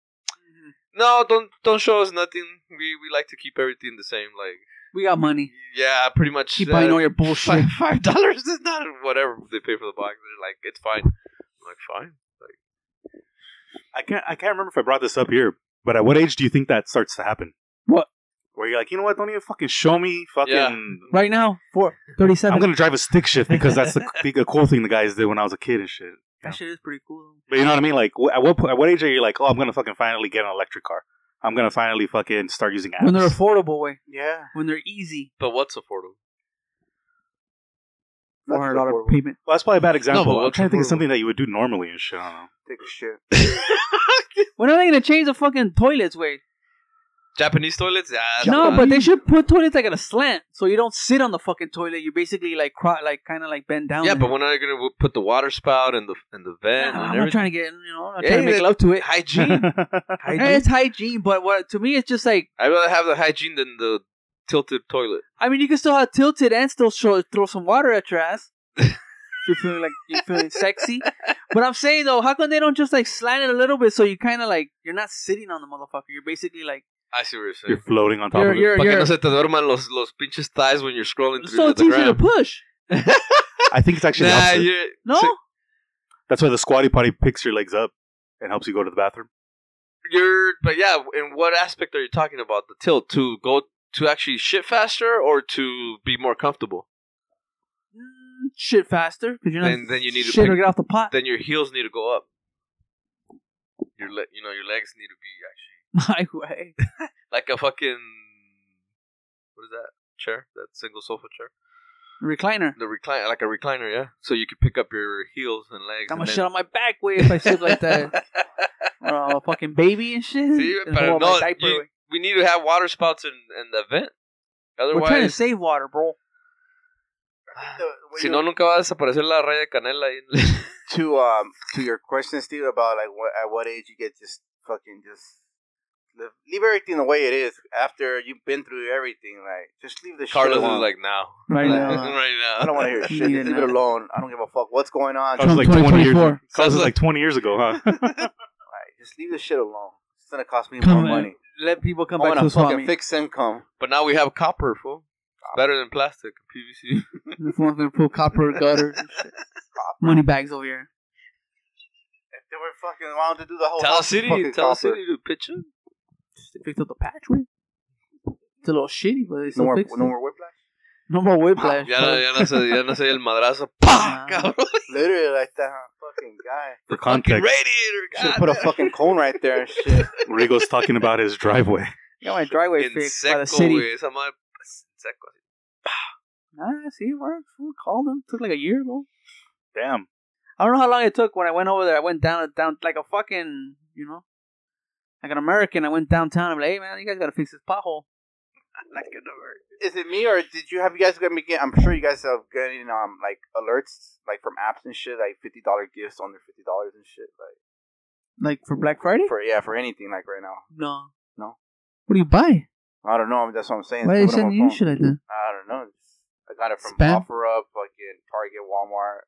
Speaker 3: No, don't don't show us nothing. We we like to keep everything the same. Like
Speaker 1: We got money.
Speaker 3: yeah, pretty much.
Speaker 1: Keep buying
Speaker 3: uh,
Speaker 1: all your bullshit.
Speaker 3: Five five dollars is not whatever they pay for the box. They're like, it's fine. I'm like fine.
Speaker 4: I can't. I can't remember if I brought this up here, but at what age do you think that starts to happen?
Speaker 1: What?
Speaker 4: Where you're like, you know what? Don't even fucking show me. Fucking.
Speaker 3: Yeah.
Speaker 1: Right now, four
Speaker 4: I'm
Speaker 1: thirty-seven.
Speaker 4: gonna drive a stick shift because that's the, the cool thing the guys did when I was a kid and shit.
Speaker 1: That shit is pretty cool.
Speaker 4: But you know what I mean? Like, wh- at what po- at what age are you like, oh, I'm gonna fucking finally get an electric car? I'm gonna finally fucking start using apps.
Speaker 1: When they're affordable, way
Speaker 2: Yeah.
Speaker 1: when they're easy,
Speaker 3: But what's affordable?
Speaker 1: four hundred dollar
Speaker 2: affordable.
Speaker 1: payment.
Speaker 4: well, that's probably a bad
Speaker 3: No,
Speaker 4: example.
Speaker 3: but
Speaker 4: I'm
Speaker 3: what's
Speaker 4: trying to think of
Speaker 3: affordable?
Speaker 4: something that you would do normally and shit. I don't know.
Speaker 2: Take a shit.
Speaker 1: When are they gonna change the fucking toilets, Wade?
Speaker 3: Japanese toilets? Yeah,
Speaker 1: No, but they should put toilets like at a slant, so you don't sit on the fucking toilet. You basically like cro- like kind of like bend down.
Speaker 3: yeah,
Speaker 1: in
Speaker 3: but
Speaker 1: it.
Speaker 3: when are they gonna w- put the water spout and the and the vent
Speaker 1: Nah,
Speaker 3: and
Speaker 1: Ah, I'm not
Speaker 3: everything?
Speaker 1: trying to get you know, I'm not
Speaker 3: Yeah,
Speaker 1: trying to make
Speaker 3: that-
Speaker 1: love to it.
Speaker 3: Hygiene.
Speaker 1: Yeah, it's hygiene, but what to me it's just like
Speaker 3: I'd rather have the hygiene than the tilted toilet.
Speaker 1: I mean you can still have tilted and still show, throw some water at your ass. you're feeling like you're feeling sexy, but I'm saying though, how come they don't just like slant it a little bit so you kind of like you're not sitting on the motherfucker. You're basically like
Speaker 3: I see what you're saying.
Speaker 4: You're floating on top
Speaker 1: you're
Speaker 4: of it.
Speaker 1: you're,
Speaker 3: Pa' que
Speaker 1: you're
Speaker 3: no se te duerman los, los pinches thighs when you're scrolling through
Speaker 1: so it's
Speaker 3: the
Speaker 1: easy to
Speaker 3: gram.
Speaker 1: push.
Speaker 4: I think it's actually the
Speaker 3: Nah,
Speaker 4: opposite.
Speaker 3: you're,
Speaker 1: No,
Speaker 3: So-
Speaker 4: That's why the squatty potty picks your legs up and helps you go to the bathroom.
Speaker 3: you're, but yeah, in what aspect are you talking about? The tilt to go to actually shit faster or to be more comfortable?
Speaker 1: Mm, shit faster because you're not.
Speaker 3: Then- then you need to
Speaker 1: shit or
Speaker 3: pick-
Speaker 1: get off the pot.
Speaker 3: Then your heels need to go up. Your le- you know, your legs need to be actually
Speaker 1: My way.
Speaker 3: like a fucking what is that chair? That single sofa chair.
Speaker 1: Recliner.
Speaker 3: The recline, like a recliner, yeah. So you could pick up your heels and legs.
Speaker 1: I'm gonna
Speaker 3: and then-
Speaker 1: shit on my back way if I sleep like that. Or I'm a fucking baby and shit.
Speaker 3: See,
Speaker 1: And
Speaker 3: but
Speaker 1: hold my
Speaker 3: no,
Speaker 1: diaper
Speaker 3: you-
Speaker 1: way.
Speaker 3: we need to have water spouts and and the vent.
Speaker 1: We're trying to
Speaker 3: Otherwise,
Speaker 1: save water, bro.
Speaker 3: si no nunca va a desaparecer la raya de canela. ahí en-
Speaker 2: to um to your question, Steve, about like what at what age you get just fucking just live, leave everything the way it is after you've been through everything. Like just leave the
Speaker 3: Carlos is
Speaker 2: shit alone.
Speaker 3: like now,
Speaker 1: Right
Speaker 2: Like,
Speaker 1: now.
Speaker 2: uh,
Speaker 3: right now.
Speaker 2: I don't want to hear shit.
Speaker 1: Neither
Speaker 2: Just leave
Speaker 1: now.
Speaker 2: it alone. I don't give a fuck what's going on.
Speaker 4: That
Speaker 2: Just,
Speaker 4: was
Speaker 1: Trump
Speaker 4: like 20 years.
Speaker 1: 2024.
Speaker 4: That was
Speaker 3: Sounds
Speaker 4: like 20 years ago, huh?
Speaker 2: like, just leave the shit alone. It's gonna cost me
Speaker 1: Come
Speaker 2: more
Speaker 1: on.
Speaker 2: money.
Speaker 1: Let people
Speaker 2: I
Speaker 1: come back
Speaker 2: want
Speaker 1: to
Speaker 2: a
Speaker 1: the swap
Speaker 2: fucking
Speaker 1: meet.
Speaker 2: fixed income.
Speaker 3: But now we have copper, fool. It's better than plastic, PVC.
Speaker 1: If one's gonna put copper gutters, and shit. money bags over here.
Speaker 2: If they were fucking wanted to do
Speaker 4: Oh,
Speaker 2: the whole
Speaker 3: tell
Speaker 2: house is
Speaker 3: City,
Speaker 2: fucking
Speaker 3: tell
Speaker 2: copper.
Speaker 3: City to pitch in.
Speaker 1: They fixed up the patchwork. It's a little shitty, but it's
Speaker 2: No
Speaker 1: no
Speaker 2: more,
Speaker 1: fixed.
Speaker 2: no more whiplash.
Speaker 1: no more whiplash.
Speaker 3: Ya no,
Speaker 1: bro.
Speaker 3: ya no sé, ya no sé el madrazo. ¡Pah!
Speaker 1: Ah.
Speaker 3: Cabrón.
Speaker 2: Literally like that, huh? fucking guy.
Speaker 4: For
Speaker 3: Fucking
Speaker 4: context,
Speaker 3: radiator.
Speaker 2: Should
Speaker 3: God,
Speaker 2: have put a fucking cone right there and shit.
Speaker 4: Rigo's talking about his driveway.
Speaker 1: Got my driveway
Speaker 3: en
Speaker 1: fixed by the
Speaker 3: seco,
Speaker 1: city.
Speaker 3: güey. Esa madre. En seco.
Speaker 1: Nah, see, it works. We called them. Took like a year, bro.
Speaker 4: Damn.
Speaker 1: I don't know how long it took when I went over there. I went down, down like a fucking, you know, like an American. I went downtown. I'm like, hey man, you guys gotta fix this pothole.
Speaker 3: like an American.
Speaker 2: Is it me or did you have you guys got me get? I'm sure you guys have getting um like alerts like from apps and shit, like fifty dollar gifts under fifty dollars and shit, like
Speaker 1: Like for Black Friday?
Speaker 2: for yeah for anything like right now.
Speaker 1: no,
Speaker 2: No?
Speaker 1: What do you buy?
Speaker 2: I don't know. I mean, that's what I'm saying.
Speaker 1: Why are
Speaker 2: Put
Speaker 1: they
Speaker 2: it on my
Speaker 1: sending you
Speaker 2: phone.
Speaker 1: shit like that?
Speaker 2: I don't know. I got it from
Speaker 1: Spam?
Speaker 2: OfferUp, fucking Target, Walmart.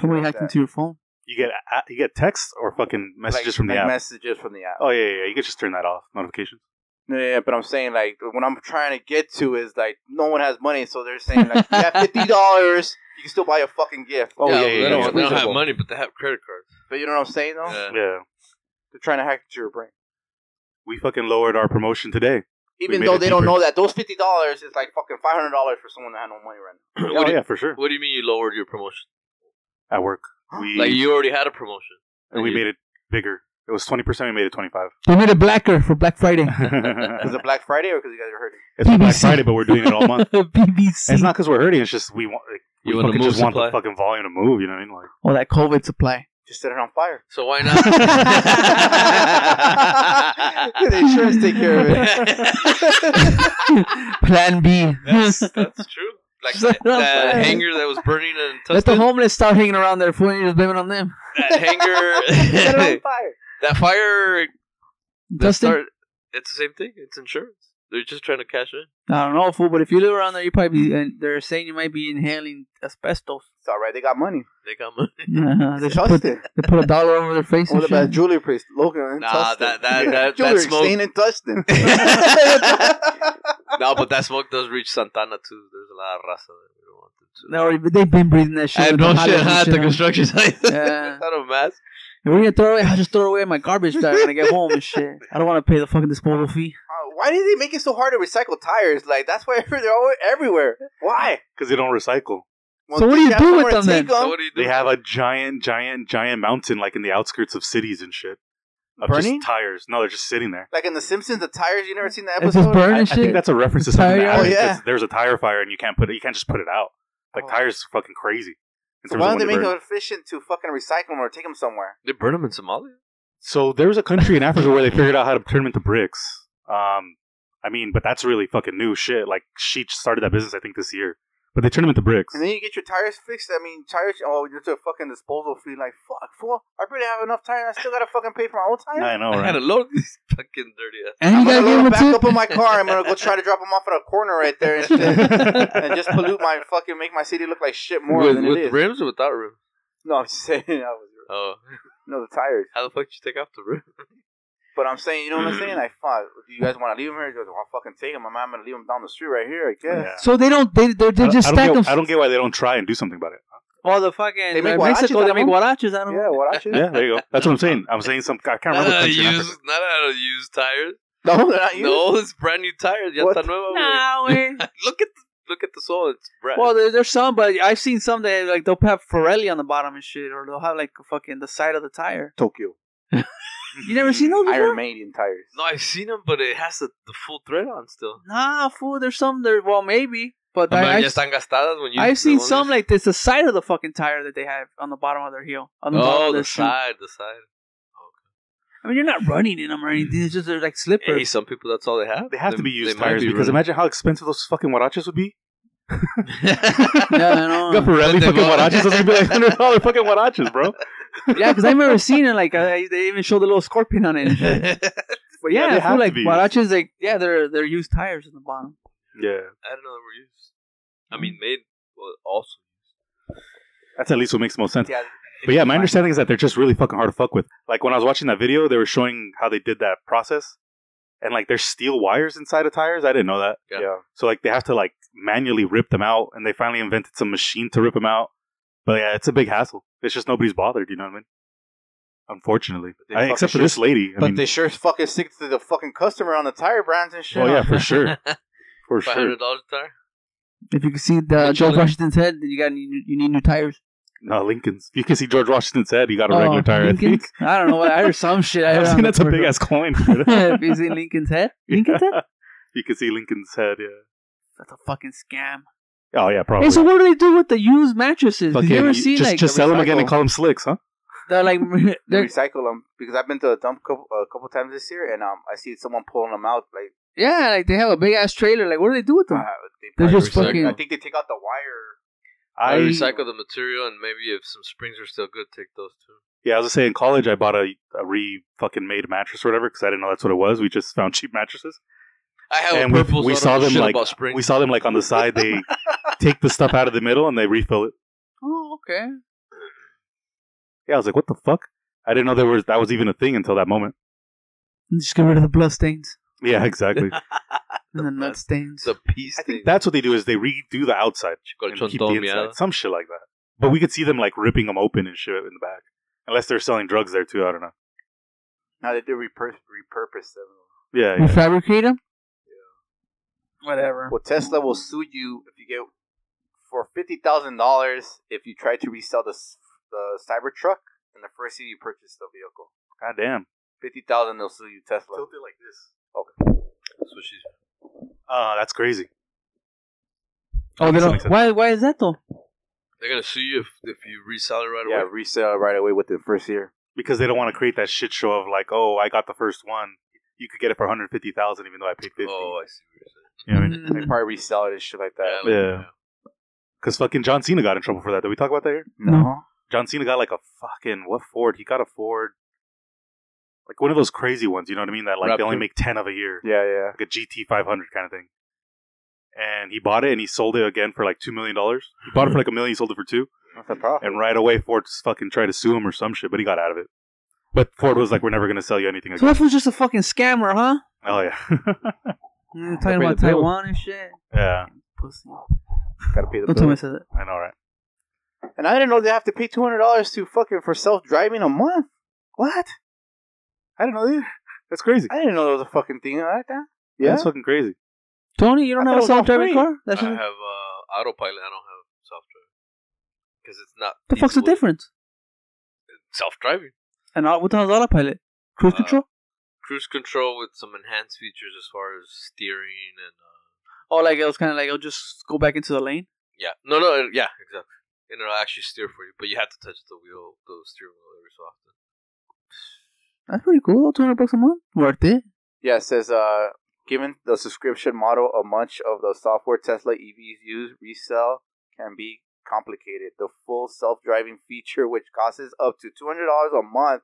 Speaker 1: Somebody
Speaker 2: like
Speaker 1: hacked
Speaker 2: that.
Speaker 1: into your phone.
Speaker 4: You get a- you get texts or fucking messages
Speaker 2: Like-
Speaker 4: from the
Speaker 2: like
Speaker 4: app.
Speaker 2: Messages from the app.
Speaker 4: oh yeah, yeah, yeah. You could just turn that off. Notifications.
Speaker 2: Yeah, yeah, but I'm saying like what I'm trying to get to is like no one has money, so they're saying like yeah, fifty dollars, you can still buy a fucking gift.
Speaker 4: Oh, yeah,
Speaker 3: they,
Speaker 4: yeah,
Speaker 3: don't,
Speaker 4: yeah.
Speaker 3: they don't have
Speaker 2: Reasonable.
Speaker 3: money, but they have credit cards.
Speaker 2: But you know what I'm saying though?
Speaker 3: Yeah.
Speaker 4: Yeah.
Speaker 2: They're trying to hack into your brain.
Speaker 4: We fucking lowered our promotion today.
Speaker 2: Even
Speaker 4: made
Speaker 2: though
Speaker 4: it
Speaker 2: they don't
Speaker 4: deeper.
Speaker 2: know that those fifty dollars is like fucking five hundred dollars for someone that had no money right now.
Speaker 4: oh yeah, for sure.
Speaker 3: What do you mean you lowered your promotion?
Speaker 4: At work, we
Speaker 3: Like you already had a promotion.
Speaker 4: and we made it bigger. It was twenty percent. We made it twenty five.
Speaker 1: They made it blacker for Black Friday.
Speaker 2: Because
Speaker 4: it's
Speaker 2: of Black Friday or because you guys are hurting?
Speaker 4: Black Friday, but we're doing it all month.
Speaker 1: BBC.
Speaker 4: And it's not because we're hurting. It's just we want. Like,
Speaker 3: You
Speaker 4: we
Speaker 3: want to
Speaker 4: fucking
Speaker 3: move
Speaker 4: just want
Speaker 3: supply?
Speaker 4: the fucking volume to move. You know what I mean? Like,
Speaker 1: oh, that COVID supply.
Speaker 2: Just set it on fire.
Speaker 3: So why not?
Speaker 2: the insurance take care of it.
Speaker 1: Plan B.
Speaker 3: that's that's true. Like
Speaker 1: Set
Speaker 3: that,
Speaker 1: it on
Speaker 3: that
Speaker 1: fire.
Speaker 3: hanger that was burning and
Speaker 1: Let the
Speaker 3: Tustin,
Speaker 1: homeless start hanging around their food and you're just blaming on them.
Speaker 3: that
Speaker 2: Set it
Speaker 3: hanger
Speaker 2: on fire.
Speaker 3: that fire that
Speaker 1: Dustin?
Speaker 3: start, it's the same thing. It's insurance. They're just trying to cash in.
Speaker 1: I don't know, fool, but if you live around there, you probably be, and they're saying you might be inhaling asbestos.
Speaker 2: It's all right. They got money.
Speaker 3: They got money.
Speaker 1: Uh, they, put,
Speaker 2: Trust it.
Speaker 1: they put a dollar over their face.
Speaker 2: What
Speaker 1: and
Speaker 2: about
Speaker 1: shit.
Speaker 2: jewelry place? Logan and
Speaker 3: Nah,
Speaker 2: Tustin.
Speaker 3: that- that- that- that
Speaker 2: jewelry
Speaker 3: smoke-
Speaker 2: stain and Tustin.
Speaker 3: no, but that smoke does reach Santana too. There's a lot of raza that we don't want them to.
Speaker 1: They already, they've been breathing that shit.
Speaker 3: I have
Speaker 1: with
Speaker 3: no
Speaker 1: the
Speaker 3: shit
Speaker 1: hollers and
Speaker 3: huh, at
Speaker 1: shit
Speaker 3: the
Speaker 1: on.
Speaker 3: construction site.
Speaker 1: Yeah.
Speaker 3: Without a mask.
Speaker 1: If we're gonna throw away. I'll just throw away my garbage bag when I get home and shit. I don't want to pay the fucking disposal fee.
Speaker 2: Uh, why did they make it so hard to recycle tires? Like that's why they're all everywhere. Why?
Speaker 4: because they don't recycle.
Speaker 2: Well,
Speaker 1: So what do
Speaker 2: they
Speaker 1: you
Speaker 2: have
Speaker 1: do
Speaker 2: somewhere
Speaker 1: with
Speaker 2: to
Speaker 1: them
Speaker 2: take
Speaker 1: then?
Speaker 3: So what do you do?
Speaker 4: They have a giant, giant, giant mountain like in the outskirts of cities and shit. Of
Speaker 2: Burning?
Speaker 4: just tires. No, they're just sitting there.
Speaker 2: Like in The Simpsons, the tires. You never seen that
Speaker 1: It's
Speaker 2: episode?
Speaker 1: just burn
Speaker 4: I, I
Speaker 1: and
Speaker 4: think
Speaker 1: shit.
Speaker 4: that's a reference to something.
Speaker 1: Tire?
Speaker 4: That
Speaker 2: Oh, yeah.
Speaker 4: yeah. There's a tire fire and you can't put it. You can't just put it out. Like
Speaker 2: Oh.
Speaker 4: tires is fucking crazy. in
Speaker 2: So
Speaker 4: terms
Speaker 2: why
Speaker 4: of
Speaker 2: don't they
Speaker 4: when
Speaker 2: make
Speaker 4: burn.
Speaker 2: it efficient to fucking recycle them or take them somewhere?
Speaker 3: They burn them in Somalia.
Speaker 4: So there was a country in Africa where they figured out how to turn them into bricks. Um, I mean, but that's really fucking new shit. Like she started that business I think this year, but they turned them into bricks.
Speaker 2: And then you get your tires fixed. I mean, tires. Oh, you're to a fucking disposal fee. Like fuck, fool. I barely have enough tires. I still gotta fucking pay for my own tires.
Speaker 4: I know,
Speaker 3: I had
Speaker 4: right?
Speaker 3: to load these fucking dirty ass.
Speaker 1: and
Speaker 2: I'm
Speaker 1: you
Speaker 2: gonna
Speaker 1: gotta
Speaker 2: load them
Speaker 1: give
Speaker 2: back
Speaker 1: them a
Speaker 2: up
Speaker 1: tip.
Speaker 2: in my car. I'm gonna go try to drop them off at a corner right there and shit, and just pollute my fucking make my city look like shit more
Speaker 3: with
Speaker 2: than
Speaker 3: with
Speaker 2: it is.
Speaker 3: rims or without rims?
Speaker 2: No, I'm just saying. I was,
Speaker 3: Oh,
Speaker 2: no, the tires.
Speaker 3: how the fuck did you take off the rim?
Speaker 2: But I'm saying, you know what I'm saying? Like, fuck, do you guys want to leave him here? He goes, well, I'll fucking take him. I'm not going to leave him down the street right here, I guess.
Speaker 4: Yeah.
Speaker 1: So they don't. They they, they
Speaker 4: I don't-
Speaker 1: just
Speaker 4: I don't
Speaker 1: stack them.
Speaker 4: get- I don't get why they don't try and do something about it.
Speaker 1: All the fucking
Speaker 2: They make
Speaker 1: uh,
Speaker 2: huaraches
Speaker 1: Mexico.
Speaker 2: out
Speaker 1: They
Speaker 2: of
Speaker 1: make
Speaker 2: them?
Speaker 1: huaraches out of
Speaker 2: Yeah,
Speaker 1: them.
Speaker 2: what I should.
Speaker 4: Yeah, there you go. That's what I'm saying. I'm saying some. I can't
Speaker 3: Not
Speaker 4: remember. the
Speaker 3: out of
Speaker 4: country in
Speaker 3: Uh,
Speaker 4: Africa.
Speaker 3: used, not out of used tires.
Speaker 2: No, they're not you.
Speaker 3: No, it's brand new tires. Ya
Speaker 2: What?
Speaker 3: está nueva, güey.
Speaker 1: way.
Speaker 3: Look at the, look at the sole. It's brand.
Speaker 1: Well, there, there's some, but I've seen some that like they'll have Pirelli on the bottom and shit, or they'll have like fucking the side of the tire.
Speaker 2: Tokyo.
Speaker 1: You never seen those before?
Speaker 2: Iron Maiden tires.
Speaker 3: no, I've seen them, but it has the, the full thread on still.
Speaker 1: Nah, fool. There's some there. Well, maybe, but
Speaker 3: I
Speaker 1: I,
Speaker 3: mean, ya
Speaker 1: I've,
Speaker 3: están gastadas when you.
Speaker 1: I've seen
Speaker 3: the ones-
Speaker 1: some like this. The side of the fucking tire that they have on the bottom of their heel. On the bottom
Speaker 3: Oh,
Speaker 1: of
Speaker 3: the
Speaker 1: their shoe.
Speaker 3: side, the side.
Speaker 1: I mean, you're not running in them or anything. It's just they're like slippers.
Speaker 3: Hey, some people that's all they have.
Speaker 4: They have to be
Speaker 3: they
Speaker 4: used
Speaker 3: might
Speaker 4: tires
Speaker 3: be
Speaker 4: because
Speaker 3: running.
Speaker 4: imagine how expensive those fucking huaraches would be.
Speaker 1: Yeah, I know.
Speaker 4: Got Pirelli
Speaker 3: But
Speaker 4: fucking
Speaker 3: they won't.
Speaker 4: huaraches. Those would be like hundred dollar fucking huaraches, bro.
Speaker 1: Yeah, because I remember seeing it. Like I, they even showed the little scorpion on it. and shit. But
Speaker 4: Yeah,
Speaker 1: yeah, I
Speaker 4: they
Speaker 1: feel
Speaker 4: have to
Speaker 1: like
Speaker 4: be.
Speaker 1: huaraches, like yeah, they're they're used tires in the bottom.
Speaker 3: I
Speaker 4: Yeah,
Speaker 3: don't know. They were used. I mean, made well, also.
Speaker 4: that's at least what makes most sense.
Speaker 2: Yeah.
Speaker 4: But yeah, my understanding is that they're just really fucking hard to fuck with. Like when I was watching that video, they were showing how they did that process, and like there's steel wires inside of tires. I didn't know that.
Speaker 3: Yeah.
Speaker 2: Yeah.
Speaker 4: So like they have to like manually rip them out, and they finally invented some machine to rip them out. But yeah, it's a big hassle. It's just nobody's bothered. You know what I mean? Unfortunately,
Speaker 2: They
Speaker 4: I-
Speaker 2: fucking
Speaker 4: except for
Speaker 2: should.
Speaker 4: this lady. I
Speaker 2: But
Speaker 4: mean,
Speaker 2: they sure as fucking stick to the fucking customer on the tire brands and shit.
Speaker 4: oh yeah, for sure, for
Speaker 3: Five
Speaker 4: sure.
Speaker 3: hundred dollars tire.
Speaker 1: If you can see the
Speaker 3: But
Speaker 1: George
Speaker 3: you-
Speaker 1: Washington's head, then you got you, you need new tires.
Speaker 4: No, Lincoln's. You can see George Washington's head. He got a regular
Speaker 1: Oh,
Speaker 4: tire.
Speaker 1: Lincoln's?
Speaker 4: I think.
Speaker 1: I don't know. what- I heard some shit. I
Speaker 4: I
Speaker 1: heard
Speaker 4: was
Speaker 1: on
Speaker 4: thinking
Speaker 1: the
Speaker 4: that's a big
Speaker 1: commercial.
Speaker 4: ass coin.
Speaker 1: if you see Lincoln's head, Lincoln's head,
Speaker 4: you can see Lincoln's head. Yeah.
Speaker 1: that's a fucking scam.
Speaker 4: Oh yeah, probably.
Speaker 1: Hey, so what do they do with the used mattresses? Did
Speaker 4: Fucking-
Speaker 1: you ever
Speaker 4: you-
Speaker 1: see
Speaker 4: just
Speaker 1: like
Speaker 4: just sell them again and
Speaker 2: recycle.
Speaker 4: call them slicks, huh?
Speaker 1: they're like
Speaker 2: They
Speaker 1: they're,
Speaker 2: recycle them because I've been to a dump couple, a couple times this year, and um, I see someone pulling them out. Like
Speaker 1: yeah, like they have a big ass trailer. Like what do they do with them?
Speaker 2: uh, they
Speaker 1: They're
Speaker 2: probably
Speaker 1: just
Speaker 2: recycle-
Speaker 1: fucking-
Speaker 2: I think they take out the wire.
Speaker 3: I recycle the material, and maybe if some springs are still good, take those too.
Speaker 4: Yeah, I was gonna say in college I bought a, a re fucking made mattress or whatever because I didn't know that's what it was. We just found cheap mattresses
Speaker 3: I have
Speaker 4: and
Speaker 3: a
Speaker 4: we,
Speaker 3: purple. so
Speaker 4: we
Speaker 3: I don't
Speaker 4: saw
Speaker 3: know
Speaker 4: them
Speaker 3: shit
Speaker 4: like
Speaker 3: about springs.
Speaker 4: we saw them like on the side. They take the stuff out of the middle and they refill it.
Speaker 1: Oh, okay.
Speaker 4: Yeah, I was like, what the fuck? I didn't know there was that was even a thing until that moment.
Speaker 1: Just get rid of the blood stains
Speaker 4: Yeah, exactly.
Speaker 1: and the nut stains.
Speaker 3: It's a piece.
Speaker 4: I think
Speaker 3: thing.
Speaker 4: that's what they do is they redo the outside and
Speaker 3: Colchón
Speaker 4: keep the
Speaker 3: todo
Speaker 4: inside,
Speaker 3: miado.
Speaker 4: some shit like that. But we could see them like ripping them open and shit in the back, unless they're selling drugs there too. I don't know.
Speaker 2: Now they do repur- repurpose them.
Speaker 4: Yeah,
Speaker 1: You
Speaker 4: yeah.
Speaker 1: fabricate them. Whatever.
Speaker 2: Well, Tesla will sue you if you get for fifty thousand dollars if you try to resell the s- the Cybertruck in the first year you purchase the vehicle.
Speaker 4: God damn.
Speaker 2: Fifty thousand, they'll sue you, Tesla.
Speaker 4: it like this.
Speaker 3: That's what she's.
Speaker 4: Uh, that's crazy.
Speaker 1: Oh, they
Speaker 4: That
Speaker 1: don't.
Speaker 4: makes sense.
Speaker 1: Why? Why is that though?
Speaker 3: They're gonna sue you if, if you resell it right
Speaker 2: yeah,
Speaker 3: away.
Speaker 2: resell right away within the first year.
Speaker 4: Because they don't want to create that shit show of like, oh, I got the first one. You could get it for 150000 even though I paid 50
Speaker 3: Oh, I see what you're saying.
Speaker 4: You know what I mean?
Speaker 1: Mm-hmm.
Speaker 2: They probably resell it and shit like that.
Speaker 3: like,
Speaker 4: Yeah. Because fucking John Cena got in trouble for that. Did we talk about that here?
Speaker 1: No.
Speaker 4: John Cena got like a fucking, what Ford? He got a Ford, like one of those crazy ones, you know what I mean? That like they only
Speaker 3: Raptor.
Speaker 4: make 10 of a year.
Speaker 2: Yeah, yeah.
Speaker 4: like a GT 500 kind of thing. And he bought it and he sold it again for like two million dollars. He bought it for like a million, he sold it for two,
Speaker 2: That's a problem.
Speaker 4: and right away Ford just fucking tried to sue him or some shit, but he got out of it. But Ford was like, "We're never gonna sell you anything
Speaker 1: So
Speaker 4: again."
Speaker 1: that was just a fucking scammer, huh?
Speaker 4: Oh yeah,
Speaker 1: Mm, talking
Speaker 2: pay
Speaker 1: about
Speaker 2: the bill.
Speaker 1: Taiwan and shit.
Speaker 4: yeah,
Speaker 1: Pussy.
Speaker 2: Gotta pay the
Speaker 1: Don't tell me I
Speaker 2: bill.
Speaker 1: said that.
Speaker 4: I know, right?
Speaker 2: And I didn't know they have to pay two hundred dollars to fucking for self driving a month. What?
Speaker 4: I don't know. Either. That's crazy.
Speaker 2: I didn't know there was a fucking thing like that.
Speaker 4: Yeah,
Speaker 2: Yeah.
Speaker 4: that's fucking crazy.
Speaker 1: Tony, you don't
Speaker 2: I
Speaker 1: have a
Speaker 2: thought it was all
Speaker 1: self-driving
Speaker 2: free.
Speaker 1: car? That's
Speaker 3: I
Speaker 1: just,
Speaker 3: have uh, autopilot. I don't have self driving because it's not.
Speaker 1: the fuck's the difference?
Speaker 3: Self driving,
Speaker 1: And uh, what the hell's autopilot? Cruise
Speaker 3: Uh,
Speaker 1: control?
Speaker 3: cruise control with some enhanced features as far as steering and. Uh,
Speaker 1: Oh, like it was kind of like it'll just go back into the lane.
Speaker 3: yeah, no, no, uh, yeah, exactly. And it'll actually steer for you, but you have to touch the wheel, the steering wheel every so often.
Speaker 1: That's pretty cool. Two hundred bucks a month, worth it.
Speaker 2: Yeah, it says uh given the subscription model a much of the software Tesla EVs use resell can be complicated. The full self driving feature which costs up to two hundred dollars a month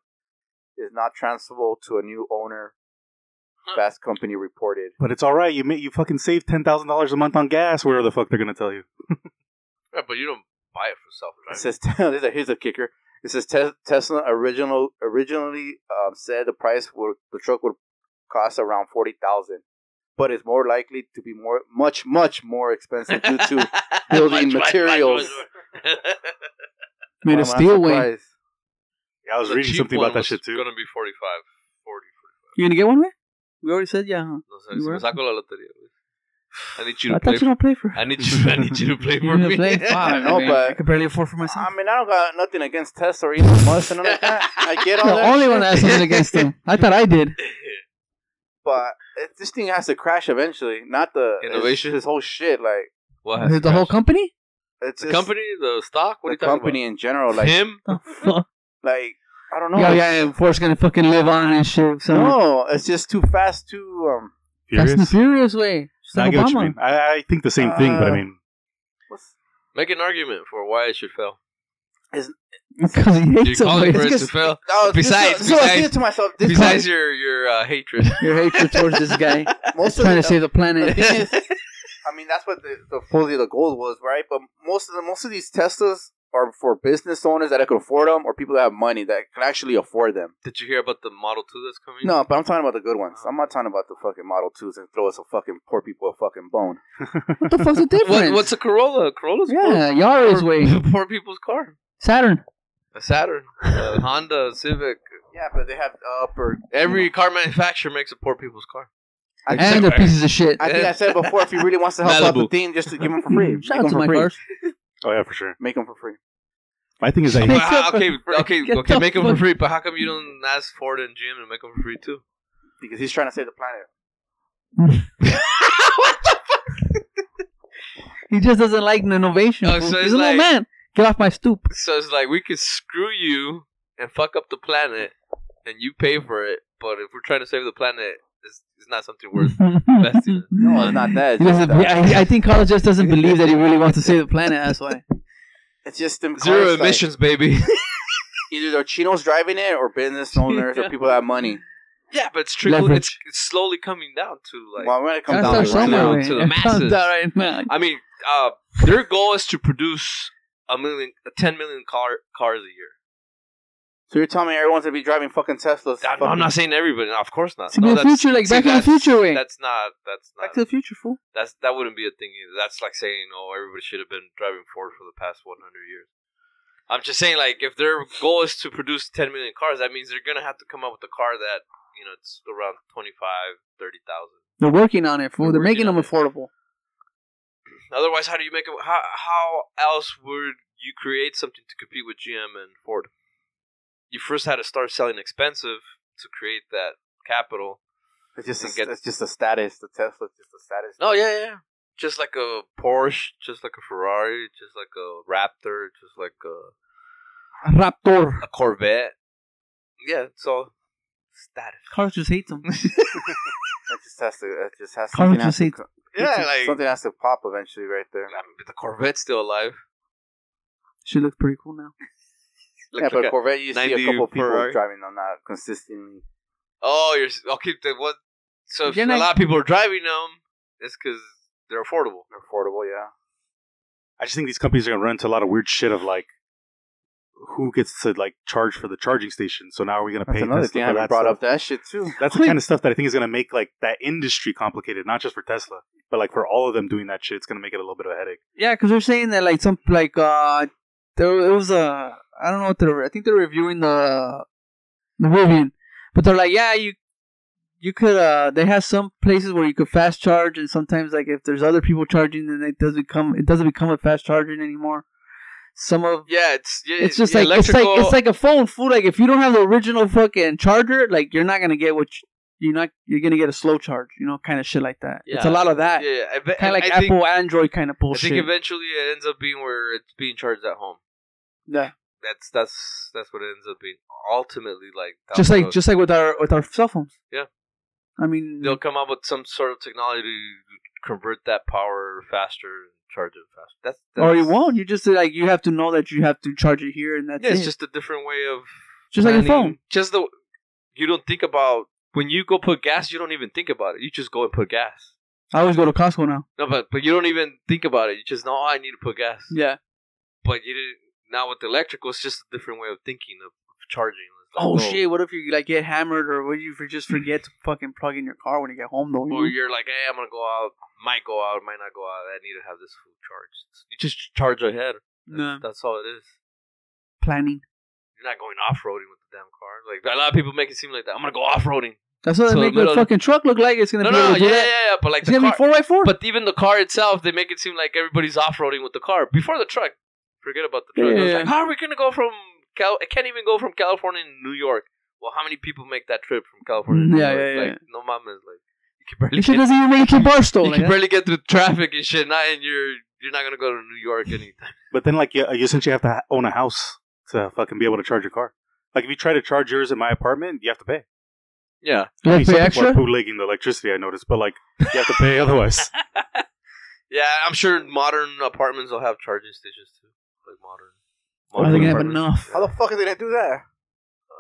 Speaker 2: is not transferable to a new owner. Fast company reported.
Speaker 4: But it's all right. You ma- you fucking save ten thousand dollars a month on gas. Where the fuck they're gonna tell you?
Speaker 3: Right, but you don't buy it for self
Speaker 2: It
Speaker 3: driving.
Speaker 2: says here's a, here's a kicker. It says Tes- Tesla original originally um, said the price would the truck would cost around forty thousand, but it's more likely to be more much much more expensive due to building materials.
Speaker 1: Made
Speaker 2: Why
Speaker 1: of
Speaker 2: am I
Speaker 1: steel wing.
Speaker 2: surprised?
Speaker 4: Yeah, I was reading something about that shit too.
Speaker 3: It's gonna be 45, 40,
Speaker 1: You gonna get one way? We already said yeah. Huh?
Speaker 3: 45. No sé,
Speaker 1: You
Speaker 3: si me
Speaker 1: were?
Speaker 3: saco la lotería, güey. I need you
Speaker 1: I
Speaker 3: to
Speaker 1: thought
Speaker 3: play.
Speaker 1: you
Speaker 3: For,
Speaker 1: don't play for.
Speaker 3: I need you. I need you to play
Speaker 1: You
Speaker 3: for
Speaker 1: gonna
Speaker 3: me.
Speaker 1: play? Fuck,
Speaker 2: I know,
Speaker 1: man.
Speaker 2: but-
Speaker 1: I can barely afford for myself.
Speaker 2: I mean, I don't got nothing against Tesla or Elon Musk and all like that. I get all
Speaker 1: the
Speaker 2: that.
Speaker 1: only
Speaker 2: shit,
Speaker 1: one that has something against him. I thought I did.
Speaker 2: but it, this thing has to crash eventually. Not the his-
Speaker 3: Innovation?
Speaker 2: His, whole shit, like
Speaker 3: what has
Speaker 1: The
Speaker 3: to
Speaker 1: whole
Speaker 3: crash?
Speaker 1: company?
Speaker 2: it's
Speaker 3: the
Speaker 2: just
Speaker 3: company, the stock. What are
Speaker 2: the
Speaker 3: you talking
Speaker 2: company in general,
Speaker 3: about?
Speaker 2: like
Speaker 3: Him?
Speaker 1: The fuck?
Speaker 2: like I don't know.
Speaker 1: Yeah, yeah, and Ford's gonna fucking live on and shit. So
Speaker 2: No, it's just too fast. Too um,
Speaker 1: that's the furious
Speaker 4: Furious?
Speaker 1: way. It's
Speaker 4: I
Speaker 1: like
Speaker 4: get what you
Speaker 1: Obama.
Speaker 4: mean. I, I think the same thing, but I
Speaker 2: Uh,
Speaker 4: mean,
Speaker 2: what's
Speaker 3: Make an argument for why it should fail.
Speaker 1: Because he
Speaker 3: You're
Speaker 1: hates
Speaker 3: calling for
Speaker 1: him.
Speaker 3: it to fail.
Speaker 2: Oh,
Speaker 3: Besides-
Speaker 2: so, so I
Speaker 3: besides-
Speaker 2: did it to myself. This
Speaker 3: Besides your your uh, hatred.
Speaker 1: Your hatred towards this guy. He's
Speaker 2: most of
Speaker 1: trying
Speaker 2: the,
Speaker 1: to save the
Speaker 2: the
Speaker 1: planet.
Speaker 2: thing is, I mean, that's what the, the fully the goal was, right? But most of the most of these Teslas are for business owners that can afford them, or people that have money that can actually afford them.
Speaker 3: Did you hear about the Model Two that's coming?
Speaker 2: No, but I'm talking about the good ones. I'm not talking about the fucking Model Twos and throw us a fucking poor people a fucking bone.
Speaker 1: What the fuck's the difference?
Speaker 3: What, what's a Corolla? Corolla's
Speaker 1: yeah,
Speaker 3: poor,
Speaker 1: Yara's way.
Speaker 3: poor, poor people's car.
Speaker 1: Saturn.
Speaker 3: A Saturn, a Honda, Civic.
Speaker 2: Yeah, but they have upper.
Speaker 3: Every car manufacturer makes a poor people's car.
Speaker 2: I,
Speaker 1: And the
Speaker 2: think-
Speaker 1: pieces of shit.
Speaker 2: I think I said before, if he really wants to help out the
Speaker 3: Malibu.
Speaker 2: team, just to give them for free.
Speaker 1: Shout out
Speaker 2: Make 'em
Speaker 1: to
Speaker 2: for
Speaker 1: my
Speaker 2: free.
Speaker 1: cars.
Speaker 4: oh yeah, for sure.
Speaker 2: Make them for free.
Speaker 4: My thing is that
Speaker 1: Shit.
Speaker 4: he-
Speaker 3: But
Speaker 1: Except
Speaker 3: how,
Speaker 1: for-
Speaker 3: okay, okay,
Speaker 1: Get
Speaker 3: okay,
Speaker 1: the
Speaker 3: make them for
Speaker 1: fuck-
Speaker 3: free. But how come you don't ask Ford and GM to make them for free too?
Speaker 2: Because he's trying to save the planet.
Speaker 3: what the fuck?
Speaker 1: He just doesn't like an innovation.
Speaker 3: Oh,
Speaker 1: fool.
Speaker 3: so
Speaker 1: He's
Speaker 3: it's
Speaker 1: a little
Speaker 3: like-
Speaker 1: man. Get off my stoop.
Speaker 3: So it's like we could screw you and fuck up the planet, and you pay for it. But if we're trying to save the planet, it's, it's not something worth. investing in it.
Speaker 2: No, it's not that. It's
Speaker 1: He
Speaker 2: just,
Speaker 1: doesn't,
Speaker 2: that.
Speaker 1: I, I think Carlos just doesn't believe that he really wants to save the planet. That's why.
Speaker 2: It's just them
Speaker 3: Zero
Speaker 2: cars, like,
Speaker 3: emissions, baby.
Speaker 2: either they're chinos driving it or business owners or people that have money.
Speaker 3: yeah, but it's trickling. It's,
Speaker 1: Leverage.
Speaker 3: it's slowly coming down to like.
Speaker 2: well, I'm gonna come
Speaker 1: Gotta
Speaker 2: down
Speaker 1: start
Speaker 2: like right
Speaker 1: somewhere.
Speaker 2: now.
Speaker 1: man.
Speaker 3: to the
Speaker 1: Gotta
Speaker 3: masses.
Speaker 1: start right now.
Speaker 3: I mean, uh, their goal is to produce a million, a ten million car cars a year.
Speaker 2: So you're telling me everyone's gonna be driving fucking Teslas?
Speaker 3: I'm, I'm not saying everybody. No, of course not.
Speaker 1: To
Speaker 3: no,
Speaker 1: be a
Speaker 3: that's-
Speaker 1: future, like
Speaker 3: see,
Speaker 1: Back to the
Speaker 3: that's-
Speaker 1: Future way.
Speaker 3: That's not. That's not.
Speaker 1: Back to the future, fool.
Speaker 3: That's that wouldn't be a thing either. That's like saying, oh, everybody should have been driving Ford for the past 100 years. I'm just saying, like, if their goal is to produce 10 million cars, that means they're gonna have to come up with a car that you know it's around 25, 30,000.
Speaker 1: They're working on it, fool. They're,
Speaker 3: They're
Speaker 1: making
Speaker 3: working
Speaker 1: them
Speaker 3: on it.
Speaker 1: affordable.
Speaker 3: Otherwise, how do you make it? How how else would you create something to compete with GM and Ford? You first had to start selling expensive to create that capital.
Speaker 2: It's just
Speaker 3: And
Speaker 2: a,
Speaker 3: get-
Speaker 2: it's just a status. The Tesla's just a status.
Speaker 3: No, Oh, yeah, yeah. Just like a Porsche, just like a Ferrari, just like a Raptor, just like a
Speaker 1: Raptor.
Speaker 3: a Corvette. Yeah, so status.
Speaker 1: Carlos just hates them.
Speaker 2: It just has to. It just has
Speaker 1: Carl
Speaker 2: something has
Speaker 1: just
Speaker 2: to.
Speaker 1: ate-
Speaker 2: co-
Speaker 3: Yeah,
Speaker 2: something-
Speaker 3: like
Speaker 2: something has to pop eventually, right there.
Speaker 3: I mean, the Corvette's still alive.
Speaker 1: she looks pretty cool now.
Speaker 3: Look,
Speaker 2: yeah,
Speaker 3: look
Speaker 2: but
Speaker 3: at-
Speaker 2: Corvette, you see
Speaker 3: 90
Speaker 2: a couple people
Speaker 3: Ferrari.
Speaker 2: driving them not consistently.
Speaker 3: oh, you're s- okay. The, what? So if
Speaker 1: You're not-
Speaker 3: a lot of people are driving them. It's because they're affordable.
Speaker 2: They're affordable, yeah.
Speaker 4: I just think these companies are gonna run into a lot of weird shit of like who gets to like charge for the charging station. So now are we gonna
Speaker 2: That's
Speaker 4: pay
Speaker 2: another
Speaker 4: Tesla
Speaker 2: thing. I
Speaker 4: for
Speaker 2: haven't
Speaker 4: that
Speaker 2: brought
Speaker 4: stuff?
Speaker 2: up that shit too.
Speaker 4: That's the kind of stuff that I think is gonna make like that industry complicated, not just for Tesla, but like for all of them doing that shit. It's gonna make it a little bit of a headache.
Speaker 1: Yeah, because they're saying that like some like uh there it was a I don't know what they're I think they're reviewing the the Rivian, but they're like yeah you you could uh they have some places where you could fast charge and sometimes like if there's other people charging then it does become it doesn't become a fast charging anymore. Some of
Speaker 3: Yeah, it's yeah,
Speaker 1: it's just
Speaker 3: yeah,
Speaker 1: like it's like
Speaker 3: electrical.
Speaker 1: it's like a phone fool. Like if you don't have the original fucking charger, like you're not gonna get what you, you're not you're gonna get a slow charge, you know, kind of shit like that. It's a
Speaker 3: Yeah.
Speaker 1: lot of that,
Speaker 3: yeah, yeah. I, bet-
Speaker 1: kind of like
Speaker 3: I
Speaker 1: Apple
Speaker 3: think,
Speaker 1: Android kind of
Speaker 3: I
Speaker 1: bullshit.
Speaker 3: think eventually it ends up being where it's being charged at home.
Speaker 1: yeah,
Speaker 3: That's that's that's what it ends up being. Ultimately, like down
Speaker 1: just
Speaker 3: the
Speaker 1: like
Speaker 3: road.
Speaker 1: just like with our with our cell phones.
Speaker 3: Yeah.
Speaker 1: I mean,
Speaker 3: they'll come up with some sort of technology to convert that power faster and charge it faster. That's, that's
Speaker 1: or you won't. You just like you have to know that you have to charge it here, and that's
Speaker 3: yeah, it's
Speaker 1: it.
Speaker 3: just a different way of
Speaker 1: Just like a
Speaker 3: planning.
Speaker 1: phone.
Speaker 3: Just the you don't think about when you go put gas, you don't even think about it. You just go and put gas.
Speaker 1: I always go to Costco now.
Speaker 3: No, but but you don't even think about it. You just know oh, I need to put gas.
Speaker 1: Yeah.
Speaker 3: But you didn't. Now with the electrical, it's just a different way of thinking of charging. It's like,
Speaker 1: Oh shit! What if you like get hammered, or what if you just forget to fucking plug in your car when you get home though?
Speaker 3: Or you're like, hey, I'm gonna go out. Might go out. Might not go out. I need to have this food charged. You just charge ahead. That's,
Speaker 1: no
Speaker 3: that's all it is.
Speaker 1: planning.
Speaker 3: You're not going off roading with the damn car. Like a lot of people make it seem like that. I'm gonna go off roading.
Speaker 1: That's what
Speaker 3: So
Speaker 1: they make the
Speaker 3: little-
Speaker 1: fucking truck look like. It's gonna
Speaker 3: No,
Speaker 1: be
Speaker 3: no,
Speaker 1: able
Speaker 3: no,
Speaker 1: to do
Speaker 3: yeah, yeah,
Speaker 1: that.
Speaker 3: yeah. But
Speaker 1: It's
Speaker 3: like the
Speaker 1: gonna
Speaker 3: car,
Speaker 1: be four by four.
Speaker 3: But even the car itself, they make it seem like everybody's off roading with the car before the truck. Forget about the truck. It's
Speaker 1: Yeah.
Speaker 3: like, how are we gonna go from Cal? I can't even go from California to New York. Well, how many people make that trip from California? To New
Speaker 1: Yeah,
Speaker 3: York?
Speaker 1: yeah,
Speaker 3: like, No mamas, like you can barely
Speaker 1: It shit
Speaker 3: get,
Speaker 1: doesn't even make it to Barstow.
Speaker 3: you
Speaker 1: Like,
Speaker 3: can
Speaker 1: that.
Speaker 3: barely get through traffic and shit. Not and you're you're not gonna go to New York anytime.
Speaker 4: But then like you, you essentially have to ha- own a house to fucking be able to charge your car. Like if you try to charge yours in my apartment, you have to pay.
Speaker 3: Yeah,
Speaker 1: You have to
Speaker 4: Some
Speaker 1: pay
Speaker 4: people are
Speaker 1: extra.
Speaker 4: bootlegging the electricity. I noticed, but like you have to pay otherwise.
Speaker 3: yeah. I'm sure modern apartments will have charging stations too. Like modern.
Speaker 1: Are they gonna have enough?
Speaker 2: How the fuck are they gonna do that?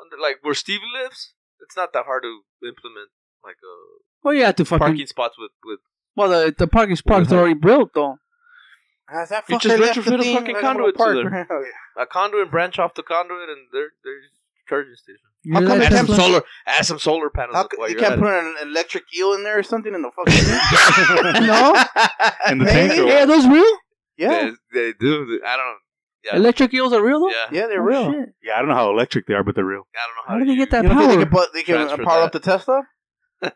Speaker 3: Under- like where Steve lives, it's not that hard to implement like a
Speaker 1: Well, you have to fucking.
Speaker 3: parking spots with with.
Speaker 1: Well, the, the parking
Speaker 3: What
Speaker 1: spots
Speaker 3: the
Speaker 1: are
Speaker 3: heck?
Speaker 1: already built though.
Speaker 2: Has that
Speaker 3: You
Speaker 2: fucker
Speaker 3: just
Speaker 2: left the
Speaker 3: retrofit a
Speaker 2: thing?
Speaker 3: fucking
Speaker 2: Like, I'm gonna
Speaker 3: conduit to
Speaker 2: park
Speaker 3: there.
Speaker 2: right now.
Speaker 3: a conduit branch off the conduit and there there's charging station.
Speaker 1: You
Speaker 2: How
Speaker 1: know
Speaker 2: come
Speaker 1: that
Speaker 2: it
Speaker 3: Add some
Speaker 1: Tesla-
Speaker 3: solar add some solar panels.
Speaker 2: How
Speaker 3: up
Speaker 2: c-
Speaker 3: while
Speaker 2: you
Speaker 3: you're
Speaker 2: can't
Speaker 3: at
Speaker 2: put
Speaker 3: it.
Speaker 2: an electric eel in there or something in the fucking.
Speaker 1: no.
Speaker 4: And the
Speaker 2: Maybe.
Speaker 4: tank
Speaker 1: Hey, are those real?
Speaker 2: yeah,
Speaker 3: They, they do. They- I don't yeah.
Speaker 1: Electric eels are real though.
Speaker 3: yeah.
Speaker 2: yeah, they're
Speaker 1: Oh,
Speaker 2: real.
Speaker 1: shit.
Speaker 4: Yeah, I don't know how electric they are, but they're real.
Speaker 3: I don't know how,
Speaker 1: How do they get that
Speaker 2: You don't think they
Speaker 1: power?
Speaker 2: can, put, they can
Speaker 3: Transfer
Speaker 2: power up
Speaker 3: that.
Speaker 2: the Tesla?
Speaker 3: that.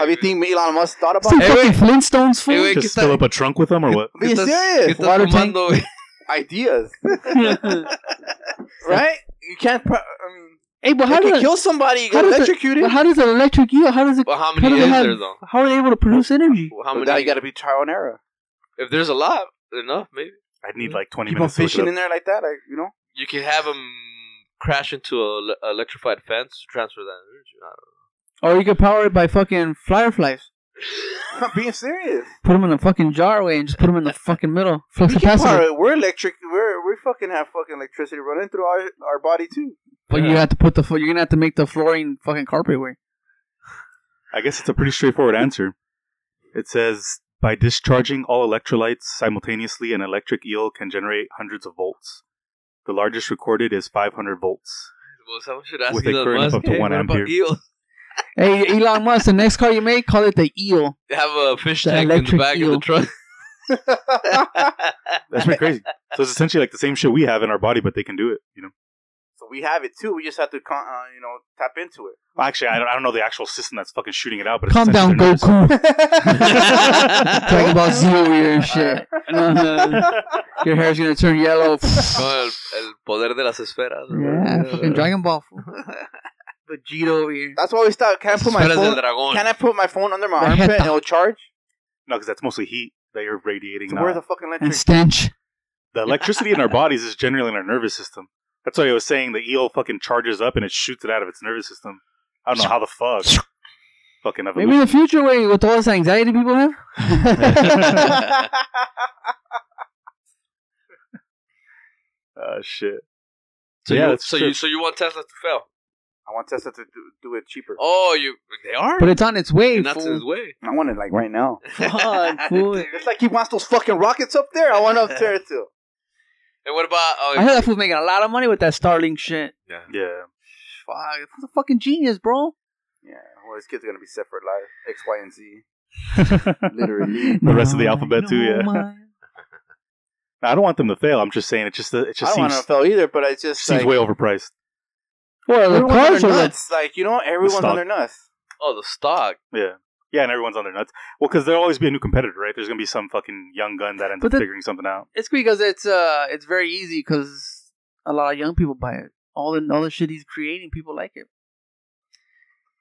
Speaker 2: Have you think Elon Musk thought about
Speaker 1: Some
Speaker 2: it?
Speaker 1: fucking Flintstones
Speaker 3: Hey,
Speaker 1: fool.
Speaker 3: wait,
Speaker 4: Just
Speaker 3: get
Speaker 4: fill
Speaker 3: that-
Speaker 4: up a trunk with them or what?
Speaker 2: Be serious.
Speaker 3: Get the
Speaker 1: Water tank.
Speaker 3: commando.
Speaker 2: Ideas, right? You can't. pro- I mean,
Speaker 1: hey, but how
Speaker 2: you can
Speaker 1: does
Speaker 2: kill somebody. You
Speaker 1: how
Speaker 2: can
Speaker 1: does it-
Speaker 2: electrocute
Speaker 1: but
Speaker 2: it.
Speaker 1: how does an electric eel? How does it?
Speaker 3: Well, how
Speaker 1: how do
Speaker 3: many
Speaker 1: they
Speaker 3: is
Speaker 1: have-
Speaker 3: there though?
Speaker 1: How are they able to produce energy?
Speaker 3: Well, How
Speaker 2: But
Speaker 3: many?
Speaker 2: now you got to be trial and error.
Speaker 3: if there's a lot, enough, maybe.
Speaker 4: I'd need like 20
Speaker 2: Mm-hmm. Keep on
Speaker 4: minutes to look it
Speaker 2: fishing
Speaker 4: up.
Speaker 2: in there like that, like you know.
Speaker 3: You can have them crash into a le- electrified fence to transfer that energy. I don't
Speaker 1: Or you could power it by fucking flyer flies.
Speaker 2: I'm being serious.
Speaker 1: Put them in a fucking jar way and just put them in the fucking middle. Flux
Speaker 2: We can power
Speaker 1: capacitor.
Speaker 2: it. We're electric. We're we fucking have fucking electricity running through our our body too.
Speaker 1: But you have to put the flo- you're gonna have to make the flooring fucking carpet way.
Speaker 4: I guess it's a pretty straightforward answer. It says by discharging all electrolytes simultaneously, an electric eel can generate hundreds of volts. The largest recorded is 500 volts.
Speaker 3: know. Well, someone should ask
Speaker 4: With a
Speaker 3: Elon
Speaker 4: current
Speaker 3: Musk,
Speaker 4: up to
Speaker 3: hey,
Speaker 4: one
Speaker 3: what about
Speaker 4: ampere.
Speaker 3: eels?
Speaker 1: Hey Elon Musk, the next car you make, call it the eel.
Speaker 3: Have a fish
Speaker 1: The
Speaker 3: tank in the
Speaker 1: electric
Speaker 3: back of
Speaker 1: eel.
Speaker 3: the truck.
Speaker 4: That's pretty crazy. so it's essentially like the same shit we have in our body, but they can do it. You know.
Speaker 2: So we have it too. We just have to con- uh, you know tap into it.
Speaker 4: Well, actually, I don't, I don't know the actual system that's fucking shooting it out, but it's
Speaker 1: Calm down,
Speaker 4: essentially their nervous
Speaker 1: Goku. Talking about zero here and shit. No, no, no. Your hair's gonna turn yellow.
Speaker 3: Con el, el poder de las esferas. or
Speaker 1: yeah,
Speaker 3: whatever.
Speaker 1: fucking Dragon Ball. fool. Vegeta over here.
Speaker 2: That's why we stop. Can I put my
Speaker 3: Esferas del
Speaker 2: phone?
Speaker 3: dragón.
Speaker 2: Can I put my phone under my
Speaker 1: The
Speaker 2: armpit and
Speaker 1: head-
Speaker 2: it'll charge?
Speaker 4: No, because that's mostly heat that you're radiating.
Speaker 2: So
Speaker 4: now.
Speaker 2: where's the fucking
Speaker 1: And
Speaker 2: electric?
Speaker 1: stench.
Speaker 4: the electricity in our bodies is generally in our nervous system. That's why I was saying the eel fucking charges up and it shoots it out of its nervous system. I don't know how the fuck. fucking
Speaker 1: Maybe in
Speaker 4: evolution.
Speaker 1: the future, way with all this anxiety people have.
Speaker 4: Uh, shit.
Speaker 3: so
Speaker 4: Yeah,
Speaker 3: you,
Speaker 4: that's
Speaker 3: so
Speaker 4: true.
Speaker 3: you so you want Tesla to fail?
Speaker 2: I want Tesla to do, do it cheaper.
Speaker 3: Oh, you they are.
Speaker 1: But it's on its way.
Speaker 3: and that's
Speaker 1: fool.
Speaker 3: his way.
Speaker 2: I want it like right now.
Speaker 1: Fuck, fool.
Speaker 2: It's like he wants those fucking rockets up there. I want up there too.
Speaker 3: And what about? Oh,
Speaker 1: I heard that fool's making a lot of money with that Starlink shit.
Speaker 3: yeah.
Speaker 4: Yeah.
Speaker 1: Fuck, he's a fucking genius, bro.
Speaker 2: Yeah, well, his kids are gonna be set for life. X, Y, and Z. Literally.
Speaker 4: The rest of the
Speaker 1: No,
Speaker 4: alphabet too,
Speaker 1: no,
Speaker 4: yeah.
Speaker 1: my-
Speaker 4: I don't want them to fail. I'm just saying it just it
Speaker 2: I
Speaker 4: just
Speaker 2: don't want
Speaker 4: seems
Speaker 2: to fail either, but it's just
Speaker 4: seems
Speaker 2: like
Speaker 4: way overpriced.
Speaker 1: Well, the
Speaker 2: everyone's on
Speaker 1: cars
Speaker 2: their
Speaker 1: are like
Speaker 2: nuts. Like you know, everyone's
Speaker 4: stock.
Speaker 2: on their nuts.
Speaker 3: Oh, the stock.
Speaker 4: Yeah. Yeah, and everyone's on their nuts. Well, because there'll always be a new competitor, right? There's gonna be some fucking young gun that ends
Speaker 1: But
Speaker 4: up
Speaker 1: that-
Speaker 4: figuring something out.
Speaker 1: It's because it's uh it's very easy because a lot of young people buy it. All the all the shit he's creating, people like it.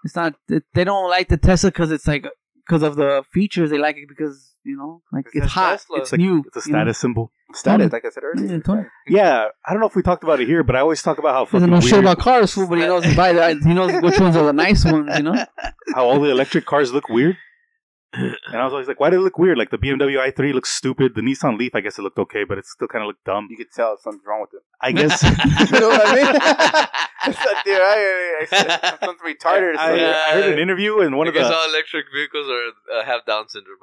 Speaker 1: It's not that they don't like the Tesla because it's like because of the features. They like it because you know like
Speaker 2: It's
Speaker 1: it's,
Speaker 2: a
Speaker 1: hot,
Speaker 2: Tesla.
Speaker 1: it's
Speaker 4: It's like
Speaker 1: new,
Speaker 4: it's a
Speaker 1: you know?
Speaker 4: status symbol.
Speaker 2: Status,
Speaker 1: Mm.
Speaker 2: like I said
Speaker 1: Yeah,
Speaker 2: earlier.
Speaker 1: totally.
Speaker 4: Yeah, I don't know if we talked about it here, but I always talk about how
Speaker 1: He doesn't
Speaker 4: fucking
Speaker 1: know shit
Speaker 4: weird-
Speaker 1: about cars, fool, but he knows by the, he knows which ones are the nice ones, you know.
Speaker 4: how all the electric cars look weird. And I was always like, why did it look weird? Like the BMW i3 looks stupid. The Nissan Leaf, I guess it looked okay, but it still kind of looked dumb.
Speaker 2: You could tell something's wrong with it.
Speaker 4: I guess
Speaker 2: You know what I mean? It's like, dude, I, I said something retarded. or
Speaker 4: I, uh,
Speaker 2: something.
Speaker 4: I heard an interview and one
Speaker 3: One
Speaker 4: of the
Speaker 3: all electric vehicles are uh, have Down syndrome.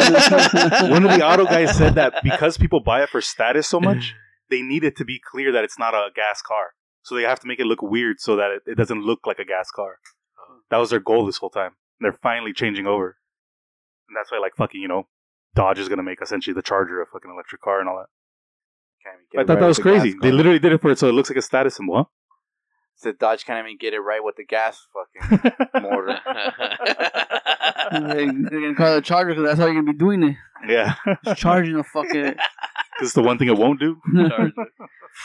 Speaker 3: Huh?
Speaker 1: One
Speaker 4: one of the auto guys said that because people buy it for status so much, they need it to be clear that it's not a gas car. So they have to make it look weird so that it, it doesn't look like a gas car. That was their goal this whole time. They're finally changing over. And that's why, like, fucking, you know, Dodge is going to make essentially the charger a fucking electric car and all that.
Speaker 2: Can't even get
Speaker 4: I
Speaker 2: it
Speaker 4: thought
Speaker 2: right
Speaker 4: that
Speaker 2: with
Speaker 4: was
Speaker 2: the gas
Speaker 4: crazy.
Speaker 2: car.
Speaker 4: They literally did it for it so it looks like a status symbol, huh?
Speaker 2: said Dodge can't even get it right with the gas fucking motor.
Speaker 1: they, are gonna call it a charger because that's how you're gonna be doing it.
Speaker 4: Yeah,
Speaker 1: Just charging a fucking
Speaker 4: because the one thing it won't do.
Speaker 3: Charger.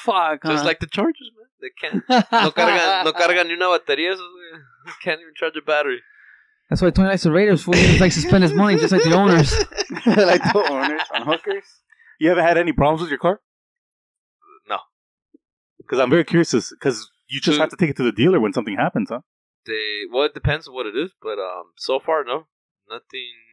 Speaker 1: fuck.
Speaker 3: Just
Speaker 1: huh?
Speaker 3: like the Chargers, man. They can't. No cargan, no cargan ni una batería. esos, güey. Can't even charge a battery.
Speaker 1: That's why Tony likes the Raiders. Fool, just like to spend his money, just like the owners.
Speaker 2: like the owners on hookers.
Speaker 4: You haven't had any problems with your car?
Speaker 3: No.
Speaker 4: Because I'm very curious, because you just
Speaker 3: So-
Speaker 4: have to take it to the dealer when something happens, huh?
Speaker 3: They well, it depends on what it is, but um, so far no, nothing.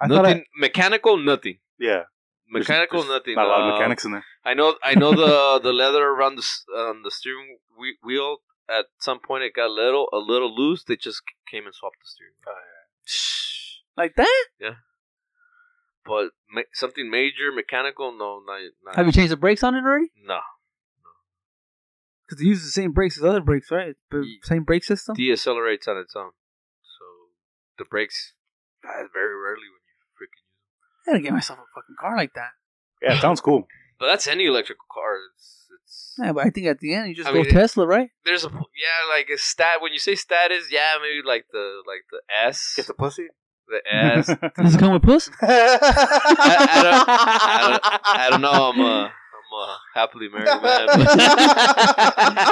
Speaker 4: I thought
Speaker 3: nothing
Speaker 4: I,
Speaker 3: mechanical, nothing
Speaker 4: yeah, There's-
Speaker 3: mechanical,
Speaker 4: there's
Speaker 3: nothing.
Speaker 4: Not a lot
Speaker 3: Uh,
Speaker 4: of mechanics in there.
Speaker 3: I know, I know the the leather around the s- on the steering whe- wheel. At some point, it got a little a little loose. They just came and swapped the steering. Wheel.
Speaker 1: Like that?
Speaker 4: Oh,
Speaker 3: But ma- something major mechanical, no, not, not
Speaker 1: Have you changed the brakes on it already?
Speaker 3: no
Speaker 1: Because they use the same brakes as other brakes, right? The
Speaker 3: Ye-
Speaker 1: same brake system.
Speaker 3: deaccelerates on its own. So the brakes uh, very rarely when you freaking.
Speaker 1: I gotta get myself a fucking car like that.
Speaker 4: Yeah, it sounds cool.
Speaker 3: But that's any electrical car. It's, it's
Speaker 1: Yeah, but I think at the end you just
Speaker 3: I
Speaker 1: go
Speaker 3: mean, it-
Speaker 1: Tesla, right?
Speaker 3: there's a po- yeah like a stat when you say status yeah maybe like the like the S
Speaker 2: Get the pussy.
Speaker 3: the S
Speaker 1: Does it come with puss?
Speaker 3: I don't know. I'm a, I'm a happily married man. But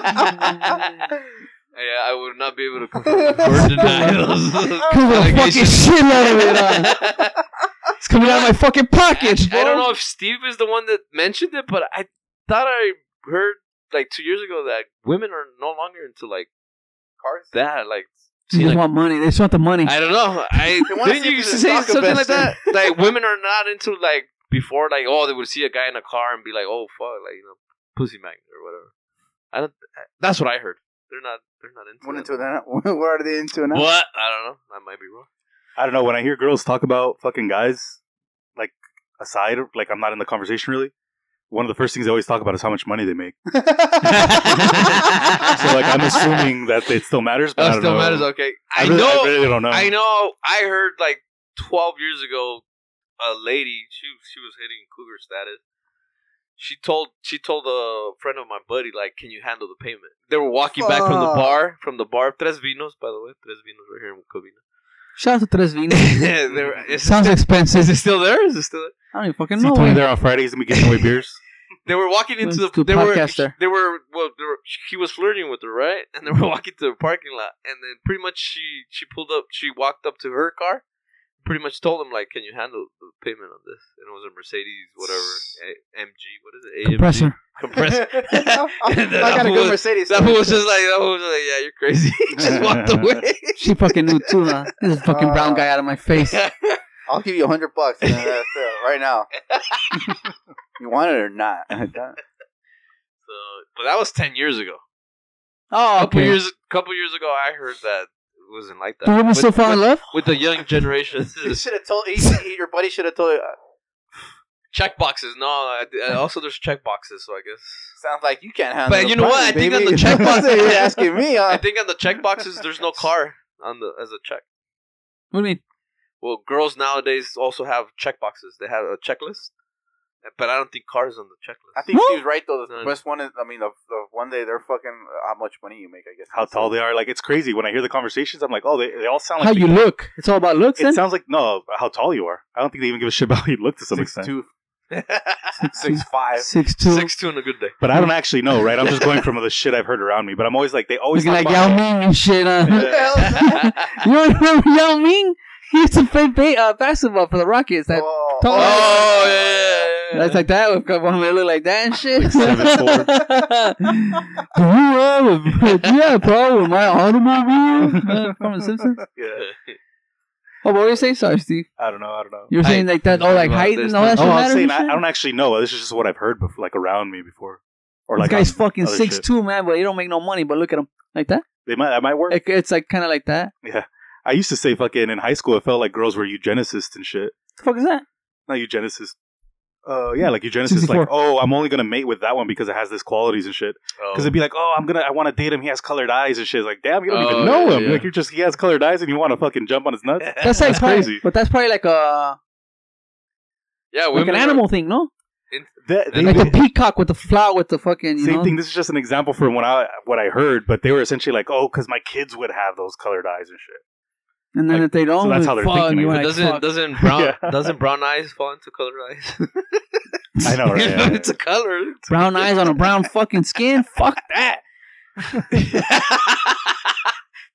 Speaker 3: yeah, I would not be able to confirm or deny those.
Speaker 1: Because the fucking
Speaker 3: allegations.
Speaker 1: shitload of it. huh? It's coming out of my fucking pockets,
Speaker 3: I,
Speaker 1: bro.
Speaker 3: I don't know if Steve is the one that mentioned it, but I thought I heard like two years ago that women are no longer into like
Speaker 2: Cars.
Speaker 3: that. Like,
Speaker 1: They
Speaker 3: see,
Speaker 1: just
Speaker 3: like
Speaker 1: want money. They just want the money.
Speaker 3: I don't know. I
Speaker 2: They wanna
Speaker 3: didn't
Speaker 2: see
Speaker 3: you
Speaker 2: if he's a
Speaker 3: say
Speaker 2: stock
Speaker 3: something like that?
Speaker 2: investor.
Speaker 3: Like women are not into like before like oh they would see a guy in a car and be like oh fuck like you know pussy magnet or whatever. I don't. That's what I heard. They're not. They're not into.
Speaker 2: What
Speaker 3: that.
Speaker 2: into that? What are they into now?
Speaker 3: What? I don't know. I might be wrong.
Speaker 4: I don't know. When I hear girls talk about fucking guys, like aside, like I'm not in the conversation really. One of the first things they always talk about is how much money they make. So like I'm assuming that it still matters, but I
Speaker 3: That
Speaker 4: don't
Speaker 3: Oh, still
Speaker 4: know.
Speaker 3: matters. Okay. I,
Speaker 4: I, really,
Speaker 3: know.
Speaker 4: I really don't know.
Speaker 3: I know. I heard like 12 years ago, a lady she she was hitting cougar status. She told she told a friend of my buddy like, "Can you handle the payment?" They were walking back from the
Speaker 2: Fuck.
Speaker 3: bar from the bar Tres Vinos, by the way, Tres Vinos right here in Covina.
Speaker 1: Shout out to Tres Vinos.
Speaker 3: They were- is,
Speaker 1: Sounds expensive.
Speaker 3: is it still there? Is it still there?
Speaker 1: I don't even fucking
Speaker 4: See
Speaker 1: know.
Speaker 4: Tony
Speaker 1: where-
Speaker 4: there on Fridays and we giving away beers.
Speaker 3: They were walking into
Speaker 1: Let's do
Speaker 3: the. They
Speaker 1: podcast
Speaker 3: were,
Speaker 1: there.
Speaker 3: they were. Well, they were, he was flirting with her, right? And they were walking to the parking lot, and then pretty much she she pulled up. She walked up to her car, pretty much told him like, "Can you handle the payment on this?" And it was a Mercedes, whatever, a- MG, what is it? AMG?
Speaker 1: Compressor.
Speaker 3: Compressor.
Speaker 2: I got a good Mercedes.
Speaker 3: That fool was just like, that fool was like, "Yeah, you're crazy." just walked away.
Speaker 1: She fucking knew too, huh? This is fucking brown guy out of my face. Oh,
Speaker 2: I'll give you a hundred bucks and that's it, right now. you want it or not?
Speaker 3: So, but that was ten years ago.
Speaker 1: Oh,
Speaker 3: couple
Speaker 1: okay.
Speaker 3: years, couple years ago, I heard that it wasn't like that.
Speaker 1: Do women
Speaker 3: With-
Speaker 1: still fall in
Speaker 3: with-
Speaker 1: love?
Speaker 3: with the young generation?
Speaker 2: You should have told he, he- your buddy. Should have told you. uh,
Speaker 3: check boxes. No, I, I- also there's check boxes. So I guess.
Speaker 2: Sounds like you can't handle.
Speaker 3: But
Speaker 2: the
Speaker 3: you know what? I
Speaker 2: money,
Speaker 3: think on
Speaker 2: baby.
Speaker 3: the check box-
Speaker 2: You're asking me.
Speaker 1: Uh,
Speaker 3: I
Speaker 2: Huh?
Speaker 3: think on the check boxes there's no car on the as a check.
Speaker 1: What do you mean?
Speaker 3: Well, girls nowadays also have check boxes. They have a checklist, but I don't think cars on the checklist.
Speaker 2: I think
Speaker 1: What?
Speaker 2: she's right though. The
Speaker 3: No.
Speaker 2: best one is. I mean, the, the one day they're fucking uh, how much money you make. I guess
Speaker 4: How tall they are. Like it's crazy. When I hear the conversations, I'm like, oh, they, they all sound
Speaker 1: How
Speaker 4: like
Speaker 1: you look? It's all about looks.
Speaker 4: It
Speaker 1: Then?
Speaker 4: sounds like no, how tall you are. I don't think they even give a shit about how you look to some
Speaker 2: Six
Speaker 4: extent.
Speaker 2: two, six five.
Speaker 1: Six two.
Speaker 3: Six two on a good day.
Speaker 4: But I don't actually know, right? I'm just going from the shit I've heard around me. But I'm always like, they always
Speaker 1: Looking
Speaker 4: talk
Speaker 1: like
Speaker 4: about
Speaker 1: Yao Ming and shit.
Speaker 2: Who
Speaker 1: Huh?
Speaker 2: the hell is that?
Speaker 1: you don't remember Yao Ming? He used to play ba- uh, basketball for the Rockets. That
Speaker 2: oh,
Speaker 1: tall-
Speaker 3: oh yeah, yeah, yeah.
Speaker 1: That's like that. We've got one that look like that and shit.
Speaker 4: seven, four.
Speaker 1: do you have a, do you have a problem with my automobile? Uh, from The Simpsons.
Speaker 4: Yeah.
Speaker 1: Oh, what were you saying? Sorry, Steve.
Speaker 4: I don't know. I don't know.
Speaker 1: You were saying like that. Oh, like
Speaker 3: Well,
Speaker 1: height
Speaker 3: there's
Speaker 1: and all that
Speaker 3: no-
Speaker 1: shit
Speaker 4: Oh, I'm
Speaker 1: matters.
Speaker 4: saying
Speaker 1: and
Speaker 4: I, I
Speaker 1: shit?
Speaker 4: don't actually know. This is just what I've heard before, like around me before, or
Speaker 1: This
Speaker 4: like
Speaker 1: guy's
Speaker 4: on-
Speaker 1: fucking
Speaker 4: other
Speaker 1: six
Speaker 4: shit.
Speaker 1: two, man, but he don't make no money. But look at him, like that.
Speaker 4: They might that might work.
Speaker 1: Like, it's like kind of like that.
Speaker 4: I used to say fucking in high school. It felt like girls were eugenicists and shit.
Speaker 1: The fuck is that?
Speaker 4: Not eugenicists. Uh, yeah, like eugenicists.
Speaker 1: 64.
Speaker 4: Like, oh, I'm only gonna mate with that one because it has this qualities and shit. Because it'd be like, oh, I'm gonna, I want to date him. He has colored eyes and shit. It's like, damn, you don't
Speaker 3: Oh,
Speaker 4: even know
Speaker 3: yeah,
Speaker 4: him.
Speaker 3: yeah.
Speaker 4: Like, you're just he has colored eyes and you want to fucking jump on his nuts.
Speaker 1: That's like
Speaker 4: That's
Speaker 1: probably,
Speaker 4: crazy.
Speaker 1: But that's probably like a
Speaker 3: yeah,
Speaker 1: like
Speaker 3: women
Speaker 1: an
Speaker 3: are-
Speaker 1: animal thing, no?
Speaker 4: That- they-
Speaker 1: Like
Speaker 4: they-
Speaker 1: the peacock with the flower with the fucking you
Speaker 4: same
Speaker 1: know.
Speaker 4: thing. This is just an example from what I what I heard, but they were essentially like, oh, because my kids would have those colored eyes and shit.
Speaker 1: And then
Speaker 4: Like,
Speaker 1: if they don't,
Speaker 4: so that's how they're
Speaker 1: fuck,
Speaker 4: thinking,
Speaker 1: you
Speaker 4: like,
Speaker 1: wanna,
Speaker 3: doesn't
Speaker 1: fuck.
Speaker 3: doesn't brown
Speaker 4: Yeah.
Speaker 3: doesn't brown eyes fall into colored eyes?
Speaker 4: I know, right?
Speaker 3: You
Speaker 4: Yeah, yeah,
Speaker 3: it's a color. It's-
Speaker 1: brown eyes on a brown fucking skin. Fuck that.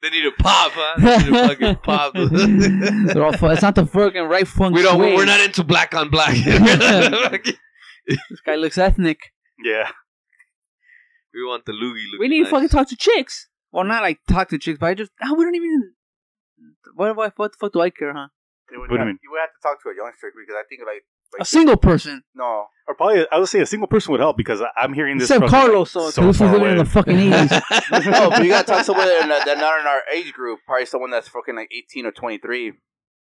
Speaker 3: they need to pop, huh? They need to fucking pop.
Speaker 1: They're all fu- it's not the fucking right funk.
Speaker 3: we don't.
Speaker 1: Way.
Speaker 3: We're not into black on black.
Speaker 1: This guy looks ethnic.
Speaker 4: yeah.
Speaker 3: we want the loogie. loogie
Speaker 1: We need
Speaker 3: nice.
Speaker 1: to fucking talk to chicks. Well, not like talk to chicks, but I just ah, we don't even. What, what, what the fuck do I care, huh?
Speaker 2: They would
Speaker 4: What do you
Speaker 2: have-
Speaker 4: mean?
Speaker 2: You would have to talk to a youngster because I think like, like
Speaker 1: A single person.
Speaker 2: no.
Speaker 4: Or probably, I would say a single person would help because I- I'm hearing this.
Speaker 1: Except
Speaker 4: from,
Speaker 1: Carlos, so,
Speaker 4: so
Speaker 1: this is
Speaker 4: far
Speaker 1: living in
Speaker 4: away.
Speaker 1: the fucking 80s.
Speaker 2: no, but you gotta talk to someone that- that- that's not in our age group. Probably someone that's fucking like eighteen or twenty three.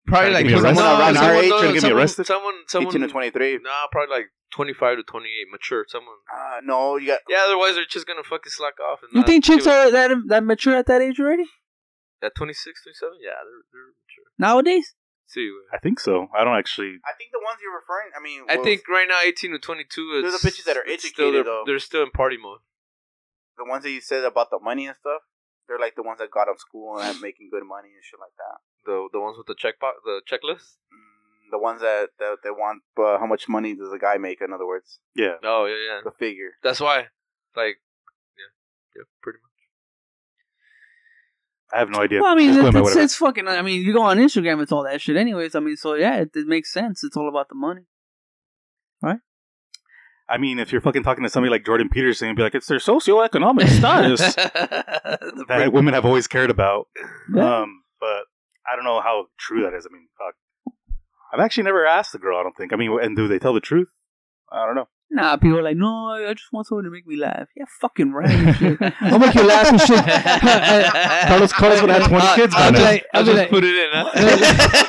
Speaker 3: Probably
Speaker 4: Trying
Speaker 3: like
Speaker 4: to get me
Speaker 3: someone-
Speaker 4: arrested?
Speaker 3: no,
Speaker 4: Around our
Speaker 3: someone- no,
Speaker 4: age, trying to get me
Speaker 3: someone-
Speaker 4: arrested?
Speaker 3: Someone, someone,
Speaker 2: Eighteen to twenty three.
Speaker 3: Nah, probably like twenty-five to twenty-eight, mature. Someone.
Speaker 2: Uh, no, you got
Speaker 3: Yeah, otherwise they're just gonna fucking slack off. And
Speaker 1: You
Speaker 3: not
Speaker 1: think chicks
Speaker 3: do it.
Speaker 1: are that that mature at that age already
Speaker 3: at 26, 27? Yeah, they're they're mature.
Speaker 1: nowadays?
Speaker 3: See, uh,
Speaker 4: I think so. I don't actually.
Speaker 2: I think the ones you're referring I mean
Speaker 3: I
Speaker 2: well,
Speaker 3: think right now eighteen to twenty-two.
Speaker 2: They're the
Speaker 3: It's,
Speaker 2: bitches that are
Speaker 3: it's
Speaker 2: educated,
Speaker 3: Still, they're,
Speaker 2: though.
Speaker 3: they're still in party mode.
Speaker 2: the ones that you said about the money and stuff, they're like the ones that got out of school and are making good money and shit like that.
Speaker 3: The the ones with the check box, the checklist.
Speaker 2: Mm, The ones that, that they want, uh, how much money does a guy make? In other words,
Speaker 4: Yeah.
Speaker 3: Oh yeah, yeah.
Speaker 2: the figure.
Speaker 3: That's why. Like, yeah, yeah, pretty much.
Speaker 4: I have no idea.
Speaker 1: Well, I mean,
Speaker 4: Just
Speaker 1: it,
Speaker 4: going by
Speaker 1: it's,
Speaker 4: whatever.
Speaker 1: it's fucking. I mean, you go on Instagram, it's all that shit, anyways. I mean, so yeah, it, it makes sense. It's all about the money.
Speaker 4: I mean, if you're fucking talking to somebody like Jordan Peterson, you'd be like, it's their socioeconomic status
Speaker 1: The
Speaker 4: that women have always cared about.
Speaker 1: Yeah.
Speaker 4: Um, but I don't know how true that is. I mean, fuck. I've actually never asked the girl. I don't think. I mean, and do they tell the truth? I don't know.
Speaker 1: Nah, people are like, no, I I just want someone to make me laugh. Yeah, fucking right. and shit. I'll make you laugh and shit.
Speaker 4: Carlos Carlos would have 20 kids by
Speaker 1: I'll be
Speaker 4: now.
Speaker 1: like, I'll be
Speaker 3: just
Speaker 1: like,
Speaker 3: put it in.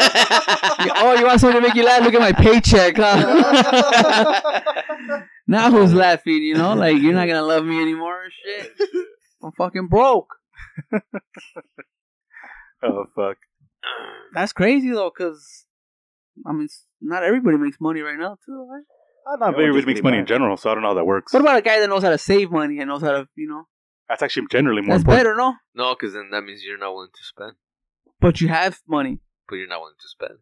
Speaker 1: Yeah, oh, you want someone to make you laugh? Look at my paycheck, huh? now who's laughing? You know, like you're not gonna love me anymore. and Shit, I'm fucking broke.
Speaker 4: Oh fuck.
Speaker 1: That's crazy though, cause I mean, s- not everybody makes money right now, too. Right?
Speaker 4: I'm
Speaker 2: Yeah,
Speaker 4: not
Speaker 2: we'll
Speaker 4: everybody
Speaker 2: just
Speaker 4: makes
Speaker 2: leave
Speaker 4: money
Speaker 2: that.
Speaker 4: in general, so I don't know how that works.
Speaker 1: What about a guy that knows how to save money and knows how to, you know,
Speaker 4: That's actually generally more
Speaker 1: that's
Speaker 4: important.
Speaker 1: better, no?
Speaker 3: no, because then that means you're not willing to spend,
Speaker 1: But you have money.
Speaker 3: but you're not willing to spend.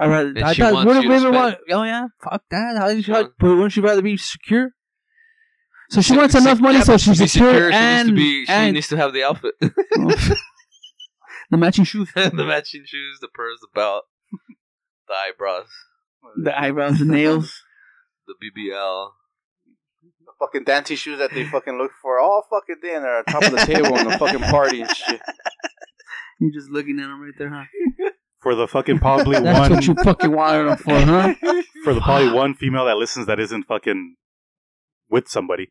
Speaker 1: I rather.
Speaker 3: And
Speaker 1: I
Speaker 3: she
Speaker 1: thought
Speaker 3: wants
Speaker 1: wouldn't
Speaker 3: you to
Speaker 1: women
Speaker 3: spend.
Speaker 1: want? Oh yeah, fuck that. How,
Speaker 3: She
Speaker 1: how,
Speaker 3: wants-
Speaker 1: but wouldn't she rather be secure? So she
Speaker 3: Se-
Speaker 1: wants
Speaker 3: se-
Speaker 1: enough money
Speaker 3: yeah,
Speaker 1: so
Speaker 3: but
Speaker 1: she's
Speaker 3: to be
Speaker 1: secure,
Speaker 3: secure, she
Speaker 1: and
Speaker 3: needs to be, she
Speaker 1: and
Speaker 3: needs to have the outfit,
Speaker 1: the matching shoes,
Speaker 3: the matching shoes, the purse, the belt, the eyebrows,
Speaker 1: the eyebrows, the nails.
Speaker 3: the BBL.
Speaker 2: The fucking dancing shoes that they fucking look for all fucking day and they're on top of the table in the fucking party and shit.
Speaker 1: You're just looking at them right there, huh?
Speaker 4: For the fucking probably
Speaker 1: That's
Speaker 4: one
Speaker 1: what you fucking wanted them for, huh?
Speaker 4: for the probably one female that listens that isn't fucking with somebody.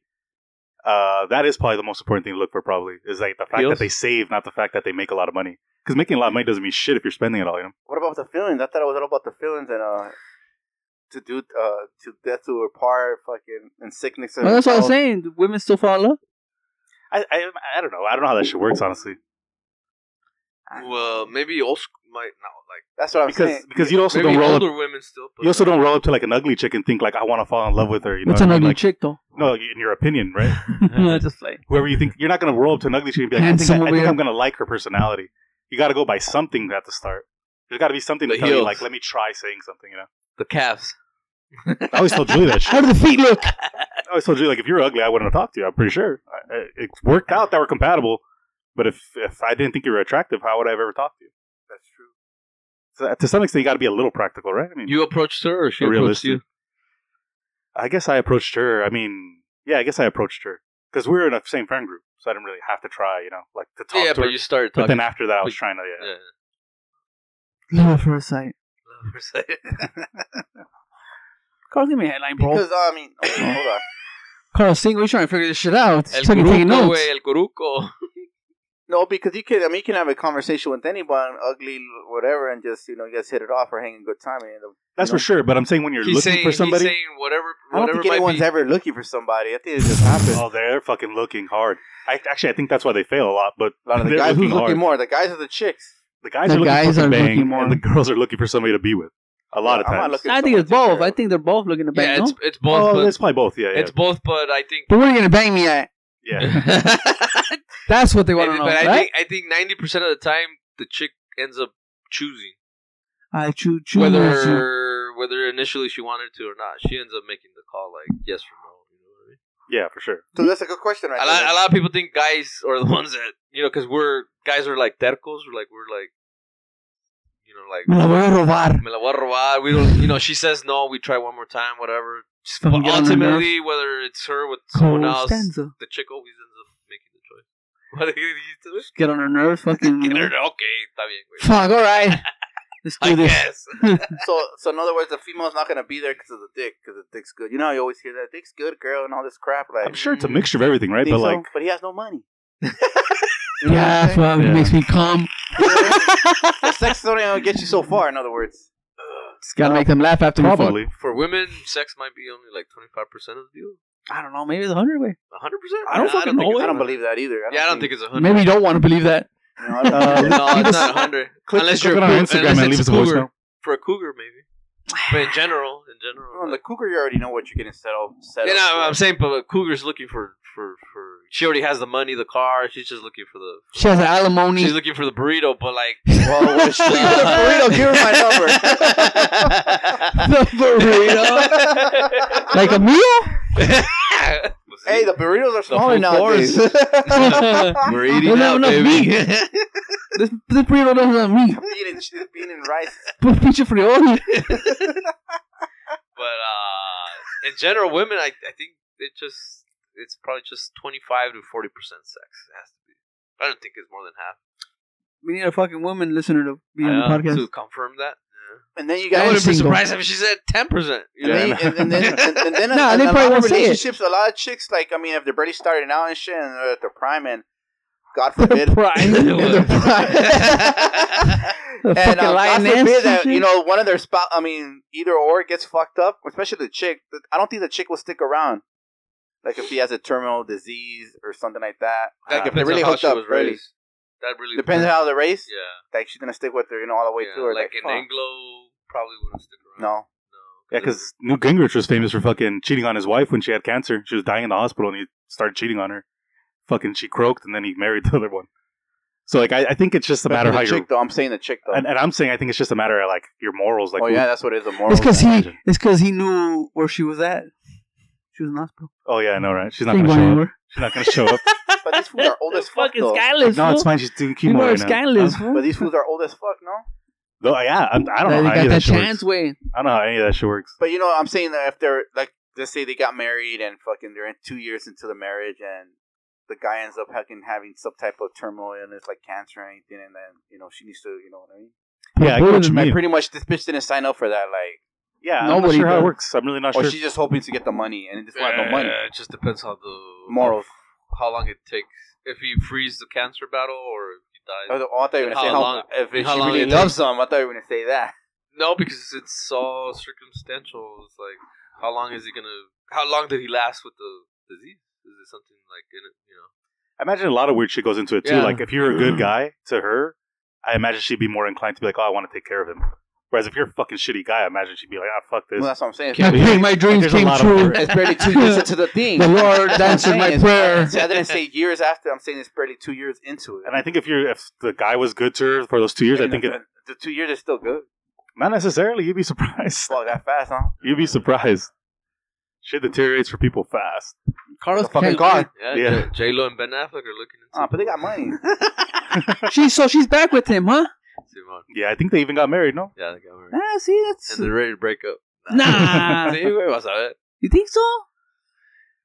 Speaker 4: Uh, that is probably the most important thing to look for. Probably is like the fact
Speaker 3: Heels?
Speaker 4: that they save, not the fact that they make a lot of money. Because making a lot of money doesn't mean shit if you're spending it all. You know.
Speaker 2: What about the feelings? I thought it was all about the feelings and uh to do uh to death to her part, fucking and sickness. And
Speaker 1: Well, that's what I'm
Speaker 2: health.
Speaker 1: saying. Do Women still fall in love.
Speaker 4: I, I I don't know. I don't know how that shit works honestly.
Speaker 3: Well, maybe old school might not like.
Speaker 2: That's what I'm
Speaker 4: Because
Speaker 2: saying.
Speaker 4: because you also
Speaker 3: maybe
Speaker 4: don't roll up.
Speaker 3: older women still. But
Speaker 4: You also don't roll up to like an ugly chick and think like I want to fall in love with her. You know
Speaker 1: What's
Speaker 4: what
Speaker 1: an
Speaker 4: I mean?
Speaker 1: ugly
Speaker 4: Like,
Speaker 1: chick though?
Speaker 4: No, in your opinion, right?
Speaker 1: just like
Speaker 4: whoever you think you're not going to roll up to an ugly chick and be like, I think,
Speaker 1: Handsome
Speaker 4: I,
Speaker 1: over
Speaker 4: think
Speaker 1: here.
Speaker 4: I'm going to like her personality. You got to go by something at the start. There's got to be something to
Speaker 3: The
Speaker 4: tell you,
Speaker 3: heels.
Speaker 4: like, let me try saying something. You know,
Speaker 3: the calves.
Speaker 4: I always told Julie that. Shit.
Speaker 1: how do the feet look?
Speaker 4: I always told Julie like, if you were ugly, I wouldn't have talked to you. I'm pretty sure I- I- it worked out that we're compatible. But if if I didn't think you were attractive, how would I have ever talked to you?
Speaker 2: That's true.
Speaker 4: So to some extent, you got to be a little practical, right? I mean,
Speaker 3: You approached her, or she approached
Speaker 4: realistic.
Speaker 3: you?
Speaker 4: I guess I approached her. I mean, yeah, I guess I approached her because we were in the same friend group, so I didn't really have to try, you know, like to talk
Speaker 3: Yeah,
Speaker 4: to
Speaker 3: but
Speaker 4: her.
Speaker 3: you started
Speaker 4: but
Speaker 3: talking.
Speaker 4: then after that, I was
Speaker 3: but-
Speaker 4: trying to, yeah.
Speaker 3: yeah.
Speaker 1: Love at first sight.
Speaker 3: Wait,
Speaker 1: Carl, give me a headline, bro.
Speaker 2: Because I mean, okay, hold on.
Speaker 1: Carl, single. We're trying to figure this shit out.
Speaker 3: El
Speaker 1: He's fucking taking
Speaker 3: curuco,
Speaker 1: notes.
Speaker 3: güey, el curuco.
Speaker 2: No, because you can. I mean, you can have a conversation with anyone, ugly, whatever, and just you know, you guys hit it off or hanging good time. And uh, end up-
Speaker 4: That's
Speaker 2: you know?
Speaker 4: for sure. But I'm saying when you're
Speaker 3: He's
Speaker 4: looking
Speaker 3: saying,
Speaker 4: for somebody,
Speaker 3: he's saying whatever,
Speaker 2: I don't
Speaker 3: whatever
Speaker 2: think
Speaker 3: might
Speaker 2: anyone's
Speaker 3: be.
Speaker 2: ever looking for somebody. I think it just happens.
Speaker 4: oh, they're fucking looking hard. I actually I think that's why they fail a lot. But
Speaker 2: A lot of the
Speaker 4: they're
Speaker 2: guys who's looking
Speaker 4: hard.
Speaker 2: more, the guys are the chicks.
Speaker 4: the guys
Speaker 1: The
Speaker 4: are looking
Speaker 1: guys
Speaker 4: for
Speaker 1: are
Speaker 4: bang,
Speaker 1: looking more.
Speaker 4: and the girls are looking for somebody to be with. A lot of
Speaker 2: I'm not
Speaker 4: times.
Speaker 2: looking-
Speaker 1: I think it's both. I think they're both looking to bang.
Speaker 3: yeah,
Speaker 1: no?
Speaker 3: it's it's both.
Speaker 4: oh,
Speaker 3: but,
Speaker 4: that's probably both. Yeah, yeah,
Speaker 3: It's both, but I think.
Speaker 1: But where are you gonna bang me at?
Speaker 4: yeah.
Speaker 3: but
Speaker 1: That's what they want to know,
Speaker 3: I
Speaker 1: right?
Speaker 3: think I think ninety percent of the time the chick ends up choosing
Speaker 1: I choo choose you.
Speaker 3: whether whether initially she wanted to or not. She ends up making the call like yes or no. You know what I mean?
Speaker 4: yeah, for sure.
Speaker 2: So that's a good question, right?
Speaker 3: a lot, a lot of people think guys are the ones that you know because we're guys are like tercos. We're like we're like you know like
Speaker 1: Me la voy a robar.
Speaker 3: me la voy a robar. We don't you know she says no. We try one more time, whatever. Just-
Speaker 1: Fucking
Speaker 3: but
Speaker 1: get on my
Speaker 3: ultimately, whether it's her with someone else,
Speaker 1: Costanza.
Speaker 3: the chick always ends up making the choice. What did you do?
Speaker 1: Get on her nerves, fucking.
Speaker 3: Get her- Okay, está bien, güey.
Speaker 1: Fuck. All right. Let's do
Speaker 3: I
Speaker 1: this.
Speaker 3: guess.
Speaker 2: so, so in other words, the female's not gonna be there because of the dick, because the dick's good. You know, how you always hear that dick's good, girl, and all this crap. Like,
Speaker 4: I'm sure it's a mixture of everything, right? But
Speaker 2: think so?
Speaker 4: like,
Speaker 2: but he has no money. You know what I'm
Speaker 1: Yeah,
Speaker 2: saying?
Speaker 1: fuck.
Speaker 4: Yeah.
Speaker 1: It makes me calm.
Speaker 2: The sex is only gonna get you so far. In other words,
Speaker 1: Just gotta make them laugh after you fuck.
Speaker 4: probably.
Speaker 3: For women, sex might be only like twenty five percent of the deal.
Speaker 1: I don't know. Maybe it's a hundred way.
Speaker 3: hundred percent.
Speaker 1: I don't fucking know,
Speaker 3: think it's
Speaker 2: I
Speaker 1: Wait.
Speaker 2: don't eh.
Speaker 3: 100%.
Speaker 2: believe that either.
Speaker 3: Yeah, I don't think it's a hundred.
Speaker 1: Maybe you don't want to believe that.
Speaker 2: You know, I don't-
Speaker 4: Uh,
Speaker 3: No, it's not hundred.
Speaker 4: Click,
Speaker 3: Unless
Speaker 4: click
Speaker 3: you're
Speaker 4: it on
Speaker 3: a
Speaker 4: our
Speaker 3: cougar-
Speaker 4: Instagram
Speaker 3: unless
Speaker 4: and leave us
Speaker 3: it's
Speaker 4: a
Speaker 3: a cougar.
Speaker 4: voicemail.
Speaker 3: for a cougar, maybe. But in general, in general,
Speaker 2: on the
Speaker 3: like,
Speaker 2: cougar, you already know what you're getting settled. settled
Speaker 3: you know,
Speaker 2: for.
Speaker 3: I'm saying, but a cougar's looking for for for. She already has the money, the car. She's just looking for the.
Speaker 1: She has an alimony.
Speaker 3: She's looking for the burrito, but like.
Speaker 2: Well, when she leaves the burrito, give her my number.
Speaker 1: the burrito. like a meal?
Speaker 3: Pues
Speaker 2: Hey, the burritos are smaller
Speaker 3: full
Speaker 2: nowadays.
Speaker 3: course.
Speaker 1: We're
Speaker 3: We're eating
Speaker 1: don't
Speaker 3: out,
Speaker 1: have enough
Speaker 3: baby.
Speaker 1: meat. this, this burrito doesn't have meat.
Speaker 2: bean, and, bean and rice.
Speaker 1: Put feature frijoles.
Speaker 3: But uh, in general, women, I, I think it just it's probably just twenty five to forty percent sex. It has to be. I don't think it's more than half.
Speaker 1: We need a fucking woman listener to be on
Speaker 3: Uh,
Speaker 1: the podcast.
Speaker 3: to confirm that. Yeah.
Speaker 2: And then
Speaker 3: I
Speaker 2: you
Speaker 1: And
Speaker 2: guys.
Speaker 3: wouldn't be
Speaker 1: single.
Speaker 3: surprised if she said ten percent.
Speaker 2: And then,
Speaker 4: Yeah.
Speaker 2: and, and then, and, and then,
Speaker 1: Nah,
Speaker 2: and,
Speaker 1: they
Speaker 2: and a
Speaker 1: probably
Speaker 2: lot of
Speaker 1: won't say it.
Speaker 2: relationships, a lot of chicks, like, I mean, if they're barely starting out and shit, and they're at their prime, and God forbid,
Speaker 1: The
Speaker 2: and
Speaker 1: fucking
Speaker 2: um, God
Speaker 1: lioness
Speaker 2: forbid
Speaker 1: and
Speaker 2: that
Speaker 1: shit.
Speaker 2: you know one of their spouse, I mean, either or gets fucked up, especially the chick. th- I don't think the chick will stick around. Like if he has a terminal disease or something like that. Like if they really hooked up early.
Speaker 3: That really
Speaker 2: Depends on how the race.
Speaker 3: Yeah.
Speaker 2: Like she's gonna stick with her, you know, all the way
Speaker 3: yeah.
Speaker 2: through. Or
Speaker 3: Like,
Speaker 2: like,
Speaker 3: an
Speaker 2: fuck,
Speaker 3: Anglo probably wouldn't stick around.
Speaker 2: no.
Speaker 4: Yeah, because Newt Gingrich was famous for fucking cheating on his wife when she had cancer. She was dying in the hospital, and he started cheating on her. Fucking, she croaked, and then he married the other one. So, like, I, I think it's just a
Speaker 2: But
Speaker 4: matter
Speaker 2: for
Speaker 4: how
Speaker 2: the
Speaker 4: you.
Speaker 2: chick though. I'm saying the chick though.
Speaker 4: And, and I'm saying I think it's just a matter of like your morals. Like,
Speaker 2: oh yeah, that's what it is. The moral.
Speaker 1: It's because he.
Speaker 4: Imagine.
Speaker 1: It's because he knew where she was at. She was in the hospital.
Speaker 4: oh yeah, I know, right? She's not
Speaker 1: She ain't going
Speaker 4: gonna show up.
Speaker 1: anywhere.
Speaker 4: She's not gonna show up.
Speaker 2: but these fools are old as fuck
Speaker 1: Fucking
Speaker 2: though.
Speaker 1: scandalous.
Speaker 4: no,
Speaker 1: fool.
Speaker 4: it's fine. She's doing
Speaker 1: People
Speaker 4: chemo
Speaker 1: are
Speaker 4: right now.
Speaker 1: scandalous. fool.
Speaker 2: But these fools are old as fuck, no?
Speaker 4: Though, yeah, I'm, I don't
Speaker 1: Now you
Speaker 4: know how any
Speaker 1: got
Speaker 4: of that
Speaker 1: that
Speaker 4: shit
Speaker 1: chance
Speaker 4: works.
Speaker 1: way.
Speaker 4: I don't know how any of that shit works.
Speaker 2: But you know, I'm saying that if they're like, let's say they got married and fucking they're in two years into the marriage and the guy ends up fucking having some type of turmoil and it's like cancer or anything, and then you know she needs to, you know what I mean?
Speaker 4: Yeah, I get what you
Speaker 1: Like,
Speaker 4: mean.
Speaker 2: Pretty much, this bitch didn't sign up for that, like,
Speaker 4: Yeah, I'm not
Speaker 1: Nobody
Speaker 4: sure how it
Speaker 1: does.
Speaker 4: works. I'm really not
Speaker 2: or
Speaker 4: sure.
Speaker 2: she's just hoping to get the money and it just want
Speaker 3: Yeah,
Speaker 2: no money.
Speaker 3: It just depends how the
Speaker 2: Morals.
Speaker 3: how long it takes. If he frees the cancer battle or if he
Speaker 2: Oh,
Speaker 3: dies.
Speaker 2: th- oh, I thought you were gonna
Speaker 3: How
Speaker 2: say how,
Speaker 3: long-
Speaker 2: if
Speaker 3: how
Speaker 2: she
Speaker 3: long
Speaker 2: really
Speaker 3: it
Speaker 2: loves him. I thought you were gonna say that.
Speaker 3: No, because it's so circumstantial. It's like how long is he gonna? How long did he last with the disease? Is it something like in it? You know.
Speaker 4: I imagine a lot of weird shit goes into it too.
Speaker 3: Yeah.
Speaker 4: Like if you're a
Speaker 2: Mm-hmm.
Speaker 4: good guy to her, I imagine she'd be more inclined to be like, "Oh, I want to take care of him." Whereas if you're a fucking shitty guy, I imagine she'd be like, "Ah, fuck this."
Speaker 2: Well, that's what I'm saying.
Speaker 1: My,
Speaker 4: be-
Speaker 1: dream- my dreams
Speaker 4: there's a
Speaker 1: came
Speaker 4: lot of
Speaker 1: true.
Speaker 4: work.
Speaker 2: It's barely two years into the thing.
Speaker 1: The Lord
Speaker 2: That's what I'm
Speaker 1: answered my
Speaker 2: saying.
Speaker 1: prayer.
Speaker 2: See, I didn't say years after. I'm saying it's barely two years into it.
Speaker 4: and I think if you're if the guy was good to her for those two years, I think it,
Speaker 2: the, the two years is still good.
Speaker 4: not necessarily. You'd be surprised.
Speaker 2: Fuck that fast, huh?
Speaker 4: You'd be surprised. Shit deteriorates for people fast.
Speaker 1: Carlos
Speaker 2: The fucking
Speaker 1: can't
Speaker 2: car.
Speaker 3: Yeah.
Speaker 4: Yeah.
Speaker 3: J Lo and Ben Affleck are looking into.
Speaker 2: Ah, but they got money.
Speaker 1: wait. She so she's back with him, huh?
Speaker 3: Simon.
Speaker 4: Yeah, I think they even got married. No,
Speaker 3: Yeah, they got married.
Speaker 1: Ah, see, that's
Speaker 3: And they're ready to break up.
Speaker 1: nah.
Speaker 3: See, güey, vas a ver.
Speaker 1: you think so?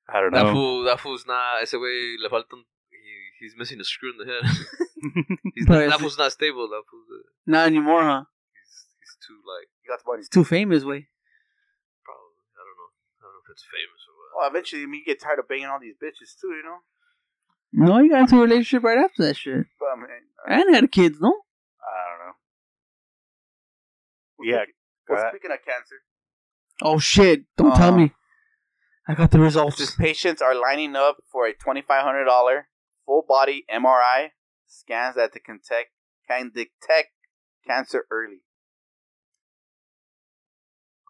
Speaker 4: I don't
Speaker 3: That
Speaker 4: know.
Speaker 3: fool, that fool's not. Ese güey le faltan. He, he's missing a screw in the head. he's
Speaker 1: But
Speaker 3: not, that
Speaker 1: it's-
Speaker 3: fool's not stable. That fool's uh,
Speaker 1: Not anymore, huh?
Speaker 3: he's, he's too like
Speaker 2: You got the money.
Speaker 1: It's too famous, way.
Speaker 3: probably. I don't know. I don't know if it's famous or what.
Speaker 2: Well, Oh, eventually, I mean, you get tired of banging all these bitches too, you know.
Speaker 1: No, you got into a relationship right after that shit,
Speaker 2: But I mean, uh,
Speaker 1: and had kids, no?
Speaker 4: I don't know. Yeah,
Speaker 2: well,
Speaker 4: uh,
Speaker 2: speaking of cancer,
Speaker 1: Oh shit! Don't tell
Speaker 2: Uh,
Speaker 1: me. I got the results.
Speaker 2: just patients are lining up for a twenty five hundred dollar full body MRI scans that can detect can detect cancer early.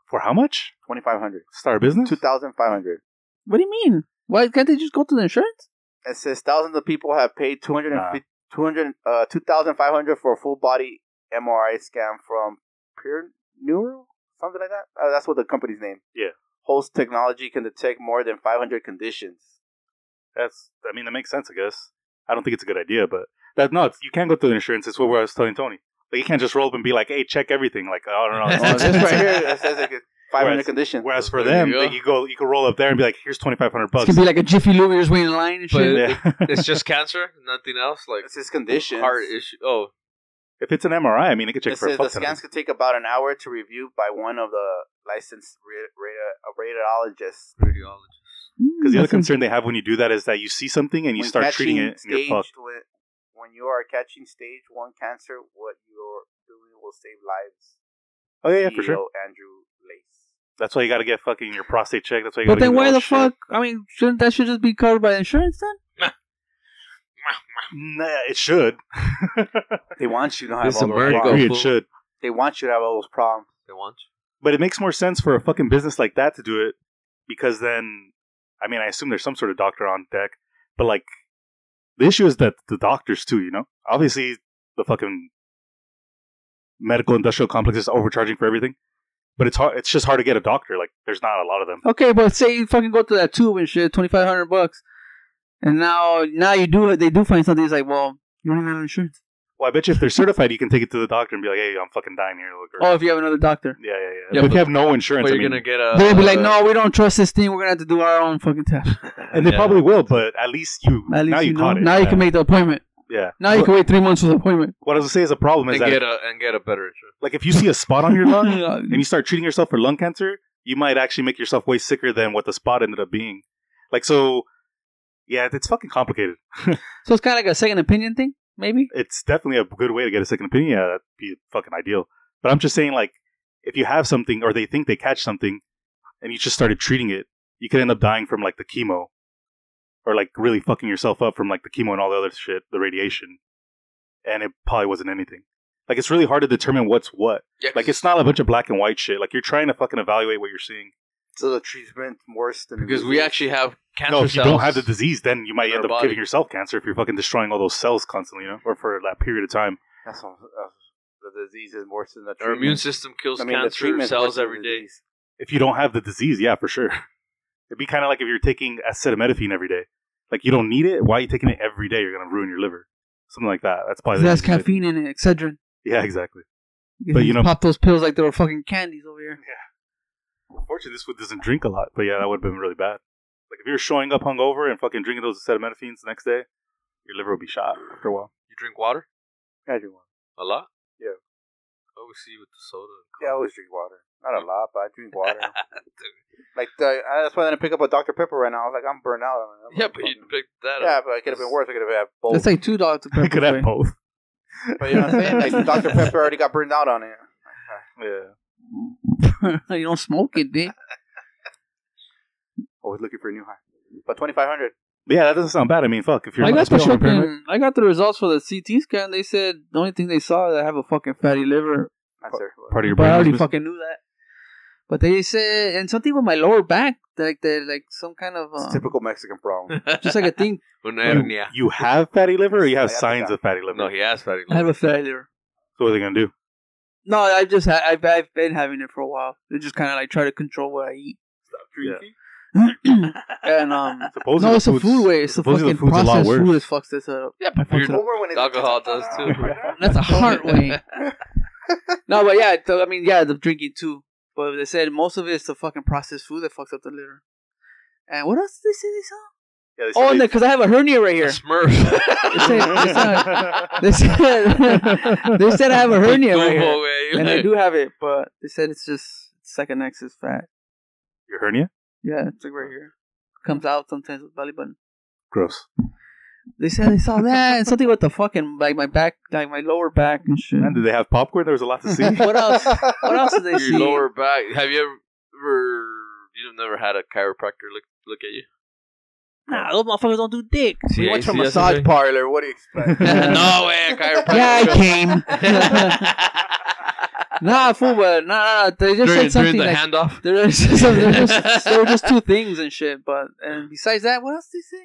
Speaker 4: for how much?
Speaker 2: Twenty five hundred.
Speaker 4: Start a business.
Speaker 2: Two thousand five hundred.
Speaker 1: what do you mean? Why can't they just go to the insurance?
Speaker 2: It says thousands of people have paid two hundred
Speaker 4: Nah.
Speaker 2: and two hundred uh two thousand five hundred for a full body MRI scan from Pure Neuro, something like that. Uh, that's what the company's name.
Speaker 4: Yeah.
Speaker 2: Host technology can detect more than five hundred conditions.
Speaker 4: That's. I mean, that makes sense. I guess. I don't think it's a good idea, but that no, it's, you can't go through the insurance. It's what I was telling Tony. Like you can't just roll up and be like, "Hey, check everything." Like, I don't know.
Speaker 2: Oh, this right here it says like five hundred
Speaker 4: Whereas-
Speaker 2: conditions.
Speaker 4: Whereas for
Speaker 3: There
Speaker 4: them,
Speaker 3: you
Speaker 4: they-
Speaker 3: go.
Speaker 4: you go, you can roll up there and be like, "Here's twenty five hundred
Speaker 1: It's
Speaker 4: bucks."
Speaker 1: gonna be like a Jiffy Lube. You're just waiting in line and shit.
Speaker 3: But-
Speaker 4: Yeah.
Speaker 3: It's just cancer, nothing else. Like
Speaker 2: It says conditions.
Speaker 3: heart issue. Oh,
Speaker 4: if it's an MRI, I mean, it could check
Speaker 2: It
Speaker 4: for a
Speaker 2: says the
Speaker 4: fuck ton of
Speaker 2: scans could take about an hour to review by one of the licensed ra- ra- uh, radiologists.
Speaker 3: radiologist.
Speaker 4: Because the other concern they have when you do that is that you see something and you
Speaker 2: When
Speaker 4: start treating
Speaker 2: catching
Speaker 4: it, and you're fucked.
Speaker 2: When, when you are catching stage one cancer, what you're doing will save lives.
Speaker 4: Oh yeah, yeah, for sure.
Speaker 2: CEO Andrew Lace.
Speaker 4: That's why you got to get fucking your prostate checked. That's why. You
Speaker 1: But
Speaker 4: gotta
Speaker 1: then
Speaker 4: get
Speaker 1: why
Speaker 4: all
Speaker 1: the
Speaker 4: shit.
Speaker 1: fuck? I mean, shouldn't that should just be covered by insurance then?
Speaker 4: Nah, it should.
Speaker 2: They want you to have
Speaker 3: This is
Speaker 2: all those
Speaker 3: America.
Speaker 2: problems.
Speaker 4: Agree, it
Speaker 3: fool.
Speaker 4: should.
Speaker 2: They want you to have all those problems.
Speaker 3: They want you.
Speaker 4: But it makes more sense for a fucking business like that to do it because then, I mean, I assume there's some sort of doctor on deck. But like, the issue is that the doctors too. You know, obviously the fucking medical industrial complex is overcharging for everything. But it's hard. It's just hard to get a doctor. Like there's not a lot of them.
Speaker 1: Okay, but say you fucking go to that tube and shit, twenty five hundred bucks, and now now you do they do find something. It's like, well, you don't even have insurance.
Speaker 4: Well, I bet you if they're certified, you can take it to the doctor and be like, "Hey, I'm fucking dying here." Look, or,
Speaker 1: Oh, if you have another doctor,
Speaker 4: yeah, yeah, yeah.
Speaker 1: Yeah,
Speaker 4: but if
Speaker 1: but-
Speaker 4: you have no insurance,
Speaker 3: But
Speaker 4: I
Speaker 3: you're
Speaker 4: mean,
Speaker 3: gonna get a. uh,
Speaker 1: they'll be
Speaker 4: Uh,
Speaker 1: like,
Speaker 3: a-
Speaker 1: no, we don't trust this thing. We're gonna have to do our own fucking test.
Speaker 4: and they
Speaker 3: Yeah.
Speaker 4: probably will. But at least you
Speaker 1: At least
Speaker 4: now you,
Speaker 1: you know.
Speaker 4: caught it.
Speaker 1: Now you
Speaker 4: yeah.
Speaker 1: can make the appointment.
Speaker 4: Yeah.
Speaker 1: Now you
Speaker 4: But
Speaker 1: can wait three months for the appointment.
Speaker 4: what I was gonna say is a problem is
Speaker 3: and
Speaker 4: that
Speaker 3: get a and get a better insurance.
Speaker 4: like if you see a spot on your lung
Speaker 1: Yeah.
Speaker 4: and you start treating yourself for lung cancer, you might actually make yourself way sicker than what the spot ended up being. Like so, yeah, it's fucking complicated.
Speaker 1: So it's kind of like a second opinion thing, maybe.
Speaker 4: it's definitely a good way to get a second opinion. Yeah, that'd be fucking ideal. But I'm just saying, like, if you have something or they think they catch something and you just started treating it, you could end up dying from like the chemo or like really fucking yourself up from like the chemo and all the other shit, the radiation. And it probably wasn't anything. Like, it's really hard to determine what's what.
Speaker 3: Yeah, 'cause
Speaker 4: Like, it's not a bunch of black and white shit. Like, you're trying to fucking evaluate what you're seeing.
Speaker 2: So the treatment worse than
Speaker 3: because we actually have cancer
Speaker 4: no, if you
Speaker 3: cells.
Speaker 4: don't have the disease, then you might
Speaker 3: in
Speaker 4: end
Speaker 3: our
Speaker 4: up
Speaker 3: body.
Speaker 4: giving yourself cancer if you're fucking destroying all those cells constantly, you know, or for that period of time.
Speaker 2: That's what, that's- the disease is worse than the
Speaker 3: Our
Speaker 2: treatment.
Speaker 3: immune system kills
Speaker 2: I mean, the
Speaker 3: cancer
Speaker 2: treatment's worse
Speaker 3: cells
Speaker 2: than
Speaker 3: every
Speaker 2: the
Speaker 3: day.
Speaker 2: disease.
Speaker 4: if you don't have the disease, yeah, for sure. It'd be kind of like if you're taking acetaminophen every day. Like you don't need it. Why are you taking it every day? You're gonna ruin your liver. Something like that. That's probably the
Speaker 1: That's
Speaker 4: easiest way-
Speaker 1: caffeine in it, Excedrin.
Speaker 4: Yeah, exactly.
Speaker 1: But you know, pop those pills like they were fucking candies over here.
Speaker 4: Fortunately, this one doesn't drink a lot, but yeah, that would have been really bad. Like if you're showing up hungover and fucking drinking those acetaminophens the next day, your liver will be shot after a while.
Speaker 3: You drink water
Speaker 2: Everyone.
Speaker 3: a lot.
Speaker 2: Yeah.
Speaker 3: Oh, we see you with the soda.
Speaker 2: Yeah, I always drink water. Not a lot, but I drink water. like the, I, that's why I didn't pick up a Dr Pepper right now. I was like, I'm burnt out. I'm- I'm
Speaker 3: Yeah, but you
Speaker 2: fucking-
Speaker 3: picked that
Speaker 2: yeah,
Speaker 3: up.
Speaker 2: but it could have been worse. I could have had both.
Speaker 1: That's like two dollars.
Speaker 4: I Oh. could have both.
Speaker 2: but you know what I'm saying? Like Dr Pepper already got burned out on it.
Speaker 4: Yeah.
Speaker 1: you don't smoke it, dick.
Speaker 2: Always looking for a new high. But 2500
Speaker 4: But yeah, that doesn't sound bad. I mean, fuck. If you're
Speaker 1: I got the
Speaker 4: hospital impairment,
Speaker 1: fucking, Mm, I got the results for the CT scan. They said the only thing they saw is I have a fucking fatty liver.
Speaker 2: answer.
Speaker 4: part of your
Speaker 1: But
Speaker 4: brain.
Speaker 1: I
Speaker 4: was
Speaker 1: already
Speaker 4: missing.
Speaker 1: fucking knew that. But they said and something with my lower back, like they like some kind of
Speaker 2: It's
Speaker 1: uh,
Speaker 2: a typical Mexican problem.
Speaker 1: just like a thing.
Speaker 3: Una
Speaker 4: You,
Speaker 3: hernia.
Speaker 4: you have fatty liver, or you have
Speaker 2: I have
Speaker 4: signs
Speaker 2: that.
Speaker 4: of fatty liver.
Speaker 3: No, he has fatty
Speaker 1: I have
Speaker 3: liver.
Speaker 1: a fatty liver.
Speaker 4: So what are they gonna do?
Speaker 1: No, I just ha- I've I've been having it for a while. They just kind of like try to control what I eat.
Speaker 4: drinking.
Speaker 1: and um,
Speaker 4: Supposedly
Speaker 1: no,
Speaker 4: the
Speaker 1: it's a
Speaker 4: food's-
Speaker 1: food waste. The
Speaker 4: supposedly
Speaker 1: fucking
Speaker 4: the food's a lot
Speaker 1: processed food that
Speaker 4: worse.
Speaker 1: fucks this up.
Speaker 3: Yeah, but
Speaker 1: I fucked
Speaker 3: weird
Speaker 1: it up.
Speaker 2: Remember when it-
Speaker 3: alcohol does too.
Speaker 1: That's a hard way. No, but yeah, so, I mean, yeah, the drinking too. But they said most of it is the fucking processed food that fucks up the liver. And what else did they say they saw?
Speaker 4: Yeah, they said
Speaker 1: Oh,
Speaker 4: they-
Speaker 1: because I have a hernia right
Speaker 3: A
Speaker 1: here.
Speaker 3: Smurf.
Speaker 1: They said, they said, they said, they said I have a hernia right here, and I do have it, but they said it's just it's like an excess fat.
Speaker 4: Your hernia?
Speaker 1: Yeah, it's like right here. Comes out sometimes with belly button.
Speaker 4: Gross.
Speaker 1: They said they saw that and something with the fucking like my back, like my lower back and shit.
Speaker 4: Man, did they have popcorn? There was a lot to see.
Speaker 1: What else? What else did they see?
Speaker 3: Your lower back. Have you ever? You've never had a chiropractor look look at you?
Speaker 1: Nah, those motherfuckers don't do dick.
Speaker 3: See,
Speaker 2: We went to a
Speaker 3: see, that's the
Speaker 2: massage
Speaker 3: thing.
Speaker 2: parlor. What do you expect?
Speaker 3: no way, a chiropractor.
Speaker 1: Yeah, I
Speaker 3: will.
Speaker 1: came. nah, fool, but nah, nah, nah. They just said
Speaker 3: during, during
Speaker 1: something
Speaker 3: the
Speaker 1: like
Speaker 3: handoff.
Speaker 1: there was just, there was just, there were just two things and shit. But and besides that, what else did they say?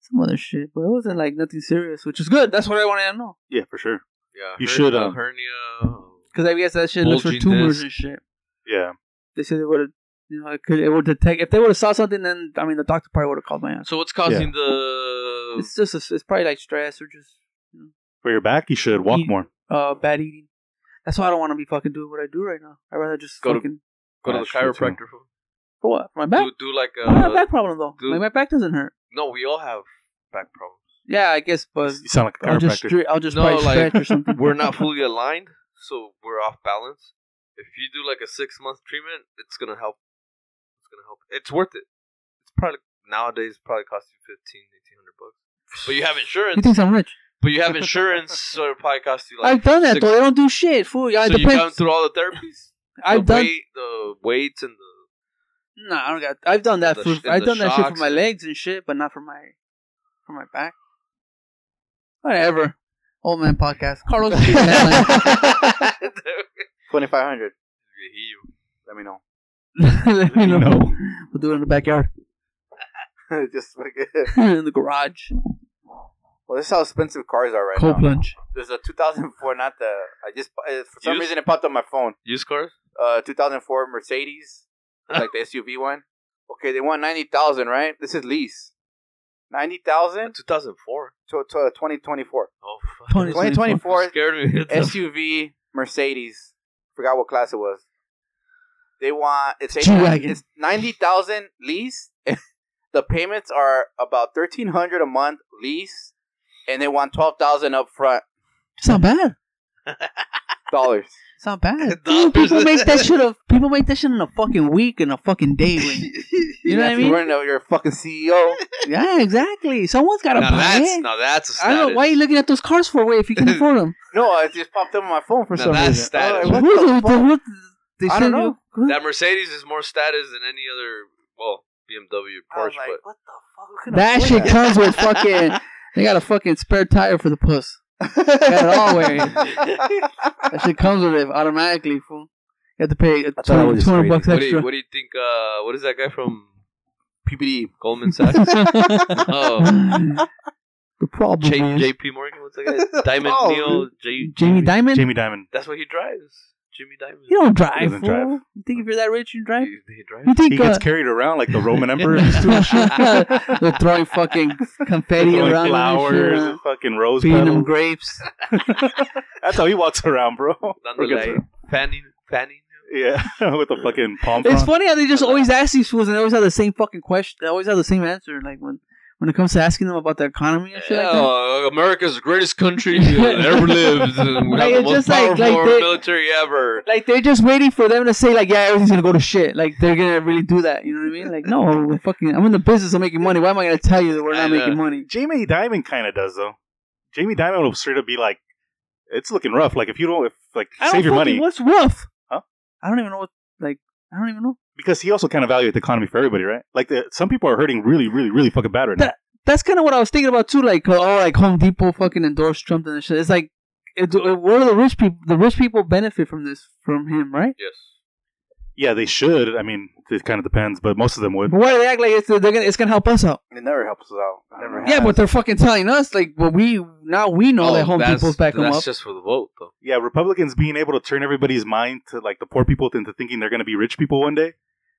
Speaker 1: Some other shit, but it wasn't like nothing serious, which is good. That's what I wanted to know
Speaker 4: yeah, for sure.
Speaker 3: Yeah,
Speaker 4: You should,
Speaker 3: hernia-
Speaker 4: um,
Speaker 3: hernia.
Speaker 1: because I guess that shit looks for
Speaker 3: Bulging
Speaker 1: tumors
Speaker 3: disc.
Speaker 1: and shit.
Speaker 4: Yeah.
Speaker 1: They said they would have, you know, it could it would detect if they would have saw something. Then I mean, the doctor probably would have called my ass.
Speaker 3: So what's causing the?
Speaker 1: It's just a, it's probably like stress or just
Speaker 4: For your back, you should walk
Speaker 1: Eat.
Speaker 4: more.
Speaker 1: uh bad eating. That's why I don't want to be fucking doing what I do right now. I'd rather just
Speaker 3: Go to-
Speaker 1: fucking
Speaker 3: Go to the
Speaker 4: That's true, too.
Speaker 3: chiropractor. fool.
Speaker 1: for what for my back.
Speaker 3: Do do like
Speaker 1: I don't have a
Speaker 3: uh
Speaker 1: back problem though.
Speaker 3: dude.
Speaker 1: Like my back doesn't hurt.
Speaker 3: no, we all have back problems.
Speaker 1: Yeah, I guess, but
Speaker 4: You sound like a
Speaker 1: I'll just
Speaker 4: chiropractor.
Speaker 1: stre- I'll just
Speaker 3: No,
Speaker 1: probably
Speaker 3: like-
Speaker 1: stretch or something.
Speaker 3: we're not fully aligned, so we're off balance. If you do like a six month treatment, it's gonna help. It's gonna help. It's worth it. It's probably nowadays probably costs you fifteen, eighteen hundred bucks. But you have
Speaker 1: He
Speaker 3: insurance.
Speaker 1: thinks I'm rich.
Speaker 3: but you have insurance, so it probably costs you like.
Speaker 1: I've done that
Speaker 3: six-
Speaker 1: though. They don't do shit. Fool. Yeah, it
Speaker 3: so you
Speaker 1: depends.
Speaker 3: gone through all the therapies.
Speaker 1: I've
Speaker 3: the
Speaker 1: done.
Speaker 3: weight, the weights and the
Speaker 1: Nah, I don't got. I've done that
Speaker 3: The
Speaker 1: for.
Speaker 3: sh-
Speaker 1: I've
Speaker 3: the
Speaker 1: done that shit for
Speaker 3: shocks
Speaker 1: my
Speaker 3: and-
Speaker 1: legs and shit, but not for my, for my back. Whatever. Old man podcast. Carlos.
Speaker 3: Dude,
Speaker 2: 2500
Speaker 3: he-
Speaker 2: Let me know.
Speaker 1: Let me know.
Speaker 4: No.
Speaker 1: We'll do it in the backyard,
Speaker 2: Just like it.
Speaker 1: in the garage.
Speaker 2: Well, this is how expensive cars are right
Speaker 1: Cold
Speaker 2: now.
Speaker 1: plunge.
Speaker 2: There's a 2004, not the. I just uh, for some
Speaker 3: Used?
Speaker 2: reason it popped on my phone.
Speaker 3: Used cars?
Speaker 2: Uh, 2004 Mercedes, like the SUV one. Okay, they want ninety thousand, right? This is lease. Ninety thousand
Speaker 3: 2004.
Speaker 2: to to twenty twenty four.
Speaker 3: Oh, fuck.
Speaker 1: 20.
Speaker 2: Twenty twenty four
Speaker 3: Scared me. What the f-
Speaker 2: SUV Mercedes. Forgot what class it was. They want it's eight,
Speaker 1: G-Wagon.
Speaker 2: it's ninety thousand lease. the payments are about thirteen hundred a month lease, and they want twelve thousand up front
Speaker 1: It's not bad.
Speaker 2: dollars.
Speaker 1: It's not bad.
Speaker 3: Dollars.
Speaker 1: Dude, people make that shit a people make that shit in a fucking week in a fucking day. When, you know what I
Speaker 2: If you
Speaker 1: mean?
Speaker 2: weren't, you're a fucking E CEO.
Speaker 1: Yeah, exactly. Someone's got to
Speaker 3: now
Speaker 1: buy
Speaker 3: that's
Speaker 1: it.
Speaker 3: now that's a
Speaker 1: I
Speaker 3: status.
Speaker 1: don't know why are you looking at those cars for. Wait, if you can afford them,
Speaker 2: no, it just popped up on my phone for
Speaker 3: Now
Speaker 2: some
Speaker 3: that's
Speaker 2: reason. I
Speaker 3: status.
Speaker 2: was like, what the fuck?
Speaker 1: they
Speaker 2: I
Speaker 1: said
Speaker 2: don't know.
Speaker 1: you-
Speaker 3: That Mercedes is more status than any other. Well, BMW,
Speaker 2: I was
Speaker 3: Porsche,
Speaker 2: like,
Speaker 3: but
Speaker 2: what the fuck? Who can
Speaker 1: That
Speaker 2: afford
Speaker 1: shit comes with fucking. They got a fucking spare tire for the puss. Got it all wearing. That shit comes with it automatically. Fool. You have to pay
Speaker 2: I thought I was
Speaker 1: 200 200 bucks
Speaker 3: What do, you,
Speaker 1: extra.
Speaker 3: what do you think? Uh, what is that guy from
Speaker 2: PPD.
Speaker 3: Goldman Sachs? oh,
Speaker 1: the problem
Speaker 3: J-
Speaker 1: is
Speaker 3: JP Morgan. What's that guy? Diamond
Speaker 2: Oh,
Speaker 3: Neal. J-
Speaker 1: Jamie Diamond.
Speaker 4: Jamie Diamond.
Speaker 3: That's what he drives. Jimmy Diamond.
Speaker 1: you don't drive,
Speaker 4: doesn't
Speaker 1: fool.
Speaker 4: drive.
Speaker 1: You think if you're that rich, you drive?
Speaker 3: He, he drives.
Speaker 1: You think
Speaker 4: He
Speaker 1: uh,
Speaker 4: gets carried around like the Roman emperor.
Speaker 1: They're throwing fucking confetti
Speaker 4: Throwing
Speaker 1: around,
Speaker 4: flowers,
Speaker 1: flowers,
Speaker 4: and fucking rose
Speaker 1: feeding them
Speaker 4: petals.
Speaker 1: grapes.
Speaker 4: That's how he walks around, bro.
Speaker 3: Dando
Speaker 4: Look at
Speaker 3: like
Speaker 4: the-
Speaker 3: fanning, fanning.
Speaker 4: Yeah, with the fucking palm
Speaker 1: It's
Speaker 4: frond.
Speaker 1: funny how they just always ask these fools and they always have the same fucking question. They always have the same answer. Like when when it comes to asking them about the economy and shit. like that.
Speaker 3: Oh, America's the greatest country that ever lived. And we
Speaker 1: Like,
Speaker 3: have the
Speaker 1: it's just
Speaker 3: most
Speaker 1: like-
Speaker 3: powerful
Speaker 1: like they-
Speaker 3: military ever.
Speaker 1: Like they're just waiting for them to say like, yeah, everything's gonna go to shit. Like they're gonna really do that. You know what I mean? Like no, we're fucking. I'm in the business of making money. Why am I gonna tell you that we're
Speaker 3: I
Speaker 1: not
Speaker 3: know.
Speaker 1: making money?
Speaker 4: Jamie Diamond kind of does though. Jamie Diamond will straight up be like, "It's looking rough. Like if you don't, if like
Speaker 1: I don't
Speaker 4: save your
Speaker 1: fucking-
Speaker 4: money,
Speaker 1: What's rough?
Speaker 4: Huh?
Speaker 1: I don't even know what. Like I don't even know.
Speaker 4: because he also kind of valued the economy for everybody, right? Like the, some people are hurting really, really, really fucking bad right now.
Speaker 1: That- That's kind of what I was thinking about too. Like oh, like Home Depot fucking endorsed Trump and shit. It's like, it, it, what are the rich people? The rich people benefit from this from him, right?
Speaker 3: Yes.
Speaker 4: Yeah, they should. I mean, it kind of depends, but most of them would.
Speaker 1: But why do they act like it's, they're gonna, it's gonna help us out?
Speaker 2: It never helps us out. It never
Speaker 1: Yeah,
Speaker 2: has.
Speaker 1: but they're fucking telling us like, well, we now we know that Home
Speaker 3: Oh, that's-
Speaker 1: Depot's back them
Speaker 3: That's
Speaker 1: up.
Speaker 3: just for the vote, though.
Speaker 4: Yeah, Republicans being able to turn everybody's mind to like the poor people into thinking they're going to be rich people one day,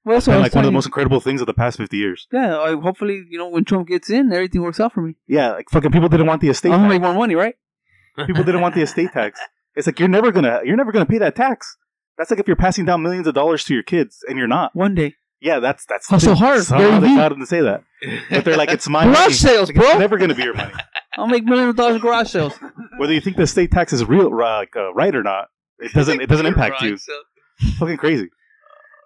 Speaker 1: Well, that's what
Speaker 4: and
Speaker 1: I'm
Speaker 4: like one of the
Speaker 1: saying.
Speaker 4: most incredible things of the past fifty years.
Speaker 1: Yeah, I, hopefully you know when Trump gets in, everything works out for me.
Speaker 4: Yeah, like fucking people didn't want the estate.
Speaker 1: I'm gonna
Speaker 4: Tax.
Speaker 1: make more money, right?
Speaker 4: People didn't want the estate tax. It's like you're never gonna, you're never gonna pay that tax. That's like if you're passing down millions of dollars to your kids and you're not.
Speaker 1: One day.
Speaker 4: Yeah, that's that's
Speaker 1: Hustle hard,
Speaker 4: Somehow
Speaker 1: Gary
Speaker 4: they
Speaker 1: Vee.
Speaker 4: got him to say that, but they're like, it's my money.
Speaker 1: Garage sales,
Speaker 4: Like, it's
Speaker 1: bro.
Speaker 4: never going to be your money,
Speaker 1: I'll make millions of dollars in garage sales.
Speaker 4: whether you think the state tax is real, uh, like, uh, right or not. It doesn't. It doesn't impact you.
Speaker 3: Right, so-
Speaker 4: Fucking crazy.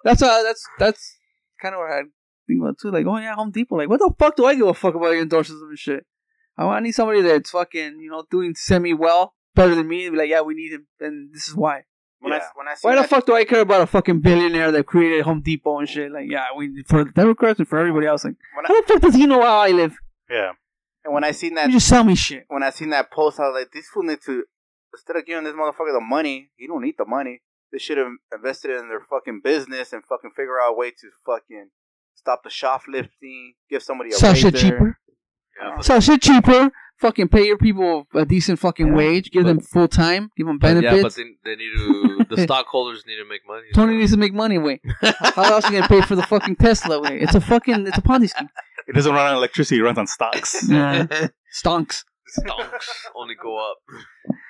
Speaker 1: That's uh, that's that's kind of what I had to think about too. Like, oh yeah, Home Depot. Like, what the fuck do I give a fuck about your endorsements and shit? I want I need somebody that's fucking you know doing semi well, better than me, and be like, yeah, we need him, and this is why.
Speaker 2: when I
Speaker 4: Yeah.
Speaker 2: when I see
Speaker 1: Why the
Speaker 2: that,
Speaker 1: fuck do I care about a fucking billionaire that created Home Depot and shit? Like, yeah, we for the Democrats and for everybody else. Like,
Speaker 2: When I-
Speaker 1: how the fuck does he know how I live?
Speaker 4: Yeah.
Speaker 2: and when I seen that
Speaker 1: You just sell me shit.
Speaker 2: when I seen that post, I was like, "These fool need to instead of giving this motherfucker the money, he don't need the money. They should have invested in their fucking business and fucking figure out a way to fucking stop the shoplifting, give somebody a
Speaker 1: Sell
Speaker 2: raise
Speaker 1: shit
Speaker 2: there.
Speaker 1: cheaper.
Speaker 3: Yeah, but-
Speaker 1: Sell shit cheaper. Fucking pay your people a decent fucking
Speaker 2: Yeah.
Speaker 1: wage. Give them full time. Give them
Speaker 3: but
Speaker 1: benefits.
Speaker 3: Yeah, but they, they need to. The stockholders need to make money.
Speaker 1: Tony needs to make money. Wait, how else are you gonna pay for the fucking Tesla? Wait, it's a fucking it's a Ponzi scheme.
Speaker 4: It doesn't run on electricity. It runs on stocks.
Speaker 1: Yeah. Stonks.
Speaker 3: Stocks only go up.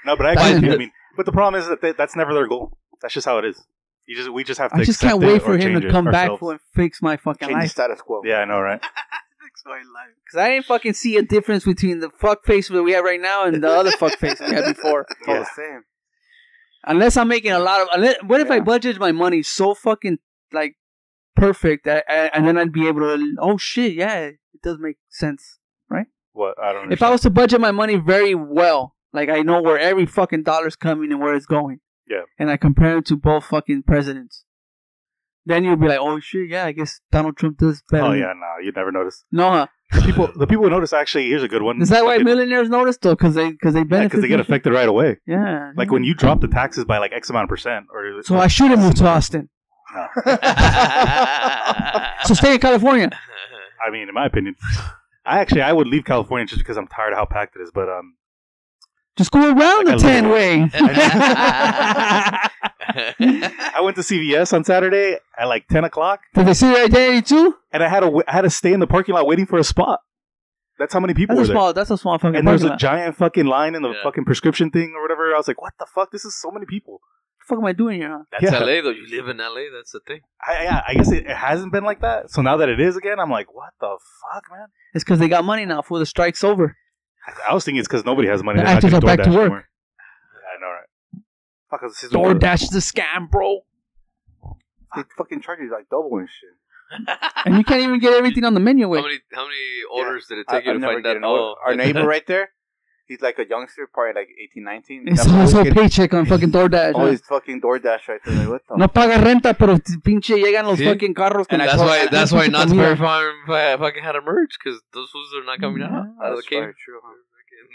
Speaker 4: no, but I actually,
Speaker 1: That's-
Speaker 4: I mean, but the problem is that they, that's never their goal. That's just how it is. You just we just have to.
Speaker 1: I just
Speaker 4: accept
Speaker 1: can't
Speaker 4: it
Speaker 1: wait
Speaker 4: or
Speaker 1: for him
Speaker 4: change
Speaker 1: to
Speaker 4: it
Speaker 1: come back
Speaker 4: ourselves.
Speaker 1: for and fix my fucking
Speaker 2: Change the
Speaker 1: life.
Speaker 2: status quo.
Speaker 4: Yeah, I know, right?
Speaker 1: Because I didn't fucking see a difference between the fuck face that we have right now and the other fuck face we had before.
Speaker 2: It's all
Speaker 4: Yeah.
Speaker 2: the same.
Speaker 1: Unless I'm making a lot of. Unless, what if I
Speaker 2: Yeah.
Speaker 1: budget my money so fucking like perfect that, I, and then I'd be able to? Oh shit, yeah, it does make sense.
Speaker 4: What I don't.
Speaker 1: If I
Speaker 4: understand.
Speaker 1: was to budget my money very well, like I know where every fucking dollar's coming and where it's going.
Speaker 4: Yeah.
Speaker 1: And I compare it to both fucking presidents. Then you'll be like, oh shit, yeah, I guess Donald Trump does better.
Speaker 4: Oh
Speaker 1: than-
Speaker 4: yeah, no, you'd never notice.
Speaker 1: No, huh?
Speaker 4: The people, the people who notice actually. Here's a good one.
Speaker 1: Is that why
Speaker 4: Mm, Fucking-
Speaker 1: millionaires notice though? Because they, cause they
Speaker 4: Yeah,
Speaker 1: benefit.
Speaker 4: because they get
Speaker 1: from shit?
Speaker 4: affected right away.
Speaker 1: Yeah.
Speaker 4: Like when you drop the taxes by like X amount of percent, or
Speaker 1: Mm. So I should have moved to Austin.
Speaker 4: No.
Speaker 1: So stay in California.
Speaker 4: I mean, in my opinion, I actually I would leave California just because I'm tired of how packed it is. But um,
Speaker 1: Just go around
Speaker 4: Like
Speaker 1: the
Speaker 4: a
Speaker 1: ten way.
Speaker 4: I went to CVS on Saturday at like ten o'clock,
Speaker 1: Did they see your identity too?
Speaker 4: and I had to wa- I had to stay in the parking lot waiting for a spot. That's how many people
Speaker 1: That's a
Speaker 4: were there.
Speaker 1: small. That's a small fucking.
Speaker 4: And there was
Speaker 1: parking
Speaker 4: a
Speaker 1: lot.
Speaker 4: giant fucking line in the
Speaker 3: Yeah.
Speaker 4: fucking prescription thing or whatever. I was like, what the fuck? This is so many people.
Speaker 1: What the fuck am I doing here? Huh?
Speaker 3: That's
Speaker 4: Yeah.
Speaker 3: LA though. You live in LA. That's the thing.
Speaker 4: I, yeah, I guess it, it hasn't been like that. So now that it is again, I'm like, what the fuck, man?
Speaker 1: It's because they got money now. For the strike's over.
Speaker 4: I, I was thinking it's because nobody has money.
Speaker 1: The
Speaker 4: They're not
Speaker 1: actors
Speaker 4: gonna
Speaker 1: are back to
Speaker 4: DoorDash
Speaker 1: work.
Speaker 4: anymore. Yeah, I know, right? Fuck, this is
Speaker 1: DoorDash is a scam, bro.
Speaker 2: They fucking charge you like double and shit.
Speaker 1: And you can't even get everything on the menu.
Speaker 3: How
Speaker 1: With.
Speaker 3: many how many orders did it
Speaker 2: I,
Speaker 3: take you
Speaker 2: I've
Speaker 3: to
Speaker 2: never
Speaker 3: find that? Oh.
Speaker 2: gotten over. Our neighbor right there, he's like a youngster, probably like 18, 19.
Speaker 1: It's
Speaker 2: That
Speaker 1: his
Speaker 2: fool's
Speaker 1: whole
Speaker 2: getting
Speaker 1: paycheck on fucking DoorDash.
Speaker 2: all
Speaker 1: huh?
Speaker 2: his fucking DoorDash right there. Like, what the
Speaker 1: No paga renta, pero t- pinche llegan los
Speaker 3: Sí.
Speaker 1: fucking carros. con
Speaker 2: And
Speaker 1: la
Speaker 3: that's
Speaker 1: cosa-
Speaker 3: why
Speaker 1: la
Speaker 3: that's
Speaker 1: pinche
Speaker 3: why Knott's
Speaker 1: comida.
Speaker 3: Berry Farm fu- fucking had a merge because those fools are not coming out.
Speaker 1: Yeah,
Speaker 3: out of the
Speaker 2: That's
Speaker 3: cave.
Speaker 2: probably true, huh?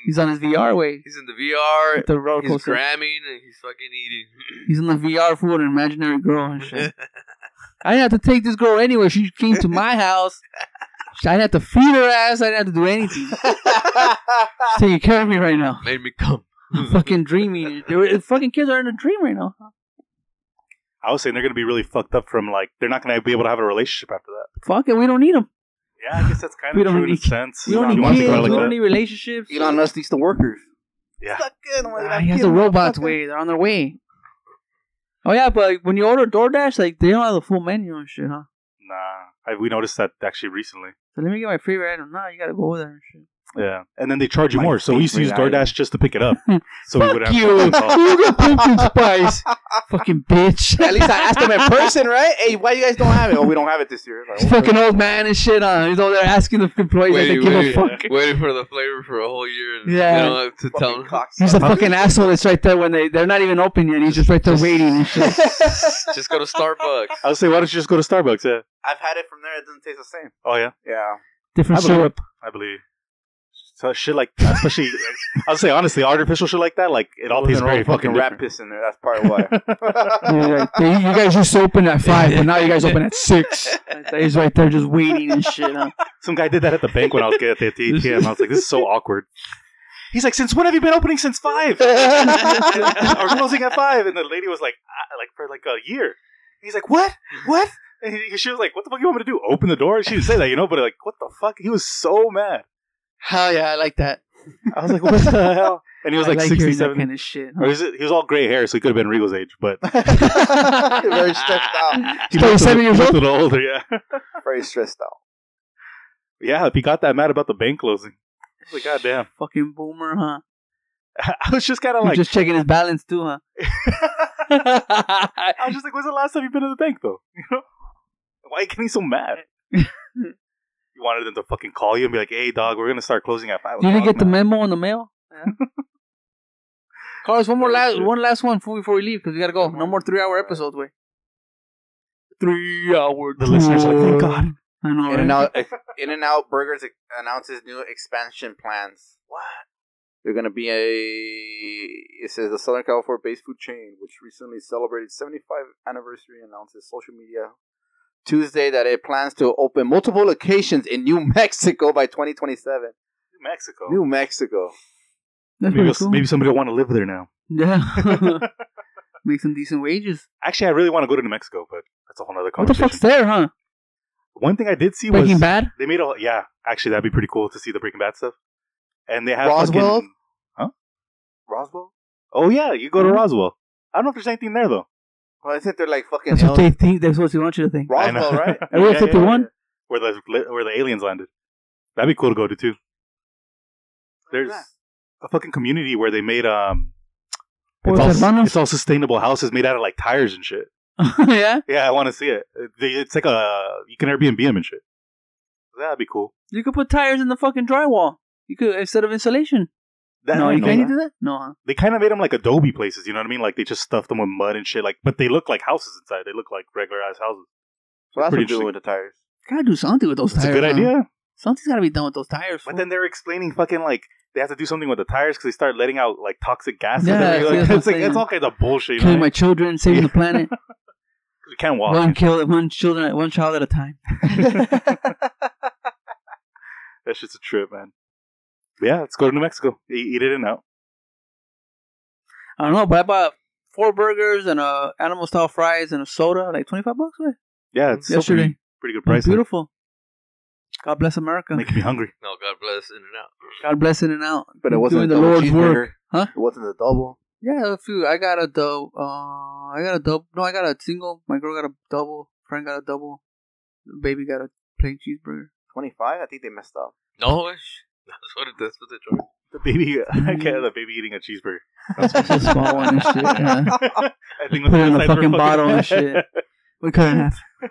Speaker 1: He's on his VR way.
Speaker 3: He's in the VR.
Speaker 1: With the roller
Speaker 3: He's
Speaker 1: coaster.
Speaker 3: gramming and he's fucking eating.
Speaker 1: He's on the VR food an imaginary girl and shit. I had to take this girl anywhere. She came to my house. I had to feed her ass. I didn't have to do anything. She's taking care of me right now.
Speaker 3: Made me come.
Speaker 1: I'm fucking dreaming. They were- fucking kids are in a dream right now.
Speaker 4: I was saying they're gonna be really fucked up from like they're not gonna be able to have a relationship after that.
Speaker 1: Fuck it. We don't need them.
Speaker 4: Yeah, I guess that's kind
Speaker 1: We
Speaker 4: of
Speaker 1: don't
Speaker 4: true in a
Speaker 1: need-
Speaker 4: sense.
Speaker 1: We don't
Speaker 4: You
Speaker 1: need
Speaker 4: wanna
Speaker 1: kids.
Speaker 4: think about it
Speaker 1: We
Speaker 4: like
Speaker 1: don't
Speaker 4: that?
Speaker 1: need relationships.
Speaker 2: Elon Musk needs the workers.
Speaker 4: Yeah.
Speaker 2: Fucking, like,
Speaker 1: Ah,
Speaker 2: that
Speaker 1: he has
Speaker 2: kid,
Speaker 1: the robots
Speaker 2: motherfucker.
Speaker 1: way. They're on their way. Oh yeah, but when you order DoorDash, like they don't have the full menu and shit, huh?
Speaker 4: Nah, I, we noticed that actually recently.
Speaker 1: So let me get my favorite item. Nah, you gotta go over there and shit.
Speaker 4: Yeah, and then they charge you
Speaker 2: My
Speaker 4: more. So we used to use
Speaker 2: favorite
Speaker 4: DoorDash just to pick it up. So we would have
Speaker 1: you! you got pumpkin spice, fucking bitch.
Speaker 2: At least I asked him in person, right? Hey, why you guys don't have it? Oh, we don't have it this year. Like,
Speaker 1: This fucking old man and shit on. He's over there asking the employees
Speaker 3: Wait,
Speaker 1: like they give
Speaker 3: wait,
Speaker 1: a fuck.
Speaker 3: Waiting for the flavor for a whole year. And
Speaker 1: Yeah.
Speaker 3: You don't have to tell
Speaker 2: fucking
Speaker 3: him.
Speaker 1: He's a
Speaker 2: cocksucker.
Speaker 1: fucking asshole that's right there when they they're not even open yet. He's just right there waiting and shit.
Speaker 3: Just go to Starbucks.
Speaker 4: I would say, why don't you just go to Starbucks? Yeah.
Speaker 2: I've had it from there. It doesn't taste the same.
Speaker 4: Oh yeah,
Speaker 2: Yeah.
Speaker 1: Different
Speaker 4: I believe-
Speaker 1: syrup.
Speaker 4: I believe. So shit like, especially, I'll say honestly, artificial shit like that, like it all tastes
Speaker 2: Wasn't
Speaker 4: very
Speaker 2: all fucking
Speaker 4: fucking
Speaker 2: rat
Speaker 4: different.
Speaker 2: piss in there. That's probably why.
Speaker 1: They're like, "Hey, you guys used to open at five, but now you guys open at six. He's right there just waiting and shit. Huh?
Speaker 4: Some guy did that at the bank when I was at the ATM. I was like, this is so awkward. He's like, since when have you been opening since five? or closing at five? And the lady was like, I, like for like a year. And he's like, what? What? And he- she was like, what the fuck you want me to do? Open the door? She didn't say that, you know, but like, what the fuck? He was so mad.
Speaker 1: Hell yeah, I like that.
Speaker 4: I was like, what the hell? And he was
Speaker 1: I
Speaker 4: like,
Speaker 1: like hearing that
Speaker 4: 67.
Speaker 1: kind of shit.
Speaker 4: or is it, he was all gray hair, so he could have been Regal's age, but
Speaker 2: Very stressed out.
Speaker 1: So
Speaker 4: he
Speaker 1: he's
Speaker 4: looked a
Speaker 1: seven
Speaker 4: little-
Speaker 1: years
Speaker 4: looked
Speaker 1: old?
Speaker 4: a little older, yeah.
Speaker 2: Very stressed out.
Speaker 4: Yeah, if he got that mad about the bank closing. I was like, God damn.
Speaker 1: Fucking boomer, huh?
Speaker 4: I was just kind of
Speaker 1: He's
Speaker 4: like,
Speaker 1: just checking his balance too, huh?
Speaker 4: I was just like, when's the last time you've been to the bank, though? You know? Why are you getting so mad? you wanted them to fucking call you and be like, hey, dog, we're going to start closing at 5
Speaker 1: Did you
Speaker 4: o'clock,
Speaker 1: get the
Speaker 4: man."
Speaker 1: memo in the mail? Carlos, one more
Speaker 4: Oh,
Speaker 1: last
Speaker 4: shit.
Speaker 1: one last one before before we leave because we gotta go.
Speaker 4: Come
Speaker 1: No
Speaker 4: on.
Speaker 1: more three hour episodes, way. Three hour.
Speaker 4: The listeners are like, thank God.
Speaker 1: Oh, I know.
Speaker 2: In
Speaker 1: right?
Speaker 2: and out, In and Out Burgers announces new expansion plans. What? They're gonna be a. It says the Southern California-based food chain, which recently celebrated 75 anniversary, announces social media Tuesday that it plans to open multiple locations in New Mexico by 2027.
Speaker 4: New Mexico.
Speaker 2: New Mexico.
Speaker 1: That's
Speaker 4: Maybe,
Speaker 1: pretty
Speaker 4: we'll-
Speaker 1: cool.
Speaker 4: maybe somebody will want to live there now.
Speaker 1: Yeah. Make some decent wages.
Speaker 4: Actually, I really want to go to New Mexico, but that's a whole other
Speaker 1: What the
Speaker 4: conversation.
Speaker 1: fuck's there, huh?
Speaker 4: One thing I did see
Speaker 1: Breaking
Speaker 4: was
Speaker 1: Bad.
Speaker 4: they made a yeah. Actually, that'd be pretty cool to see the Breaking Bad stuff. And they have
Speaker 2: Roswell?
Speaker 4: fucking-
Speaker 2: Roswell.
Speaker 4: oh yeah, you go to
Speaker 1: Mhm.
Speaker 4: Roswell. I don't know if there's anything there though.
Speaker 2: Well, I think they're like fucking.
Speaker 1: That's what they
Speaker 2: aliens.
Speaker 1: think. That's what they want you to think.
Speaker 4: I know.
Speaker 2: Roswell, right?
Speaker 1: Area 51?
Speaker 4: Where the where the aliens landed. That'd be cool to go to too. There's
Speaker 2: that?
Speaker 4: a fucking community where they made um. It's
Speaker 1: Pueblos
Speaker 4: all,
Speaker 1: Hermanos?
Speaker 4: it's all sustainable houses made out of like tires and shit.
Speaker 1: yeah.
Speaker 4: Yeah, I want to see it. They, it's like a you can Airbnb them and shit. That'd be cool.
Speaker 1: You could put tires in the fucking drywall. You could instead of insulation.
Speaker 4: That,
Speaker 1: no,
Speaker 4: I
Speaker 1: you
Speaker 4: know
Speaker 1: can't
Speaker 4: that.
Speaker 1: do that. No. Huh?
Speaker 4: they kind of made them like adobe places you know what i mean like they just stuffed them with mud and shit like but they look like houses inside they look like regular ass houses
Speaker 2: So that's what
Speaker 4: Pretty
Speaker 2: they're doing with the tires.
Speaker 1: Gotta do something with those
Speaker 4: it's a
Speaker 1: tires.
Speaker 4: good
Speaker 1: huh?
Speaker 4: idea
Speaker 1: Something's gotta be done with those tires.
Speaker 4: but
Speaker 1: fool.
Speaker 4: then they're explaining fucking like they have to do something with the tires because they start letting out like toxic gas
Speaker 1: Yeah,
Speaker 4: yeah,
Speaker 1: see,
Speaker 4: like,
Speaker 1: that's what
Speaker 4: it's
Speaker 1: I'm
Speaker 4: like it's
Speaker 1: saying.
Speaker 4: all kinds of bullshit you know
Speaker 1: killing
Speaker 4: what I
Speaker 1: my
Speaker 4: mean?
Speaker 1: children, saving the planet,
Speaker 4: 'Cause you can't walk
Speaker 1: one kill, one children, one child at a time.
Speaker 4: That shit's a trip, man. But yeah, let's go to New Mexico. E-, Eat, eat it in out.
Speaker 1: I don't know, but I bought four burgers and a animal style fries and a soda, like twenty five bucks. Right?
Speaker 4: Yeah, it's still
Speaker 1: Yesterday,
Speaker 4: pretty, pretty good price.
Speaker 1: beautiful.
Speaker 4: Beautiful.
Speaker 1: God bless America.
Speaker 4: Making me hungry.
Speaker 3: No, God bless In and Out.
Speaker 1: God bless In and Out.
Speaker 2: But it wasn't
Speaker 1: doing
Speaker 2: the
Speaker 1: the
Speaker 2: double
Speaker 1: Lord's
Speaker 2: cheeseburger.
Speaker 1: work, huh?
Speaker 2: It wasn't the double.
Speaker 1: Yeah, a few. I got a double. Uh, I got a double. No, I got a single. My girl got a double. Friend got a double. Baby got a plain cheeseburger.
Speaker 2: Twenty five. I think they messed up.
Speaker 3: No, sh- that's what it, that's what they charge.
Speaker 4: The baby, I can't the baby eating a cheeseburger.
Speaker 1: It's a small one and shit. Yeah.
Speaker 4: I think
Speaker 1: Put it in a
Speaker 4: that's for
Speaker 1: fucking bottle and shit.
Speaker 4: oh,
Speaker 1: We cut it in half.
Speaker 4: there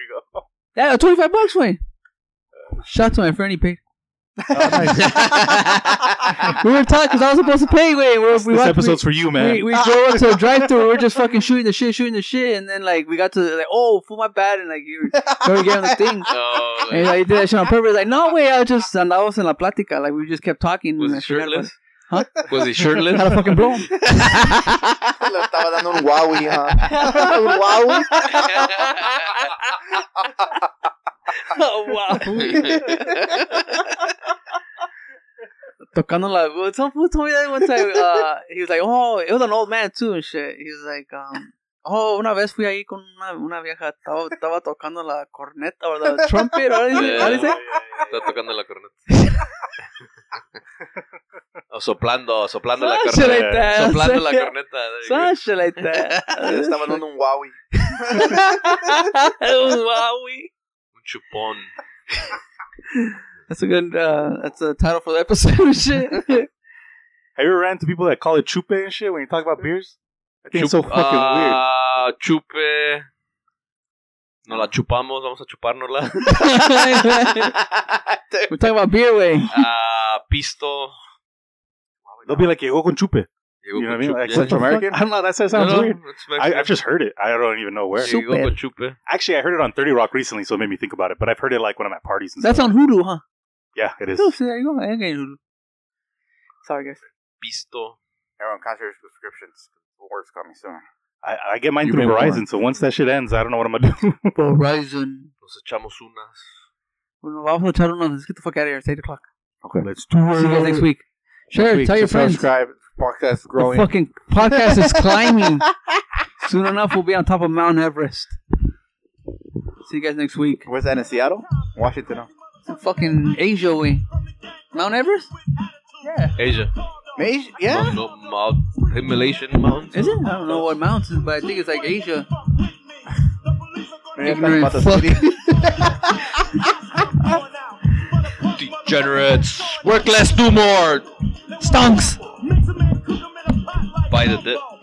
Speaker 4: you go.
Speaker 1: Yeah, twenty five bucks, wait. Shout to my friend, he paid. we were talking because I was supposed to pay. Wait, we're, we
Speaker 4: this
Speaker 1: watched-
Speaker 4: episode's for you,
Speaker 1: we,
Speaker 4: man.
Speaker 1: we, we drove up to a drive through. We were just fucking shooting the shit, shooting the shit, and then like we got to like, oh, fool, my bad, and like you were getting on the thing.
Speaker 3: Oh,
Speaker 1: And he's like, you did that shit on purpose. Like, no way, I just andamos en la plática. Like, we just kept talking.
Speaker 3: was
Speaker 1: and I
Speaker 3: he
Speaker 1: forgot
Speaker 3: shirtless?
Speaker 1: Huh?
Speaker 3: Was he shirtless?
Speaker 1: about it. Had a fucking blow.
Speaker 2: Le estaba dando un wowie, huh? un wowie.
Speaker 1: oh, Tocando la. well, Some fool told me that one time. Uh, he was like, oh, it was an old man too and shit. He was like, um, oh, una vez fui ahí con una, una vieja. Estaba, estaba tocando la corneta or the trumpet. Or
Speaker 3: Yeah.
Speaker 1: what is it?
Speaker 3: Está tocando la corneta. o soplando, soplando la
Speaker 1: Some shit
Speaker 3: corneta.
Speaker 1: like that.
Speaker 3: Soplando la
Speaker 1: Yeah.
Speaker 3: corneta. there you
Speaker 1: Some shit like that.
Speaker 2: Le estaba dando un wowie.
Speaker 1: it was wowie.
Speaker 3: go. Un chupón.
Speaker 1: That's a good. Uh, that's the title for the episode. and shit.
Speaker 4: Have you ever ran to people that call it chupe and shit when you talk about beers? I think it's so
Speaker 3: Chup-
Speaker 4: fucking weird.
Speaker 3: Ah, Chupe. Nos la chupamos, vamos a chupárnosla.
Speaker 1: We're talking about beer way.
Speaker 3: Ah, pisto.
Speaker 4: They'll be like, "Llegó con chupe."
Speaker 3: Llegó
Speaker 4: You know what I
Speaker 3: con
Speaker 4: mean?
Speaker 3: chupe.
Speaker 4: Like,
Speaker 3: Yeah.
Speaker 4: Central American. I don't know. That sounds
Speaker 3: No, no,
Speaker 4: weird.
Speaker 3: it's
Speaker 4: I,
Speaker 3: Mexican.
Speaker 4: I've just heard it. I don't even know where.
Speaker 1: Soup.
Speaker 3: Llegó con chupe.
Speaker 4: Actually, I heard it on Thirty Rock recently, so it made me think about it. But I've heard it like when I'm at parties and
Speaker 1: That's
Speaker 4: stuff.
Speaker 1: on Hulu, huh?
Speaker 4: yeah, it is.
Speaker 1: Oh, see, there you go. I ain't getting Hulu. Sorry, guys.
Speaker 3: Pisto.
Speaker 2: Everyone, concierge prescriptions. Words coming soon.
Speaker 4: I, I get mine
Speaker 1: You
Speaker 4: through
Speaker 1: pay more.
Speaker 4: Verizon, so once that shit ends, I don't know what I'm gonna do.
Speaker 1: Horizon.
Speaker 3: Nos echamos unas.
Speaker 1: Bueno, vamos a echar unos. Let's get the fuck out of here. It's eight o'clock.
Speaker 2: Okay.
Speaker 4: Let's do
Speaker 1: See you guys next week. Share. it.
Speaker 2: Week,
Speaker 1: tell your friends.
Speaker 2: Subscribe. Podcast
Speaker 1: The
Speaker 2: growing.
Speaker 1: fucking podcast is climbing. Soon enough, we'll be on top of Mount Everest. See you guys next week.
Speaker 2: Where's that in Seattle? Washington. huh?
Speaker 1: Fucking Asia way. Mount Everest? Yeah.
Speaker 3: Asia.
Speaker 2: Mage? Yeah.
Speaker 3: No, Mount, Himalayan mountains.
Speaker 1: Is it? I don't know what mountains, but I think it's like Asia.
Speaker 2: Maybe I'm
Speaker 1: Ignorant
Speaker 2: talking about the
Speaker 1: fuck.
Speaker 2: city.
Speaker 3: Degenerates. Work less, do more.
Speaker 1: Stonks.
Speaker 3: By the dip.